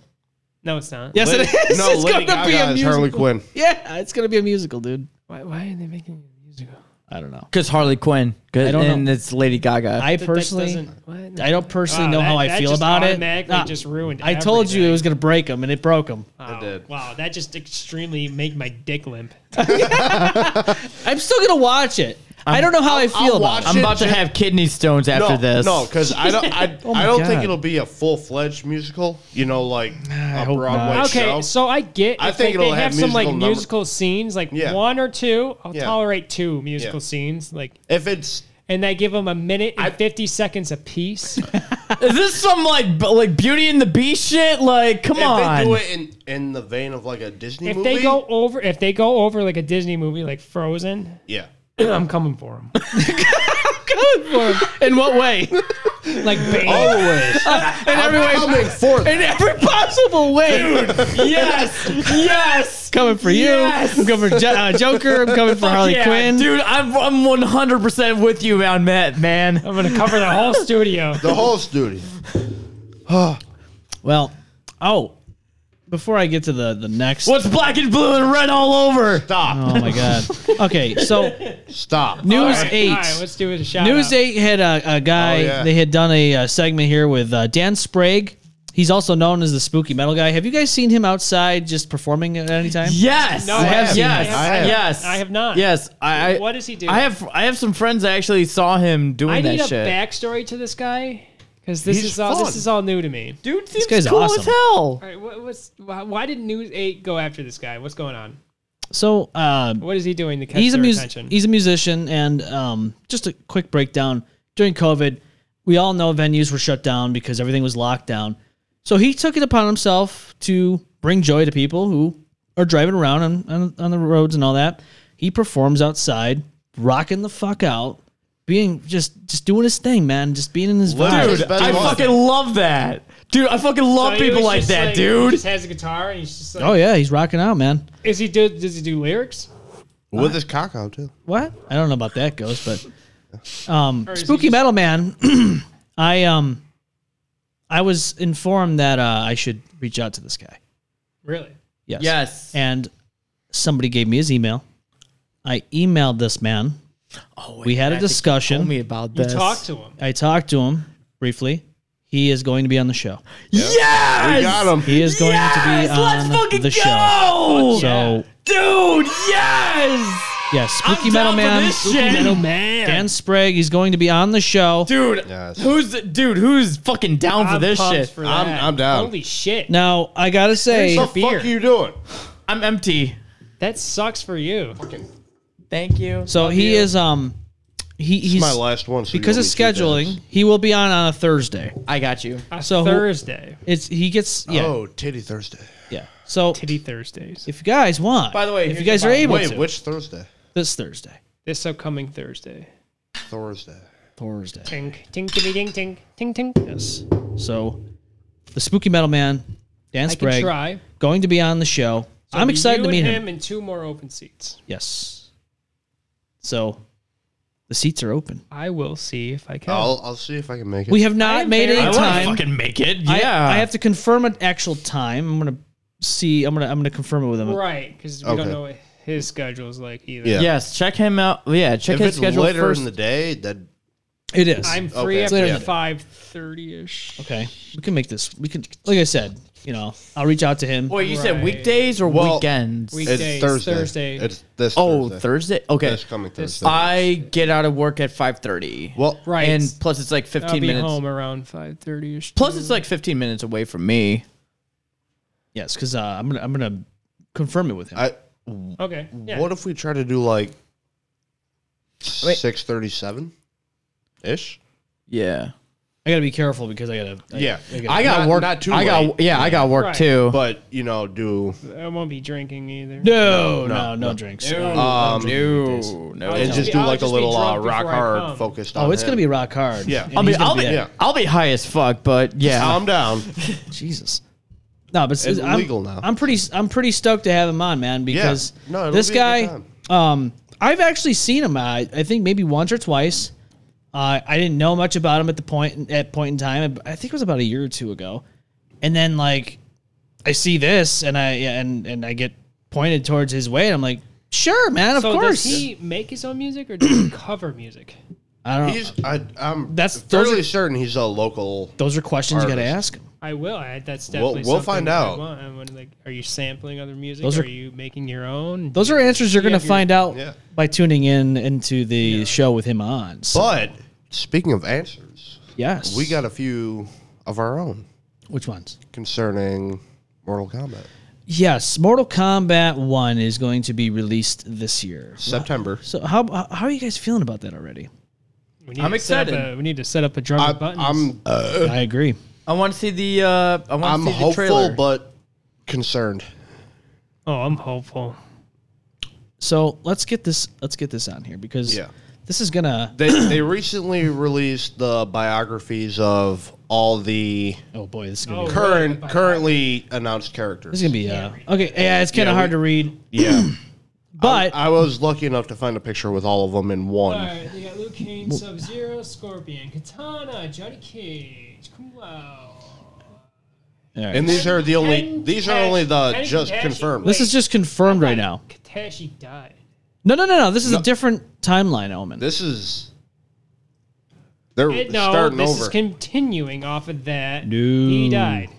C: no, it's not.
B: Yes, it is.
D: No,
B: it's gonna
D: Lady Gaga
B: be a
D: is
B: musical.
D: Harley Quinn.
B: Yeah, it's gonna be a musical, dude.
C: Why, why are they making a musical?
B: I don't know.
E: Because Harley Quinn, 'Cause-
B: I don't
E: and
B: know.
E: it's Lady Gaga.
B: I
C: That- that
B: personally,
C: doesn't- what?
B: I don't personally
C: Wow,
B: know
C: that-
B: how I
C: that
B: feel
C: just
B: about it.
C: automatically
B: Nah,
C: just ruined
B: I told you it
C: everything. Uh,
B: was gonna break him, and it broke him.
C: Wow.
D: did.
C: Wow, that just extremely made my dick limp.
B: I'm still gonna watch it. I'm, I do not know how i feel
D: I'll
B: about
D: watch
B: it.
E: I'm
D: shit,
E: about to
D: shit.
E: have kidney stones
D: No,
E: after this.
D: no, because I don't. I,
E: my
D: I don't
E: God.
D: think it'll be a full fledged musical. You know, like a
B: hope
D: Broadway
B: not.
D: show.
C: Okay, so I get.
D: I
C: if
D: think
C: they-
D: it'll
C: they
D: have
C: have, some like
D: musical number-
C: musical scenes, like
D: Yeah.
C: one or two. I'll
D: Yeah.
C: tolerate two musical
D: Yeah.
C: scenes, like,
D: if it's
C: and they give them a minute and fifty seconds apiece.
E: is this some like b- like Beauty and the Beast shit? Like, come
D: if
E: on.
D: they do it in in the vein of like a Disney
C: if
D: movie,
C: they go over, if they go over like a Disney movie, like Frozen,
D: yeah,
C: I'm coming for them.
B: In what way?
C: like Bane.
D: always.
B: In every way.
D: coming for
B: In every possible way.
E: yes, yes.
B: coming for you.
E: Yes.
B: I'm coming for jo- uh, Joker. I'm coming for Harley
E: Yeah,
B: Quinn.
E: dude, I'm I'm 100 percent with you on that, man.
C: I'm gonna cover the whole studio.
D: the whole studio.
B: Well, oh, before I get to the the next.
E: What's black and blue and red all over?
D: Stop.
B: Oh my God. Okay, so
D: Stop.
B: News
C: All right,
B: Eight.
C: All right, let's do it. A shout
B: News
C: out.
B: 8 had uh, a, a guy,
D: Oh, yeah.
B: they had done a, uh segment here with uh, Dan Sprague. He's also known as the spooky metal guy. Have you guys seen him outside just performing at any time?
E: Yes,
C: No, I have
E: yes,
C: seen
E: yes,
C: that. I have-
E: yes.
C: I have not.
E: Yes, I. I-
C: What does he do?
E: I have I have some friends that actually saw him doing
C: I
E: that
C: need a
E: shit.
C: backstory to this guy because this
D: He's
C: is all this
D: fun.
C: is all new to me.
E: Dude seems
B: guy's
E: cool
B: awesome.
E: as hell.
C: All right, what, what's why, why did News Eight go after this guy? What's going on?
B: So, um,
C: What is he doing to catch
B: he's a
C: their
B: mus-
C: attention?
B: he's a musician and um, just a quick breakdown during covid we all know venues were shut down because everything was locked down so he took it upon himself to bring joy to people who are driving around on, on, on the roads and all that he performs outside rocking the fuck out being just just doing his thing man just being in his
D: Dude,
B: vibe
D: His best
E: I
D: one.
E: fucking love that, dude. I fucking
C: So
E: love
C: he
E: people
C: was
E: like
C: just
E: that,
C: like- He
E: dude.
C: just has a guitar and he's just like,
B: oh yeah he's rocking out man
C: is he do? Does he do lyrics?
D: With his cock out too.
B: What? I don't know about that ghost, but um,
C: is he
B: spooky
C: just-
B: metal man. I um, I was informed that uh, I should reach out to this guy.
C: Really?
B: Yes.
E: Yes.
B: And somebody gave me his email. I emailed this man.
E: Oh,
B: We had a
E: Tell
B: discussion.
E: me about
C: You
E: this.
C: talk to him.
B: I talked to him briefly. He is going to be on the show.
E: Yes,
D: We got him.
B: He is going
E: yes!
B: to be on
E: Let's fucking
B: the
E: go,
B: show. So
E: dude. Yes,
B: yes, spooky
E: I'm
B: metal
E: down for
B: man,
E: this shit.
C: man.
B: Dan Sprague. He's going to be on the show.
E: dude.
D: Yes.
E: Who's dude? Who's fucking down for
C: I'm
E: this
C: pumped
E: shit?
C: for
D: I'm-
C: that.
D: I'm down.
C: Holy shit!
B: Now I gotta say,
D: What
C: There's
D: the
C: beer.
D: fuck are you doing?
E: I'm empty.
C: That sucks for you.
E: Thank you.
B: so he is um, he he's
D: It's my last one. So
B: because of
D: you owe me two
B: scheduling,
D: times.
B: he will be on on a Thursday.
E: I got you.
C: A
B: So who-
C: Thursday,
B: It's he gets yeah
D: Oh, titty Thursday.
B: yeah. So
C: titty Thursdays.
B: if you guys want,
E: By the way,
B: if you
E: here's
B: guys
E: the
B: are
E: bottom-
B: able
D: Wait,
B: to,
D: which Thursday?
B: this Thursday,
C: this upcoming Thursday.
D: Thursday.
B: Thursday.
C: Tink, tink, tink, tink, tink, tink, tink.
B: Yes. So, the spooky metal man, Dan
C: I can
B: Sprague,
C: try.
B: going to be on the show. I'm excited
C: you
B: to meet
C: and
B: him.
C: him. And two more open seats.
B: Yes. So, the seats are open.
C: I will see if I can.
D: I'll, I'll see if I can make it.
B: We have not
C: am
B: made
C: very-
B: any
C: I wanna
B: time.
E: make it.
B: I- I, have to confirm an actual time. I'm gonna see. I'm gonna. I'm gonna confirm it with him.
C: right, because we
D: Okay.
C: don't know what his schedule is like either.
D: Yeah.
E: Yes, check him out. Yeah, check
D: if
E: his
D: it's
E: schedule
D: later
E: first.
D: in the day, then
B: It is.
C: I'm free
D: Okay.
C: after
D: Yeah.
C: five thirty ish.
B: okay. We can make this. We can. Like I said, you know, I'll reach out to him.
E: Wait, you said
C: Right.
E: weekdays or
D: Well,
E: weekends?
C: week-
D: it's
C: Days,
D: Thursday.
C: Thursday.
D: It's this
E: oh,
D: Thursday.
E: Thursday. Okay,
D: This coming
C: This-
D: Thursday.
E: I get out of work at five thirty.
D: well,
C: Right.
E: and plus it's like
C: I'll
E: fifteen
C: be
E: minutes.
C: home around five thirty ish.
E: Plus it's like fifteen minutes away from me.
B: Yes, because uh, I'm gonna. I'm gonna confirm it with him.
D: I,
C: okay. Yeah.
D: What if we try to do like six thirty-seven ish?
E: Yeah,
B: I gotta be careful because I gotta. I,
D: Yeah.
B: I gotta,
E: I got
D: Not-
E: work.
D: not too
E: I got
D: late.
E: yeah, I got work
C: Right.
E: too.
D: But you know, do
C: I won't be drinking either.
B: no, no, no, drinks.
D: um,
E: no,
D: and
E: no.
C: I'll
D: just
C: be-
D: do
C: I'll
D: like a
C: just be
D: little uh, rock
C: drunk before I come.
D: hard focused.
B: Oh,
D: on
B: it's
D: him.
B: gonna be rock hard.
D: Yeah.
B: And
E: I
B: he's
E: mean,
B: gonna
E: I'll be,
B: at-
D: yeah.
E: I'll be high as fuck, but yeah,
D: Calm down.
B: Jesus. No, but it's,
D: It's
B: I'm,
D: legal now.
B: I'm pretty. I'm pretty stoked to have him on, man. Because
D: No, it'll
B: this
D: be a good
B: guy, um, I've actually seen him. Uh, I think maybe once or twice. Uh, I didn't know much about him at the point at point in time. I think it was about a year or two ago, and then like I see this, and I and and I get pointed towards his way, and I'm like, sure, man, of
C: So
B: course.
C: does he make his own music or does he cover music?
B: I don't.
D: He's. I, I'm.
B: That's-
D: That's
B: those
D: fairly
B: are-
D: certain he's a local.
B: those are questions you got to
D: artist.
B: ask. him.
C: I will. I, that's definitely
D: we'll
C: something
D: find
C: that I
D: out.
C: want. I want, like, are you sampling other music?
B: Those
C: are,
B: are-
C: you making your own?
B: Those are answers you're
C: Yeah,
B: going to
C: you're-
B: find out
D: yeah.
B: by tuning in into the show with him on. So,
D: But speaking of answers,
B: yes,
D: we got a few of our own
B: which ones?
D: concerning Mortal Kombat.
B: Yes, Mortal Kombat One is going to be released this year.
D: September.
B: So how how are you guys feeling about that already?
C: we need
E: I'm
C: to set up
E: excited.
C: A, we need to set up a drum
D: I,
C: and buttons.
D: I'm.
B: I agree.
E: I want to see the. Uh, I want
D: I'm
E: to see the
D: hopeful,
E: trailer.
D: but concerned.
C: oh, I'm hopeful.
B: So let's get this let's get this on here because
D: Yeah.
B: this is gonna
D: They they recently released the biographies of all the
B: oh boy this is gonna
C: Oh.
B: be,
D: current
C: Right.
D: currently announced
B: this is
D: characters.
B: gonna be uh, okay yeah it's kind of
D: Yeah,
B: hard
D: we-
B: to read
D: Yeah,
B: but
D: I was lucky enough to find a picture with all of them in one.
C: right, you got Luke Cage, Sub Zero, Scorpion, Katana, Johnny Cage, Kung Lao.
B: all right.
D: And these are the only
C: Ken
D: these are only the
C: Takeshi-
D: just
C: Takeshi-
D: confirmed.
B: this
C: wait.
B: is just confirmed right now.
C: Katashi died.
B: No no no no this is a different timeline element.
D: This is they're
C: Eh, no,
D: starting
C: this
D: over.
C: is continuing off of that. He died.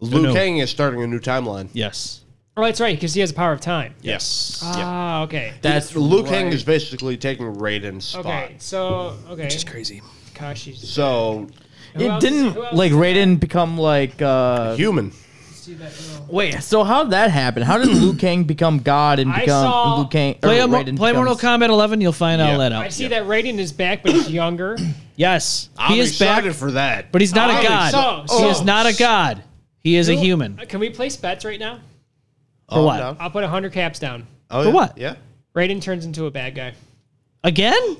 D: Liu
B: no.
D: Kang is starting a new timeline.
B: yes
C: Oh, that's right, because he has the power of time.
B: yes
C: Ah, okay.
E: that's
D: Liu
E: right.
D: Kang is basically taking Raiden's spot.
C: Okay, so okay,
B: it's crazy.
C: Kashi's
D: So
C: Who
E: It
C: else-
E: didn't
C: who else-
E: like Raiden become like. uh
D: human.
C: see that little-
E: Wait, so how did that happen? How did Liu Kang become God and
C: I
E: become
C: saw-
E: Liu Kang? or
B: Play, a, mo-
E: Raiden
B: play Mortal
E: becomes-
B: Kombat 11 you'll find out
D: Yeah.
B: that
C: I
B: out.
C: see that Raiden is back, but he's younger.
B: Yes
D: I'm
B: he is back
D: excited for that.
B: but he's not
C: I'm
B: a god.
C: excited. So-
B: he is
C: so-
B: not a god. He is a human.
C: Uh, Can we place bets right now?
B: For what?
C: I'll put hundred caps down.
D: Oh,
B: For
D: yeah.
B: what?
D: Yeah.
C: Raiden turns into a bad guy.
B: Again?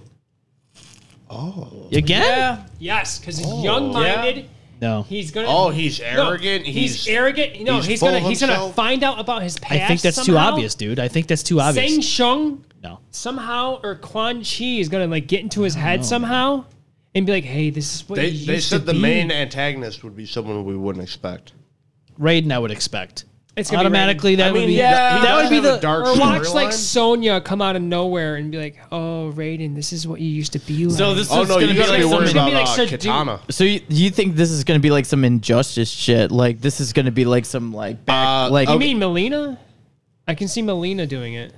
B: Oh. Again?
E: Yeah,
C: Yes, because he's young-minded.
B: No.
C: He's gonna.
D: Oh, he's
C: no,
D: arrogant.
C: he's,
D: he's
C: arrogant. No,
D: he's
C: he's,
D: full
C: gonna.
D: of
C: He's gonna
D: himself.
C: find out about his past.
B: I think that's
C: somehow.
B: too obvious, dude. I think that's too obvious.
C: Sang Shung
B: no.
C: somehow or Quan Chi is gonna like get into his head somehow and be like, "Hey, this is what
D: They,
C: you
D: they
C: used
D: said
C: to
D: the
C: be."
D: main antagonist would be someone we wouldn't expect.
B: Raiden, I would expect.
C: It's gonna be
B: Automatically,
C: Raiden.
B: that
D: I mean,
B: would be.
D: he does-
B: that
D: he does
B: would be
D: have a
B: the.
D: dark
C: Or watch like
D: storyline.
C: Sonya come out of nowhere and be like, "Oh, Raiden, this is what you used to be like."
E: So this
D: Oh
E: is
D: no,
E: gonna
D: you
E: be
D: gotta
E: like
D: be
E: some.
D: worried about
C: gonna be like
D: uh,
C: subdued.
D: Katana.
E: so you, you think this is gonna be like some injustice shit? Like this is gonna be like some like back
D: Uh,
E: like
C: you mean Melina? I can see Melina doing it.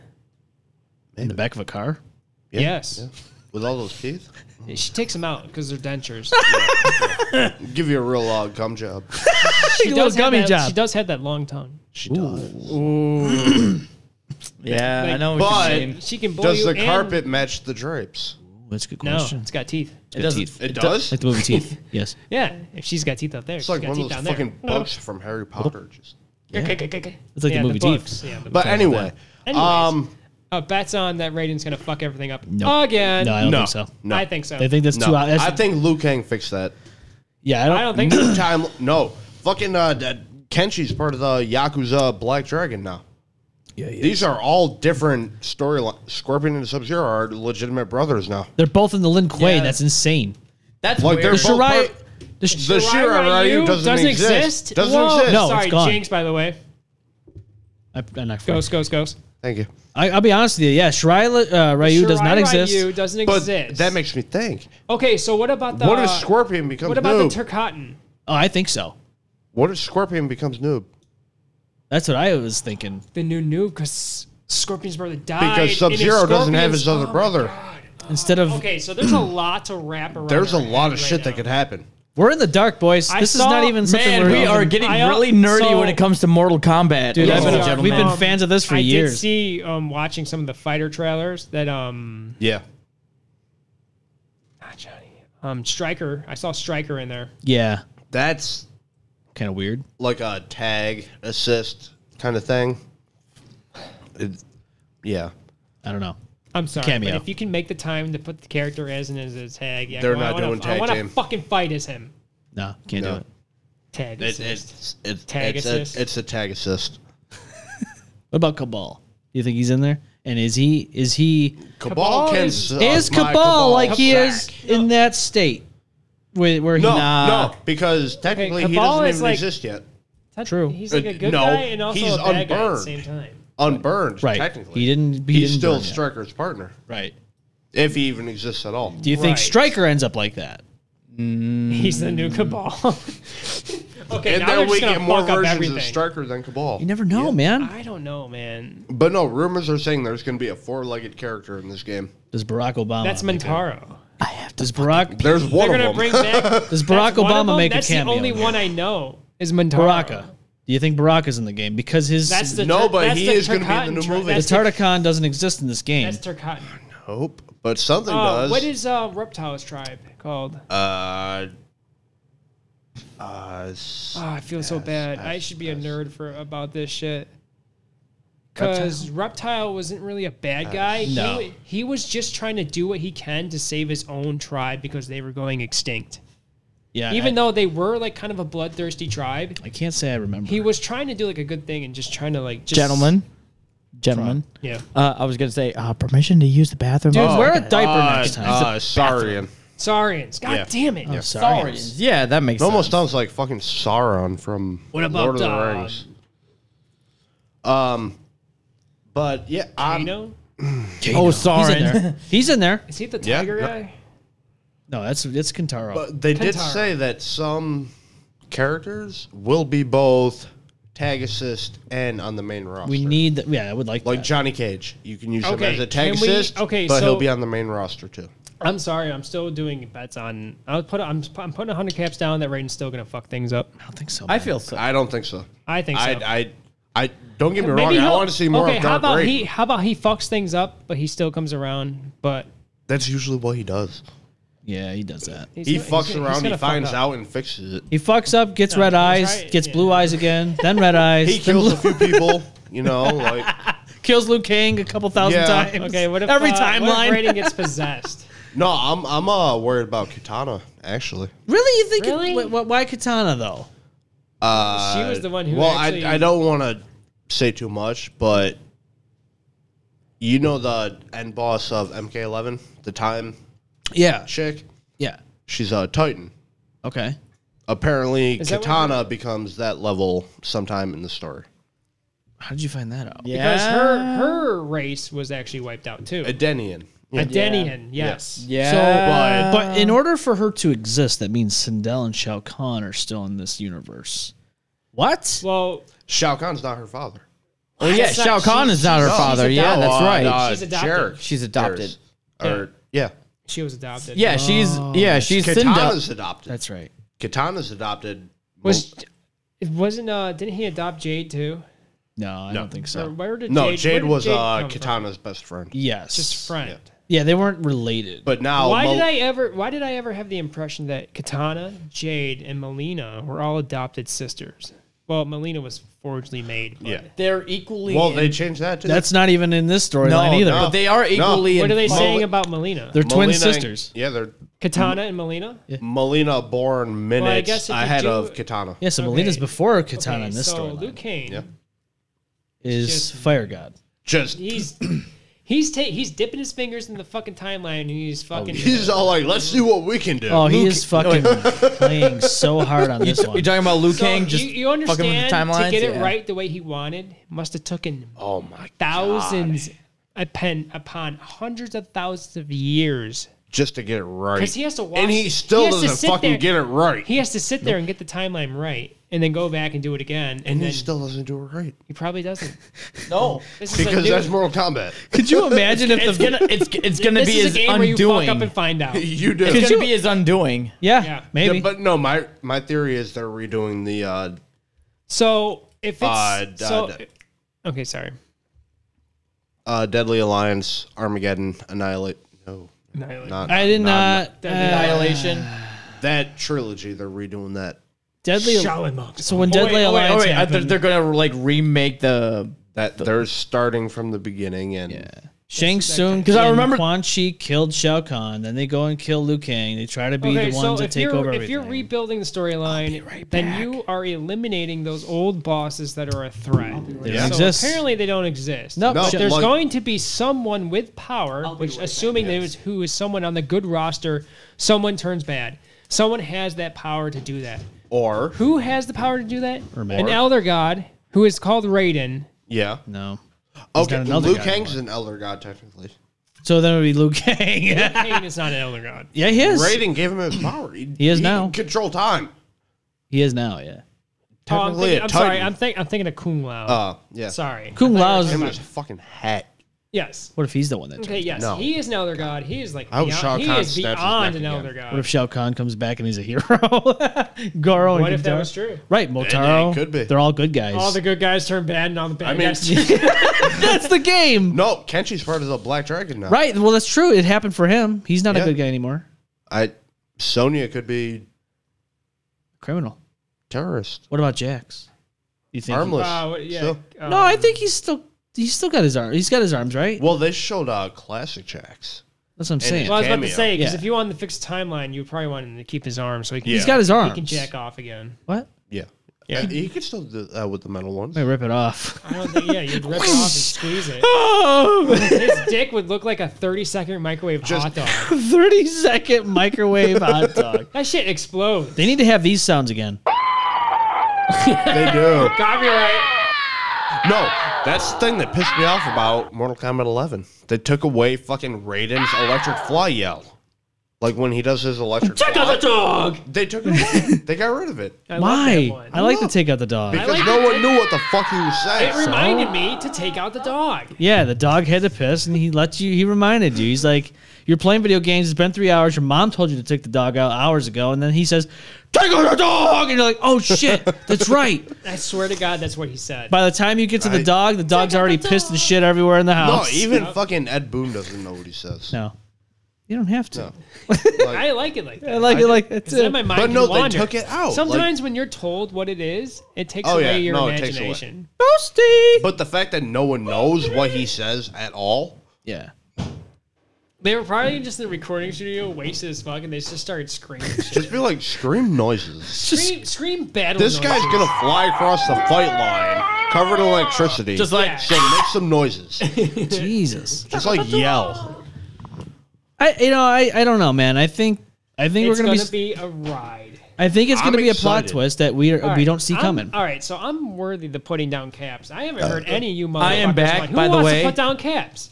B: In the back of a car?
C: yes,
D: With all those teeth,
C: she takes them out because they're dentures.
D: give you a real uh, gum job.
C: she does
B: Little
C: have
B: gummy
C: that,
B: job.
C: She does have that long tongue.
D: She does.
E: yeah, I
C: like-
E: know.
D: But-
E: What you mean.
C: She can blow
D: Does
C: you
D: the
C: and-
D: carpet match the drapes?
B: Ooh, that's a good
C: No,
B: question.
C: it's got teeth.
E: it doesn't.
B: teeth.
D: It does.
B: Like the movie Teeth. Yes.
C: Yeah, if she's got teeth out there,
D: It's
C: she's
D: like
C: got
D: one of
C: teeth
D: those
C: down
D: fucking
C: there.
D: bugs from Harry Potter. Just.
C: Okay, okay, okay, okay.
B: It's like the
C: Yeah,
B: movie
C: bugs,
B: Teeth.
C: Yeah, the
D: But anyway,
C: Anyways,
D: uh, um,
C: Uh, bets on that Raiden's gonna fuck everything up again.
B: No, I don't think so.
D: No.
C: I think so.
B: They think that's
D: No.
B: too out. That's,
D: I think Liu Kang fixed that.
B: yeah, I don't,
C: I don't think so.
D: Time no. Fucking uh, that Kenshi's part of the Yakuza Black Dragon now.
B: Yeah, yeah.
D: These are all different storyline. Scorpion and Sub Zero are legitimate brothers now.
B: They're both in the Lin Kuei.
E: Yeah.
B: That's insane.
E: That's
D: Like they're
E: weird.
D: both
B: Shirai-
D: part-
B: The sh-
D: the Shira Ryu doesn't, exist. Doesn't
C: Whoa.
D: exist.
B: No.
C: sorry,
B: it's gone.
C: Jinx. By the way,
B: I, I'm not
C: ghost, ghost, ghost.
D: Thank you.
B: I, I'll be honest with you. Yeah, Shirai uh, Ryu does
C: Shirai
B: not exist.
C: Ryu doesn't
D: But
C: exist.
D: that makes me think.
C: okay. So what about the
D: what if Scorpion becomes
C: What about
D: noob?
C: the Turkotten?
B: Oh, I think so.
D: what if Scorpion becomes noob?
B: That's what I was thinking.
C: The new noob because Scorpion's brother died.
D: Because
C: and
D: Sub
C: if
D: Zero doesn't have
C: Scorpion's-
D: his other
C: oh my
D: brother.
B: Instead of
C: Okay, so there's a lot to wrap around.
D: There's a
C: our
D: lot
C: head
D: of
C: right
D: shit that
C: now.
D: could happen.
B: we're in the dark, boys.
C: I
B: this is
C: saw-
B: not even something
E: Man,
B: we're
E: we are getting
C: I al-
E: really nerdy
C: so-
E: when it comes to Mortal Kombat.
C: Dude,
E: ladies
C: I've
E: and
C: been-
E: gentlemen.
B: we've been fans of this for
C: I did
B: years.
C: see um, watching some of the fighter trailers that um
D: Yeah.
C: not Johnny um Striker. I saw Striker in there.
B: Yeah,
D: That's
B: kind of weird.
D: like a tag assist kind of thing. It, yeah.
B: I don't know.
C: I'm sorry,
B: Cameo.
C: but if you can make the time to put the character as and as his tag, yeah,
D: They're
C: I
D: not
C: wanna-
D: doing
C: I
D: tag
C: want to
D: team.
C: fucking fight as him.
B: No, can't
D: No.
B: do it.
C: Tag.
D: It,
C: assist.
D: it's it's,
C: Tag
D: it's,
C: assist.
D: A, it's a tag assist.
B: What about Cabal? Do you think he's in there? And is he is he
D: Cabal, can
C: is-
D: suck
B: is
D: Oh my
B: Cabal, like he
D: sack.
B: is in that state where where he
D: No,
B: Nah.
D: no, because technically he
C: Cabal
D: doesn't
C: is
D: even
C: like-
D: exist yet.
C: That-
B: True.
C: He's like a
D: Uh,
C: good
D: no,
C: guy and also
D: he's
C: a bad guy at the
D: unburned.
C: same time.
D: Unburned,
B: right?
D: technically.
B: He didn't. He
D: He's
B: didn't
D: still
B: burn yet.
D: Striker's partner,
B: Right.
D: if he even exists at all.
B: Do you think
C: Right.
B: Striker ends up like that?
C: He's the new Cabal. okay,
D: And
C: now they're
D: then we
C: just
D: get
C: gonna
D: more
C: fuck up
D: versions of
C: everything.
D: Striker than Cabal.
B: You never know, man.
C: I don't know, man.
D: But no, rumors are saying there's going to be a four-legged character in this game.
B: Does Barack Obama?
C: That's Mentaro.
B: Does Barack?
D: There's one
C: They're
D: of them.
C: gonna bring back.
B: Does Barack
C: that's one of
B: Obama
C: them.
B: make a
C: That's
B: cameo?
C: the only
B: in
C: one
B: it?
C: I know is Mentaro.
B: Baraka. Do you think Baraka's in the game because his
C: That's the
D: No,
C: Tur-
D: but
C: that's
D: he
C: the
D: is gonna be in the
C: Turkotan
D: new
C: tra-
D: movie.
B: the
C: That's the
B: Tartakan doesn't exist in this game?
C: That's Turkotan.
D: Hope, but something
C: Oh,
D: does.
C: what is uh, Reptile's tribe called?
D: uh, uh, s-
C: Ah, I feel so bad. I should be a nerd for about this shit. Because Reptile. wasn't really a bad guy.
B: No.
C: He, wa- he was just trying to do what he can to save his own tribe because they were going extinct.
B: yeah.
C: Even
B: I,
C: though they were like kind of a bloodthirsty tribe,
B: I can't say I remember.
C: he was trying to do like a good thing and just trying to like just
E: gentlemen, gentlemen.
C: Yeah.
E: Uh, I was gonna say uh, permission to use the bathroom.
B: Dude,
E: Oh,
B: wear a diaper next time.
D: Uh, Saurian.
C: Saurians. God
D: Yeah.
C: damn it.
E: sorry. Yeah, that makes
D: It almost
E: sense.
D: sounds like fucking Sauron from
C: What about,
D: Lord of the
C: uh,
D: Rings. Um, but yeah,
C: You
D: I'm,
C: know?
E: Oh,
B: He's in
E: sorry.
B: there. He's in there.
C: Is he the
D: Yeah.
C: tiger
D: No.
C: guy?
B: No, that's it's Kintaro.
D: but they did
C: Kentaro.
D: say that some characters will be both tag assist and on the main roster.
B: we need. That. Yeah, I would like.
D: like
B: that.
D: Johnny Cage. You can use
C: Okay,
D: him as a tag
C: can we-
D: assist,
C: okay,
D: but
C: so-
D: he'll be on the main roster too.
C: I'm sorry, I'm still doing bets on. I'll put. I'm. I'm putting 100 caps down that Raiden's still gonna fuck things up.
B: I don't think so.
E: I
B: man.
E: feel so.
D: I don't think so.
C: I think so.
D: I, I, I don't get me wrong. I
C: he'll-
D: want to see more
C: okay,
D: of
C: how
D: Dark
C: about
D: Raid.
C: he? How about he fucks things up, but he still comes around. But
D: That's usually what he does.
B: Yeah, he does that.
C: he's
D: He
C: gonna-
D: fucks
C: he's gonna- he's
D: around.
C: gonna
D: He
C: fuck
D: finds
C: up.
D: out and fixes it.
B: He fucks up, gets red
C: he's
B: eyes,
C: right,
B: gets
C: yeah.
B: blue eyes again, then red eyes.
D: He
B: then
D: kills a few people. You know, like
B: kills Liu Kang a couple thousand
D: Yeah.
B: times.
C: Okay, what if
B: every
C: uh, What if
B: timeline?
C: Raiden gets possessed.
D: no, I'm I'm uh worried about Katana actually.
B: really, you think? it-
C: Really?
B: wh- wh- why Katana though?
D: Uh,
C: She was the one who
D: Well,
C: actually-
D: I I don't want to say too much, but you know the end boss of MK11, the time
B: Yeah,
D: chick.
B: yeah.
D: She's a Titan.
B: Okay.
D: Apparently,
C: Is that what
D: Katana becomes that level sometime in the story.
B: How did you find that out?
E: yeah.
C: Because her her race was actually wiped out too.
D: Adenian. Yeah.
C: Adenian, yes.
E: Yeah.
B: So, uh, but, in order for her to exist, that means Sindel and Shao Kahn are still in this universe. What?
C: Well,
D: Shao Kahn's not her father.
E: Well, yeah,
C: It's not-
E: Shao Kahn
C: she's-
E: is not her
C: she's
E: father. Yeah,
C: adopted.
E: that's
D: uh,
E: right.
D: uh,
C: She's adopted.
D: Jarek.
E: She's adopted.
D: Or, yeah.
C: she was adopted.
E: Yeah, she's
B: Oh.
E: yeah, she's Sindel.
D: Katana's adopted.
B: That's right.
D: Katana's adopted.
C: Was it wasn't uh didn't he adopt Jade too?
B: No, I don't think
C: Or
B: so.
C: where did
D: no,
C: Jade,
D: Jade,
C: where did
D: was
C: Jade
D: uh,
C: come from?
D: Katana's best friend.
B: Yes.
C: Just friend.
B: Yeah, they weren't related.
D: But now,
C: Why
D: Mal-
C: did I ever? Why did I ever have the impression that Katana, Jade, and Melina were all adopted sisters? Well, Melina was forgedly made. but-
D: Yeah.
E: They're equally.
D: Well, they
E: in-
D: changed that too.
B: That's not even in this
E: no,
B: storyline either.
E: but they are equally.
C: What
E: in-
C: are they
E: Well,
C: saying about Melina?
B: They're twin
D: Molina-
B: sisters.
D: Yeah, they're
C: Katana and Melina.
D: Melina born minutes
C: guess if you
D: ahead
C: do-
D: of Katana.
B: Yeah, so Melina's
C: Okay.
B: before Katana
C: Okay,
B: in this
C: so
B: storyline
C: Luke Kane,
D: Yeah.
B: is
C: just-
B: Fire God.
D: Just
C: he's he's ta- he's dipping his fingers in the fucking timeline, and he's fucking.
D: he's all like, let's see what we can do.
B: Oh, he
E: Luke-
B: is fucking playing so hard on this
E: You're
B: one.
E: talking about Liu
C: So
E: Kang just
C: you, you
E: fucking with the
C: understand to
E: timelines?
C: get it
E: Yeah.
C: right the way he wanted must have taken
D: Oh my
C: thousands upon upon hundreds of thousands of years
D: Just to get it right.
C: 'Cause he has to watch-
D: And he still
C: he has to
D: doesn't
C: sit
D: fucking
C: there.
D: get it right.
C: he has to sit there and get the timeline right and then go back and do it again and,
D: and
C: then
D: he still doesn't do it right.
C: he probably doesn't
E: No,
C: this is
D: Because
C: a new,
D: that's Mortal Kombat.
B: Could you imagine if
E: it's
B: the
E: gonna it's it's gonna
C: this
E: be
C: is
E: his
C: a game where you
E: undoing.
C: fuck up and find out
D: You do.
E: It's
B: you-
E: gonna be his undoing.
B: yeah,
C: Yeah.
B: maybe
D: Yeah, but no, my my theory is they're redoing the uh,
C: so if it's
D: uh, d-
C: so,
D: d-
C: okay sorry
D: uh, Deadly Alliance, Armageddon, Annihilate. No,
C: Annihilate.
D: not
B: I did not. uh,
E: Annihilation.
D: that trilogy. They're redoing that.
B: Deadly. So when Deadly
E: Oh, wait, oh, wait,
B: Alliance
E: oh, wait. I- They're,
B: happened,
E: they're gonna like remake the
D: That they're starting from the beginning and
B: Shang Tsung
E: Because I
B: and
E: remember-
B: Quan Chi killed Shao Kahn. Then they go and kill Liu Kang. They try to be
C: okay,
B: the
C: so
B: ones that
C: if
B: take
C: you're
B: over
C: if
B: everything.
C: you're rebuilding the storyline, then you are eliminating those old bosses that are a threat.
B: they
D: Yeah.
B: don't
C: So
B: exist.
C: apparently they don't exist.
B: Nope.
D: No,
B: Shut-
C: There's
D: like-
C: going to be someone with power, which assuming there is who is someone on the good roster, someone turns bad. Someone has that power to do that.
D: or
C: Who has the power to do that?
B: Maul.
C: An elder god who is called Raiden.
D: yeah.
B: no.
D: Okay,
B: got another
D: Luke
B: guy
D: Kang's an elder god technically.
B: So then it would be Liu Kang. yeah,
C: Kane is not an elder god.
B: he is.
D: Raiden gave him his power. He,
B: He is
D: he
B: now.
D: can Control time.
B: He is now. Yeah.
C: Oh, I'm,
D: Technically
C: thinking,
D: a
C: I'm sorry.
D: titan.
C: I'm, think, I'm thinking of Kung Lao.
D: Uh, yeah.
C: sorry.
B: Kung Lao is-
D: Him and his fucking hat.
C: Yes.
B: What if he's the one that?
C: Okay,
B: turns-
C: yes.
D: No.
C: He is an elder god. He is like
D: I hope
C: beyond-
D: Shao
C: he
D: Kahn
C: is
D: snatches back
C: beyond an
D: again.
C: elder god.
B: What if Shao Kahn comes back and he's a hero? Goro and
C: What if that
B: Katara?
C: was true?
B: Right, Motaro.
D: could be.
B: They're all good guys.
C: all the good guys turn bad and all the bad
D: I mean-
C: guys turn
B: That's the game.
D: No, Kenshi's part of the Black Dragon now.
B: Right. Well, that's true. It happened for him. He's not a
D: Yeah.
B: good guy anymore.
D: I Sonya could be
B: Criminal.
D: terrorist.
B: What about Jax? You think? he-
D: Harmless.
C: Uh, what- yeah.
D: So-
C: um,
B: no, I think he's still he's still got his arm. He's got his arms right.
D: well, they showed uh, classic Jax.
B: That's what I'm saying.
C: Well, I was about to
D: Cameo.
C: say because
B: Yeah.
C: if you want the fixed timeline, you probably want him to keep his arm so he can.
B: He's got his arms.
C: He can jack off again.
B: What?
D: Yeah. Yeah. he could still do that uh, with the metal ones.
B: Let me rip it off.
C: I don't think, yeah, you'd rip it off and squeeze it. His dick would look like a thirty-second microwave hot dog.
B: Thirty second microwave hot dog.
C: That shit explodes.
B: They need to have these sounds again.
D: They do.
C: Copyright.
D: No, that's the thing that pissed me off about Mortal Kombat 11. They took away fucking Raiden's electric fly yell. Like when he does his electric
C: Check
D: fly.
C: out the dog.
D: They took it away. they got rid of it.
C: I love that
B: Why?
C: one.
B: I like to take out the dog.
D: Because
C: like
D: no
C: the
D: one knew what the fuck he was
C: It
D: saying.
C: reminded me to take out the dog.
B: Yeah, the dog had to piss, and he let you. He reminded you. He's like, "You're playing video games. It's been three hours. Your mom told you to take the dog out hours ago." And then he says, "Take out the dog," and you're like, "Oh shit, that's right."
C: I swear to God, that's what he said.
B: By the time you get to the
D: Right.
B: dog, the dog's already pissed and shit everywhere in the
D: No,
B: house.
D: even fucking Ed Boon doesn't know what he says.
B: No. you don't have to.
C: I like it like that.
B: I like it like that
C: Because then
B: too.
C: my mind
D: But
C: can
D: no, they
C: wander.
D: took it out.
C: Sometimes when you're told what it is, it takes
D: Oh,
C: away
D: yeah.
C: your
D: No, it takes away.
C: imagination.
B: Toasty.
D: But the fact that no one knows what he says at all.
B: Yeah.
C: They were probably just in the recording studio, wasted as fuck, and they just started screaming. shit.
D: Just be like, scream noises.
C: scream, scream battle.
D: This guy's
C: noises.
D: gonna fly across the fight line covered in electricity.
E: just like
C: Yeah.
D: so make some noises.
B: Jesus.
D: Just like yell.
B: I you know I, I don't know man. I think I think
C: It's
B: we're
C: gonna,
B: gonna, be,
C: be, a ride.
B: I think it's gonna
D: I'm
B: be a plot
D: excited.
B: twist that we are,
C: All
B: we
C: right,
B: don't see
C: I'm-
B: coming.
C: All right, so I'm worthy the putting down caps. I
D: Uh,
C: haven't heard any of you motherfuckers.
E: I am back,
C: want- Who
E: by the
C: wants
E: way.
C: to put down caps?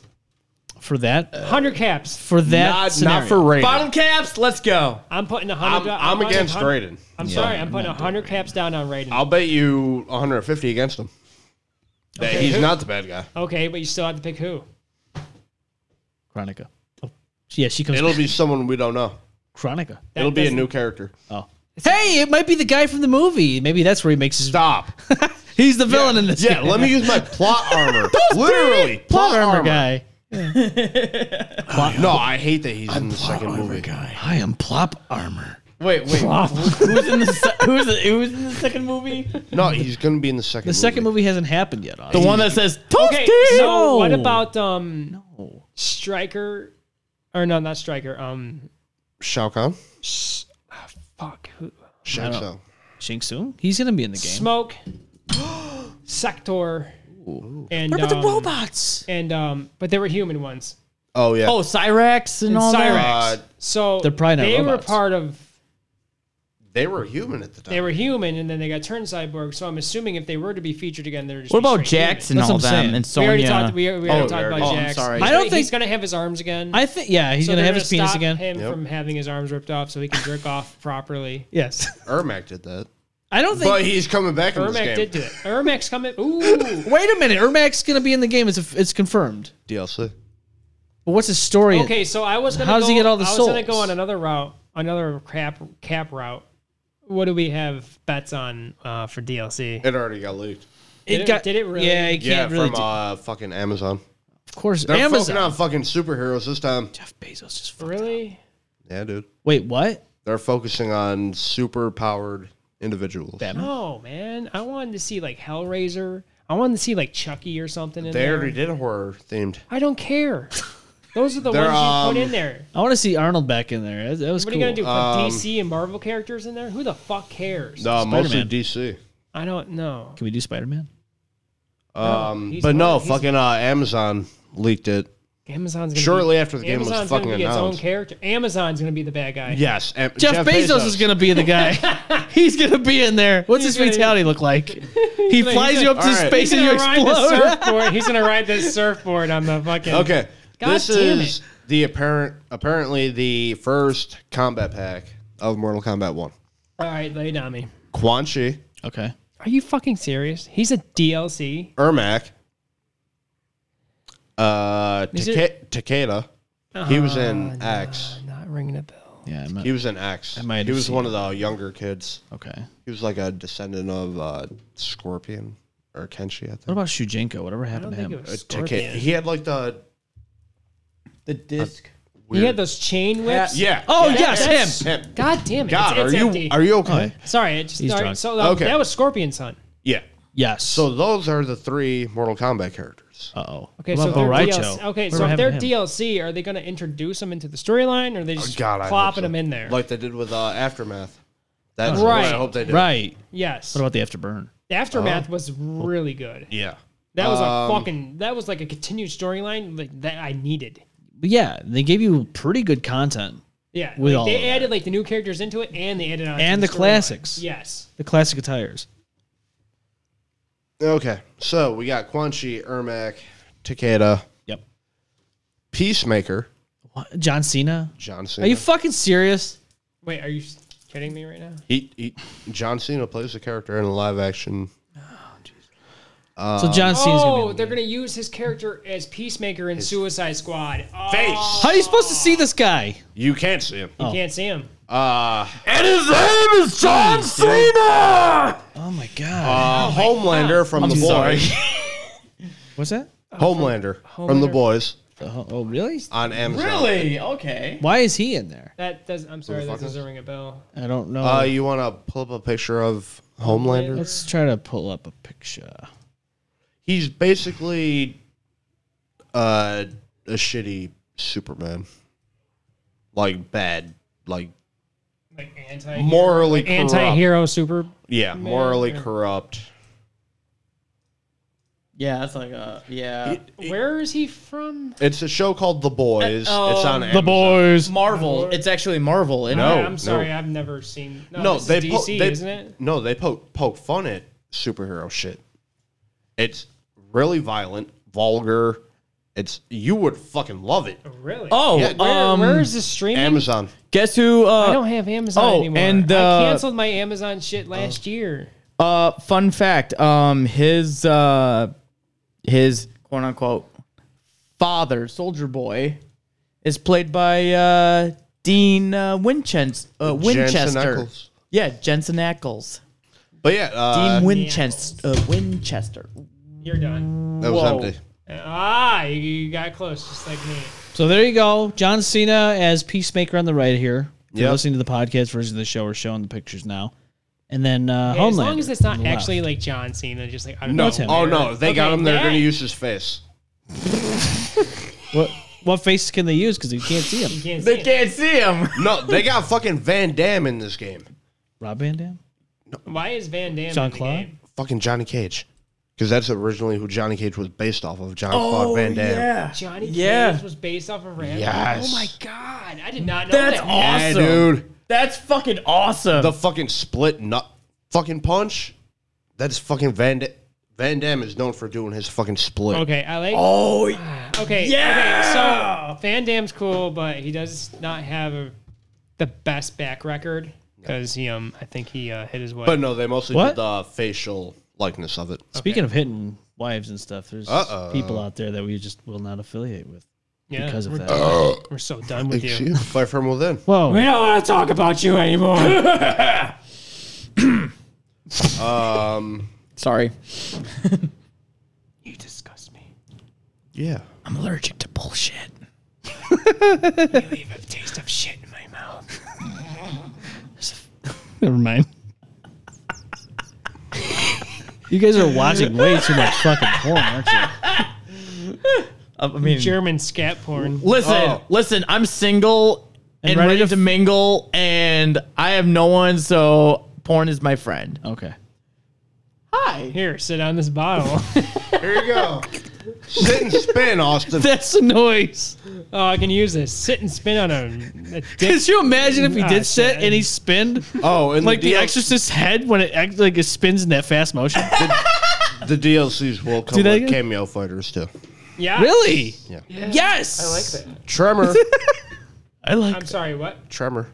B: For that uh,
C: Hundred caps.
B: for that
D: Not,
B: scenario.
D: not for Raiden.
E: bottom caps. Let's go.
C: I'm putting a
D: I'm,
C: hundred.
D: I'm
C: putting
D: against
C: 100
D: Raiden.
C: I'm sorry, I'm putting a hundred caps down on Raiden.
D: I'll bet you 150 against him. That he's not the bad guy.
C: okay, but you still have to pick who.
B: Chronica. Oh, yeah, she comes.
D: It'll be someone we don't know.
B: Chronica.
C: That
D: It'll be a
C: doesn't-
D: new character.
B: Oh. Hey, it might be the guy from the movie. Maybe that's where he makes his.
D: Stop.
B: He's the villain in this.
D: Yeah,
B: game.
D: let me use my plot armor. Literally,
B: plot armor, guy.
D: No, I hate that he's in the second movie.
B: I am plop armor.
E: Wait, wait. who's in the se- who's the, who's in the second movie?
D: No, he's going to be in the second.
B: The second movie hasn't happened yet.
E: The
B: Austin.
E: one that says toasty.
C: Okay, so what about um Striker? Or no, not Striker. Um,
D: Shao Kahn.
B: Ah,
C: fuck. Who?
D: Shang Tsung.
B: Shang Tsung? He's gonna be in the game.
C: Smoke. Sector. And
B: what about
C: um,
B: the robots?
C: And um, but they were human ones.
D: Oh yeah.
E: Oh, Cyrax and,
C: And
E: all
C: Cyrax.
E: that.
D: Uh,
C: So
B: They're probably not
C: they
B: robots.
C: were part of.
D: they were human at the time.
C: They were human, and then they got turned cyborg. So I'm assuming if they were to be featured again, they're just
E: What
C: be
E: about
C: straight
E: Jax and
B: That's
E: all
B: what I'm
E: them
B: saying.
E: and
C: humans.
E: Sonya?
C: We already talked. We, we already
E: Oh,
C: talked about
E: oh, I'm
C: Jax.
E: sorry.
C: He's
B: I don't
C: gonna- he's
B: think-
C: gonna have his arms again.
B: I think yeah, he's
C: So
B: gonna
C: they're
B: have his penis
C: stop
B: again.
C: Him
D: Yep.
C: from having his arms ripped off so he can jerk off properly.
B: Yes.
D: Ermac did that,
B: I don't think
D: but he's coming back in this
C: Ermac
D: game.
C: did do it. Ermac's coming. Ooh.
B: Wait a minute, Ermac's gonna be in the game. It's it's confirmed.
D: DLC.
B: But what's his story?
C: Okay, so I was gonna.
B: How does
C: go,
B: he get all the
C: I was gonna go
B: souls?
C: on another route, another cap cap route. What do we have bets on uh, for DLC?
D: It already got leaked.
C: Did it- did it really?
B: Yeah, you
D: Yeah,
B: can't really.
D: from
B: do-
D: uh, fucking Amazon.
B: of course,
D: They're
B: Amazon.
D: focusing on fucking superheroes this time.
B: Jeff Bezos just. fucked up.
C: Really?
D: Yeah, dude.
B: Wait, what?
D: They're focusing on super powered individuals.
B: Batman.
C: No, man. I wanted to see like Hellraiser. I wanted to see like Chucky or something in
D: They
C: there.
D: already did a horror themed.
C: I don't care. Those are the
D: They're,
C: ones you
D: um,
C: put in there.
B: I want to see Arnold back in there. That, that was
C: What
B: cool.
C: are you gonna do? Put
D: Um,
C: DC and Marvel characters in there? Who the fuck cares?
D: No, mostly
B: Spider-Man.
D: DC.
C: I don't know.
B: Can we do Spider Man?
D: Um,
C: he's
D: but no,
C: not- he's-
D: fucking uh, Amazon leaked it.
C: Amazon's gonna
D: Shortly
C: be,
D: after the game was
C: Amazon's
D: fucking
C: gonna be its own
D: announced.
C: character. Amazon's gonna be the bad guy.
D: Yes, Am-
B: Jeff, Bezos, is going to be the guy. he's going to be in there. What's
C: He's
B: his
C: gonna-
B: fatality look like? He flies
C: he's
B: you up to
D: All right.
B: space and
C: He's
B: you
C: gonna ride the
B: explode.
C: surfboard. He's gonna ride this surfboard on the fucking.
D: Okay,
C: God
D: this
C: damn
D: is the apparent, apparently the first combat pack of Mortal Kombat One.
C: All right, lay down me.
D: Quan Chi,
B: Okay.
C: Are you fucking serious? He's a DLC.
D: Ermac, uh,
C: These
D: Take- Takeda. He
C: Ah,
D: was in X.
C: Not ringing a bell.
B: Yeah. I'm not-
D: He was in X.
B: might
D: He
B: have
D: was
B: seen
D: one of the younger kids.
B: okay.
D: He was like a descendant of uh, Scorpion or Kenshi, I think.
B: What about Shujinko? Whatever happened
C: don't
B: to
C: think
B: him?
C: it
D: Uh,
C: was
D: Take-
C: Scorpion.
D: He had like the
E: The disc.
C: He had those chain whips.
D: yeah.
B: Oh,
D: yeah.
B: yes,
C: That's-
B: him.
D: Him.
C: God damn it!
D: God,
C: it's, it's
D: are you
C: empty.
D: are you okay?
C: Sorry, it just
B: He's
C: all right,
B: drunk.
C: so that,
D: Okay.
C: that was Scorpion's son.
D: Yeah.
B: Yes.
D: So those are the three Mortal Kombat characters.
B: uh oh.
C: Okay, so if they're DLC. Okay, so if they're
B: deal.
C: DLC, are they going to introduce them into the storyline, or are they
D: Oh,
C: just plopping them in there?
D: like they did with uh, Aftermath. That's
C: Right.
D: what I hope they do.
B: Right.
C: yes.
B: What about the afterburn?
C: the aftermath was really good.
D: Yeah.
C: That was
D: Um,
C: a fucking. That was like a continued storyline like, that I needed.
B: But yeah, they gave you pretty good content.
C: Yeah,
B: With
C: like,
B: all of
C: they
B: that.
C: added like the new characters into it, and they added on to
B: And the
C: storyline.
B: classics.
C: Yes,
B: The classic attires.
D: Okay. So we got Quan Chi, Ermac, Takeda,
B: Yep.
D: Peacemaker,
B: What? John Cena?
D: John
B: Are
D: Cena.
B: you fucking serious?
C: Wait, are you s- kidding me right now?
D: he, he, John Cena plays the character in a live action.
B: so John Cena's gonna be.
C: Oh,
B: in the
C: they're
B: movie.
C: gonna use his character as Peacemaker in Suicide Squad. Oh,
D: Face.
B: How are you supposed to see this guy?
D: You can't see him.
C: You
B: Oh.
C: can't see him.
D: Uh,
E: And his name is John Cena.
B: Oh my god.
D: uh, Homelander from the
E: sorry.
D: boys.
B: What's that?
D: Homelander from the
C: Homelander.
D: boys
B: Oh, oh, really?
D: on Amazon.
E: Really? Okay.
B: Why is he in there?
C: That does. I'm sorry,
D: fuck
C: that
D: is-
C: doesn't ring a bell.
B: I don't know.
D: Uh, you want to pull up a picture of Homelander?
B: Let's try to pull up a picture.
D: He's basically uh, a shitty Superman, like bad, like
C: Like anti
D: morally corrupt.
C: anti-hero super.
D: Yeah, morally
C: Yeah.
D: corrupt.
E: Yeah, that's like
C: uh,
E: a yeah.
C: Where is he from?
D: It's a show called The Boys.
E: Uh,
D: it's on
C: oh,
E: um,
D: Amazon.
B: boys.
E: Marvel. It's actually Marvel. Isn't
D: No.
E: it?
C: I- I'm sorry,
D: no.
C: I've never seen. No,
D: No,
C: this
D: they
C: is
D: po-
C: DC,
D: they-
C: isn't it?
D: No, they poke poke fun at superhero shit. It's really violent, vulgar. It's you would fucking love it.
C: Really?
E: Oh,
D: Yeah.
C: Where-
E: um,
C: where is this streaming?
D: Amazon.
E: guess who? Uh,
C: I don't have Amazon
E: oh,
C: anymore.
E: and,
C: I
E: uh,
C: canceled my Amazon shit last year.
E: Uh, fun fact. Um, his uh, his quote unquote father, Soldier Boy, is played by uh Dean uh, Winchens- uh,
D: Jensen
E: Winchester.
D: Ackles.
E: yeah, Jensen Ackles.
D: But yeah, uh,
E: Dean Winchester. Uh, Winchester.
C: You're done.
D: that was
E: Whoa.
D: empty.
C: Ah, you, you got close, just like me.
B: So there you go. John Cena as Peacemaker on the right here. If you're
D: Yep.
B: listening to the podcast version of the show, we're showing the pictures now. And then uh,
C: Yeah, as
B: Homelander
C: long as it's not
B: on the left.
C: actually like John Cena, just like I don't
D: No.
C: know.
B: him.
D: Oh no, if they got
C: Okay,
D: him. They're
C: that-
D: gonna use his face.
B: What what faces can they use? Because you can't see
C: You
B: them.
C: can't see
E: They
C: it.
E: can't see him.
D: No, they got fucking Van Damme in this game.
B: Rob Van Dam.
C: Why is Van Damme in the
B: Jean-Claude?
C: game?
D: Fucking Johnny Cage, because that's originally who Johnny Cage was based off of. John
C: Oh,
D: Claude Van Damme.
C: Johnny
E: Yeah.
C: Cage was based off of Rambo.
D: Yes.
C: Oh my god, I did not know
E: That's
C: that.
D: Yeah,
E: awesome.
D: dude.
E: That's fucking awesome.
D: The fucking split nut fucking punch. That's fucking Van Damme. Van Damme is known for doing his fucking split.
C: Okay, I like.
E: oh,
C: Okay,
E: Yeah!
C: Okay, so Van Damme's cool, but he does not have a, the best back record because he um I think he uh, hit his wife.
D: But no, they mostly
B: What?
D: did the facial likeness of it.
C: Oh,
B: Speaking of hitting wives and stuff, there's
D: Uh-oh.
B: people out there that we just will not affiliate with.
C: yeah,
B: because of
C: we're,
B: that.
C: done. we're so done with you.
D: Fight from within.
B: Whoa.
C: We don't want to talk about you anymore.
D: Um,
E: sorry.
C: you disgust me.
D: Yeah.
E: I'm allergic to bullshit.
C: You leave a taste of shit in my mouth.
B: Never mind. you guys are watching way too much fucking porn, aren't you?
E: I mean,
C: German scat porn.
E: listen,
D: Oh.
E: listen. I'm single and, ready, to, mingle, and I have no one, so porn is my friend.
B: Okay.
E: Hi.
C: Here, sit on this bottle.
D: Here you go. Sit and spin, Austin.
B: That's the noise.
C: oh, I can use this. Sit and spin on a, a dick.
B: Could you imagine if he
C: Ah,
B: did sit
C: shit.
B: and he spinned
D: Oh, and
B: like the,
D: DL
B: Exorcist's head when it act- like it spins in that fast motion?
D: The DLCs will come
B: Do they
D: with
B: again?
D: cameo fighters too.
C: Yeah.
B: really?
D: Yeah.
B: Yes.
C: I like that.
D: Tremor.
B: I like.
C: I'm sorry, what?
D: Tremor.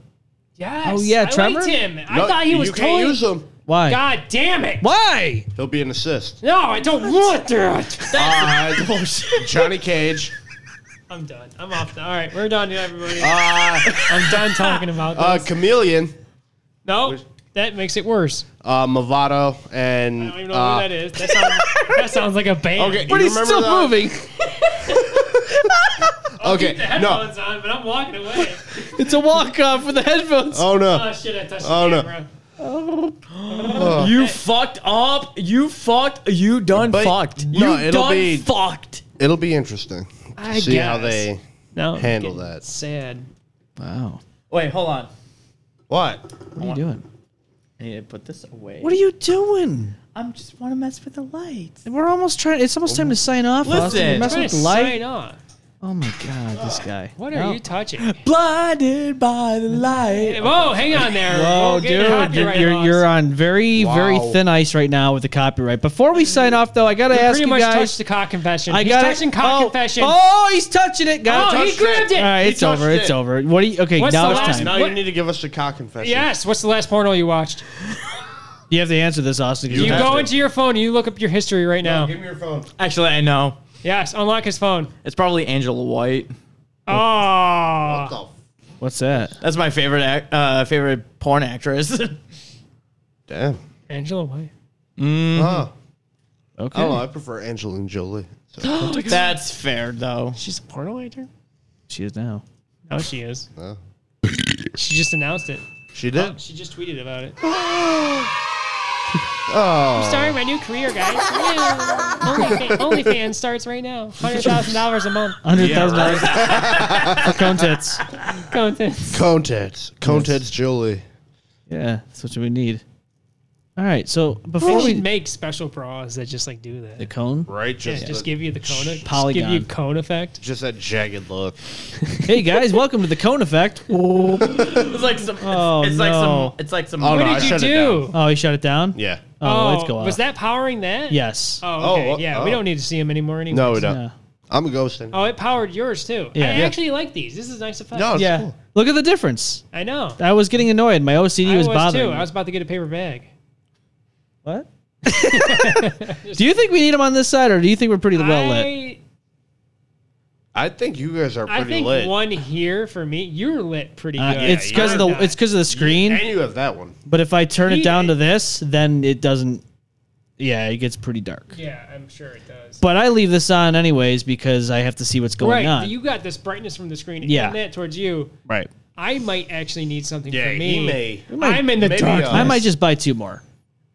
C: Yes.
B: Oh, yeah,
C: I
B: Trevor?
C: liked him. I
D: No,
C: thought he was
D: You can't
C: totally.
D: use them.
B: Why?
C: God damn it!
B: Why?
D: He'll be an assist.
C: No, I don't want that.
D: Uh, Johnny Cage.
C: I'm done. I'm off. The, all right, we're done, everybody.
D: Uh,
C: I'm done talking about
D: uh,
C: this.
D: Chameleon.
C: no, that makes it worse.
D: Uh, Movado.
C: I
D: And.
C: don't even know
D: uh,
C: who that is. That sounds, that sounds like a band.
D: Okay,
B: But
D: you
B: he's
D: remember
B: still
D: the-
B: moving.
C: The
D: Okay, no.
C: headphones on, but I'm walking away.
B: It's a walk off with the headphones.
D: Oh
C: Oh
D: no.
C: shit! I touched
D: Oh,
C: the
D: no.
C: camera.
E: You fucked up. You fucked. You done
D: But-
E: fucked.
D: no,
E: you
D: it'll
E: done
D: be-
E: fucked.
D: It'll be interesting.
C: I
D: See how
C: guess.
D: they.
C: No, I'm
D: Handle
C: getting
D: that.
C: Sad.
B: Wow.
E: Wait, hold on.
D: What?
B: What are you doing?
E: I need to put this away.
B: What are you doing?
E: I'm just want to mess with the lights.
B: We're almost trying. It's almost time to sign off. Austin.
E: Listen.
B: You're messing
C: Trying
B: with
C: to
B: the light.
C: sign off.
B: Oh my god, this guy.
C: What
B: No.
C: are you touching? Hey,
E: Blinded by the light.
C: Whoa, hang on there.
B: Oh,
C: We'll get
B: dude, you're,
C: copyright
B: you're,
C: laws.
B: you're on very, very
D: Wow.
B: thin ice right now with the copyright. Before we sign off, though, I gotta ask
C: pretty
B: you
C: much touched
B: guys.
C: the cock confession.
B: I
C: He's
B: got
C: touching cock
B: oh,
C: confession.
B: Oh, he's touching it, guys.
C: Oh, he
D: touched
C: grabbed
D: it.
C: it.
B: All right, it's
D: He touched
B: over. It's
D: it.
B: over. What do you? Okay,
C: What's
B: now
C: the
B: it's
C: last
B: time.
D: Now
C: What-
D: you need to give us the cock confession.
C: Yes. What's the last porno you watched?
B: You have to answer this, Austin. 'cause
D: You
C: You
B: don't
D: have
B: have
C: go
D: to.
C: into your phone. and You look up your history right now.
D: me your phone.
E: Actually, I know.
C: Yes. Unlock his phone.
E: It's probably Angela White.
C: Oh.
B: to. What's that?
E: That's my favorite act, uh, favorite porn actress.
D: Damn.
C: Angela White.
D: Oh.
B: Okay.
D: I don't know. Oh, I prefer Angelina Jolie. So,
E: That's fair though.
C: She's a porno actor.
B: She is now.
C: No, she is.
D: no.
C: She just announced it.
D: Oh, She did.
C: She just tweeted about it. oh. I'm starting my new career, guys. Yeah. OnlyFans OnlyFans starts right now. Hundred thousand dollars a month.
B: Hundred thousand dollars for cone tits.
C: Going to-
D: Cone tits. Cone tits Jolie.
B: Yeah, that's what we need. All right, so before
C: We
B: we
C: should make special bras that just like do that.
B: the cone.
D: Right? Just,
C: Yeah, just give you the cone. just
B: Polygon.
C: Give you cone effect.
D: just that jagged look.
B: Hey guys, welcome to the cone effect. Oh,
E: It's like some. It's,
B: Oh,
E: it's like some.
B: no.
E: It's like some.
D: Oh,
C: What
D: no, I
C: did you
D: shut it
C: do? Oh,
B: he shut it down.
D: Yeah.
B: Oh,
C: Uh,
B: the lights go off.
C: was that powering that?
B: Yes.
C: Oh, okay.
D: Oh, uh,
C: yeah. We
D: oh.
C: don't need to see him anymore anyway.
D: No, we don't.
B: Yeah.
D: I'm a ghost. In.
C: Oh, it powered yours too. I
B: Yeah. Yeah.
C: actually like these. This is nice effect.
D: no, it's
B: Yeah.
D: cool.
B: Look at the difference.
C: I know.
B: I was getting annoyed. My OCD
C: I
B: was,
C: was
B: bothering.
C: too.
B: me.
C: I was about to get a paper bag.
B: What? do you think we need him on this side, or do you think we're pretty well lit?
C: I,
D: I think you guys are
C: I
D: pretty
C: think
D: lit.
C: one here for me. You're lit pretty
B: Uh,
C: good.
B: it's because of the
C: I'm not.
B: it's because of the screen.
D: and you have that one.
B: but if I turn it
C: He-
B: down to this, then it doesn't. Yeah, it gets pretty dark.
C: yeah, I'm sure it does.
B: But I leave this on anyways because I have to see what's going
C: right,
B: on.
C: you got this brightness from the screen
B: Yeah.
C: and that towards you.
B: right.
C: I might actually need something
D: Yeah,
C: for
D: he
C: me.
D: may.
C: I'm in the
D: Maybe,
C: dark.
D: uh,
B: I might just buy two more.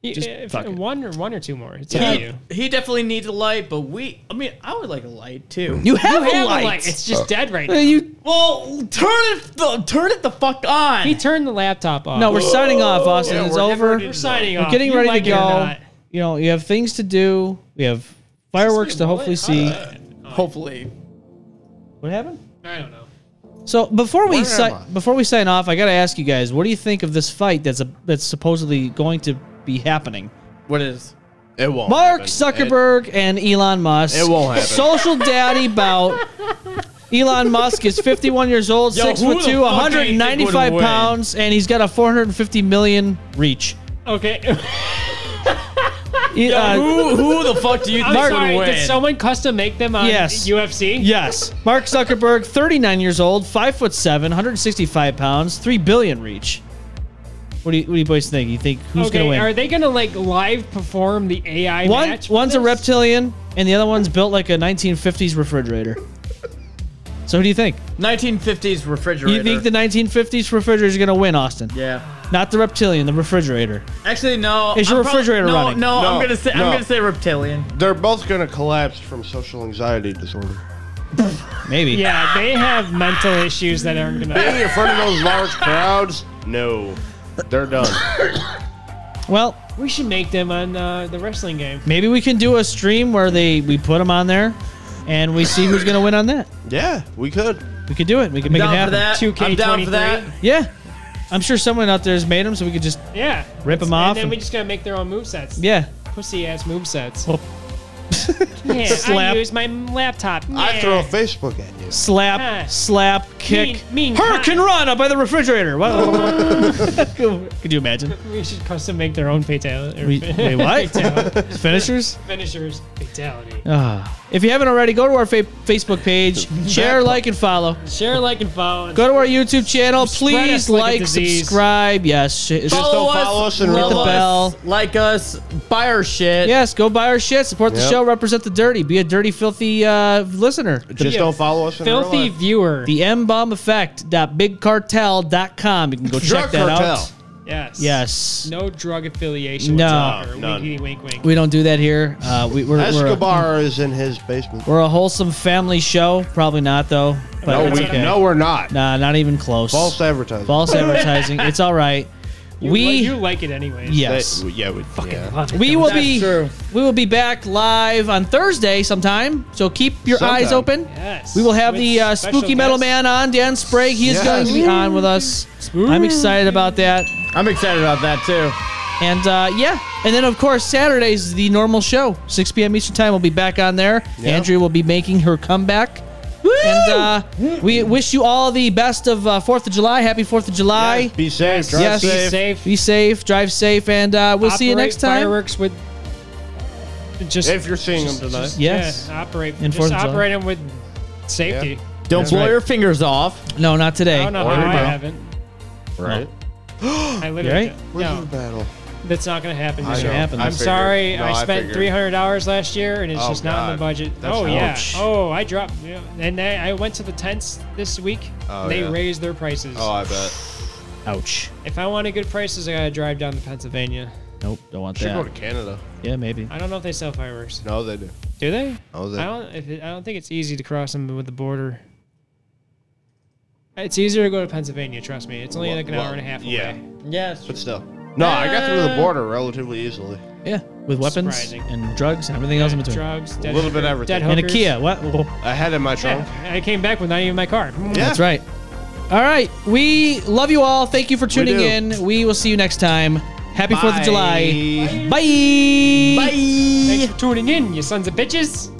C: just
B: fuck it.
C: one or one or two more. It's
E: He-
C: up to you.
E: He definitely needs a light, but we. I mean, I would like a light too.
B: You have,
C: You
B: a
C: have a
B: light.
C: light. It's just dead right now.
B: Uh, you-
E: well, turn it, the, turn it the fuck on.
C: he turned the laptop off.
B: no, we're signing off, Austin. it's
D: we're getting
B: over.
D: ready
C: We're signing
B: We're
C: off.
B: getting
C: You
B: ready
C: like
B: to
C: it or
B: go.
C: not.
B: You know, you have things to do. We have fireworks to
C: Wait,
B: hopefully
C: what?
B: see.
C: Uh,
E: Hopefully,
B: What happened?
C: I don't know.
B: So before we
D: Where
B: si-
D: am I?
B: before we sign off, I gotta ask you guys, what do you think of this fight that's a, that's supposedly going to be happening?
E: what is?
D: It won't.
B: Mark
D: happen.
B: Zuckerberg and Elon Musk.
D: It won't happen.
B: Social daddy bout. Elon Musk is 51 years old,
E: Yo,
B: six
E: who
B: foot
E: the
B: two,
E: fuck do you think would
B: 195
E: win?
B: pounds, and he's got a 450 million reach.
C: Okay.
B: E- uh,
E: Who, who the fuck do you
C: I'm
E: think
C: sorry.
E: would win?
C: Did someone custom make them on
B: Yes.
C: UFC?
B: Yes. Mark Zuckerberg, 39 years old, 5 foot 7, 165 pounds, 3 billion reach. What do you, what do you boys think? You think who's
C: okay.
B: going to
C: Are
B: win?
C: they gonna like live perform the AI
B: One,
C: match? for
B: one's a
C: this?
B: reptilian, and the other one's built like a 1950s refrigerator. So who do you think?
E: 1950s refrigerator.
B: You think the 1950s refrigerator is going to win, Austin?
E: yeah.
B: Not the reptilian, the refrigerator.
E: Actually, no.
B: Is your
E: I'm probably-
B: refrigerator
E: no,
B: running?
E: No,
D: No,
E: I'm gonna say
D: no.
E: I'm gonna say reptilian.
D: They're both gonna collapse from social anxiety disorder.
B: Maybe.
C: Yeah, they have mental issues that aren't gonna.
D: Being in front of those large crowds, no, they're done.
B: Well,
C: We should make them on uh, the wrestling game.
B: maybe we can do a stream where they we put them on there, and we see who's going to win on that.
D: Yeah, we could.
B: We could do it. We could make it
E: down for
B: happen.
E: that.
C: 2K23.
E: I'm down for that.
B: Yeah. I'm sure someone out there has made them, so we could just
C: Yeah.
B: Rip 'em off
C: And then
B: and-
C: we just gotta make their own movesets.
B: yeah.
C: Pussy ass movesets.
B: Well-
C: yeah,
B: Slap.
C: I use my laptop.
D: I
C: Yeah.
D: throw a Facebook at you.
B: slap,
C: Huh.
B: slap, kick.
C: mean
B: Hurricane
C: cock.
B: run up by the refrigerator. Wow. Could you imagine?
C: We should custom make their own fatality.
B: We, wait, what? Finishers?
C: Finishers fatality.
B: Ah. if you haven't already, go to our fa- Facebook page, share, like, and follow.
C: Share, like, and follow.
B: Go to our YouTube channel.
C: Spread
B: Please
C: us like a
B: like,
C: disease.
B: subscribe. Yes. sh- sh-
D: Just don't follow us and
E: love
B: ring the
E: us,
B: bell.
E: like us, buy our shit.
B: Yes, go buy our shit. Support the
D: Yep.
B: show. Represent the dirty. Be a dirty, filthy uh, listener.
D: Just don't follow us. In
C: Filthy
D: real life.
C: viewer.
B: The mbomeffect.bigcartel.com. You can go
D: drug
B: check that out.
D: cartel.
C: yes.
B: Yes.
C: No drug affiliation
B: No.
C: whatsoever.
D: None.
C: Winkety wink wink.
B: We don't do that here. Uh, we, we're, we're, a,
D: Escobar is in his basement.
B: we're a wholesome family show. Probably not, though. But
D: No,
B: it's
D: we,
B: okay.
D: no, we're not.
B: Nah, not even close.
D: False advertising.
B: False advertising. it's all right.
C: You
B: we.
C: li- you like it anyways.
B: yes.
D: That- yeah, we fucking
B: we will be
E: true.
B: we will be back live on Thursday sometime. So keep your eyes
D: Sometime.
B: open.
C: Yes.
B: We will have
C: With
B: the uh,
C: special
B: spooky metal
C: guest.
B: man on, Dan Sprague. He is
D: Yes.
B: going to be on with us. I'm excited about that.
E: I'm excited about that too.
B: And uh, yeah, and then of course Saturday's the normal show, 6 p.m. Eastern time. We'll be back on there. Andrea will be making her comeback. And uh, we wish you all the best of uh, Fourth of July. Happy Fourth of July.
D: Be safe. Drive
B: Yes.
C: Be
D: safe.
C: safe.
B: Be safe. Drive safe, and uh, we'll see you
C: Operate
B: next time.
C: Fireworks with just
D: If you're seeing them tonight.
B: Yes.
C: yeah, operate.
B: And Fourth
C: just
B: of July.
C: operate them with safety.
E: Don't blow
D: right.
E: your fingers off.
B: No, not
C: I
B: today.
C: don't know
D: Or
C: how I
D: tomorrow.
C: haven't.
D: Right.
C: I literally
B: right?
C: don't-
D: We're
C: no.
D: in the battle.
C: That's not going to happen
D: I
C: this
D: know.
C: year.
B: happen.
D: I
B: I'm
C: I'm
D: figured.
C: sorry.
D: No,
C: I spent
D: figured.
C: three hundred dollars last year, and it's
D: Oh,
C: just not in the
D: God.
C: budget.
D: That's
C: oh
D: not-
C: yeah.
D: Ouch.
C: Oh, I dropped. Yeah. And I, I went to the tents this week.
D: Oh,
C: they
D: yeah.
C: raised their prices.
D: Oh, I bet.
B: Ouch.
C: If I wanted good prices, I got to drive down to Pennsylvania.
B: Nope, don't want
D: Should go to
B: that.
D: Canada.
B: Yeah, maybe.
C: I don't know if they sell fireworks.
D: No, they do.
C: Do they?
D: No, they.
C: I don't. If it, I don't think it's easy to cross them with the border. It's easier to go to Pennsylvania. Trust me. It's only
D: Well,
C: like an
D: well,
C: hour and a half away.
D: yeah.
E: Yes.
D: But still. No, I got through the border relatively easily.
B: Yeah, with weapons
C: Surprising.
B: and drugs and everything else in between.
C: Drugs, dead
D: little bit
C: hooker-
D: everything.
C: dead
B: and a
C: hookers.
B: Kia. What? Well,
D: I had it in my trunk.
C: Yeah, I came back with not even my car.
D: Yeah.
B: That's right. All right. We love you all. Thank you for tuning
D: do.
B: in. We will see you next time. Happy 4th of July.
D: Bye.
B: Bye.
E: Bye.
C: Thanks for tuning in, you sons of bitches.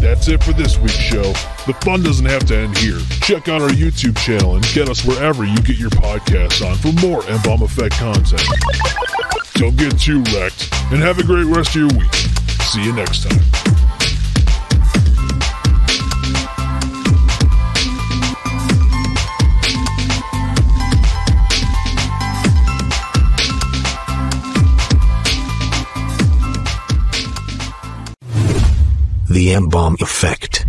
G: That's it for this week's show. The fun doesn't have to end here. Check out our YouTube channel and get us wherever you get your podcasts on for more M Bomb Effect content. Don't get too wrecked and have a great rest of your week. See you next time.
A: The M Bomb Effect.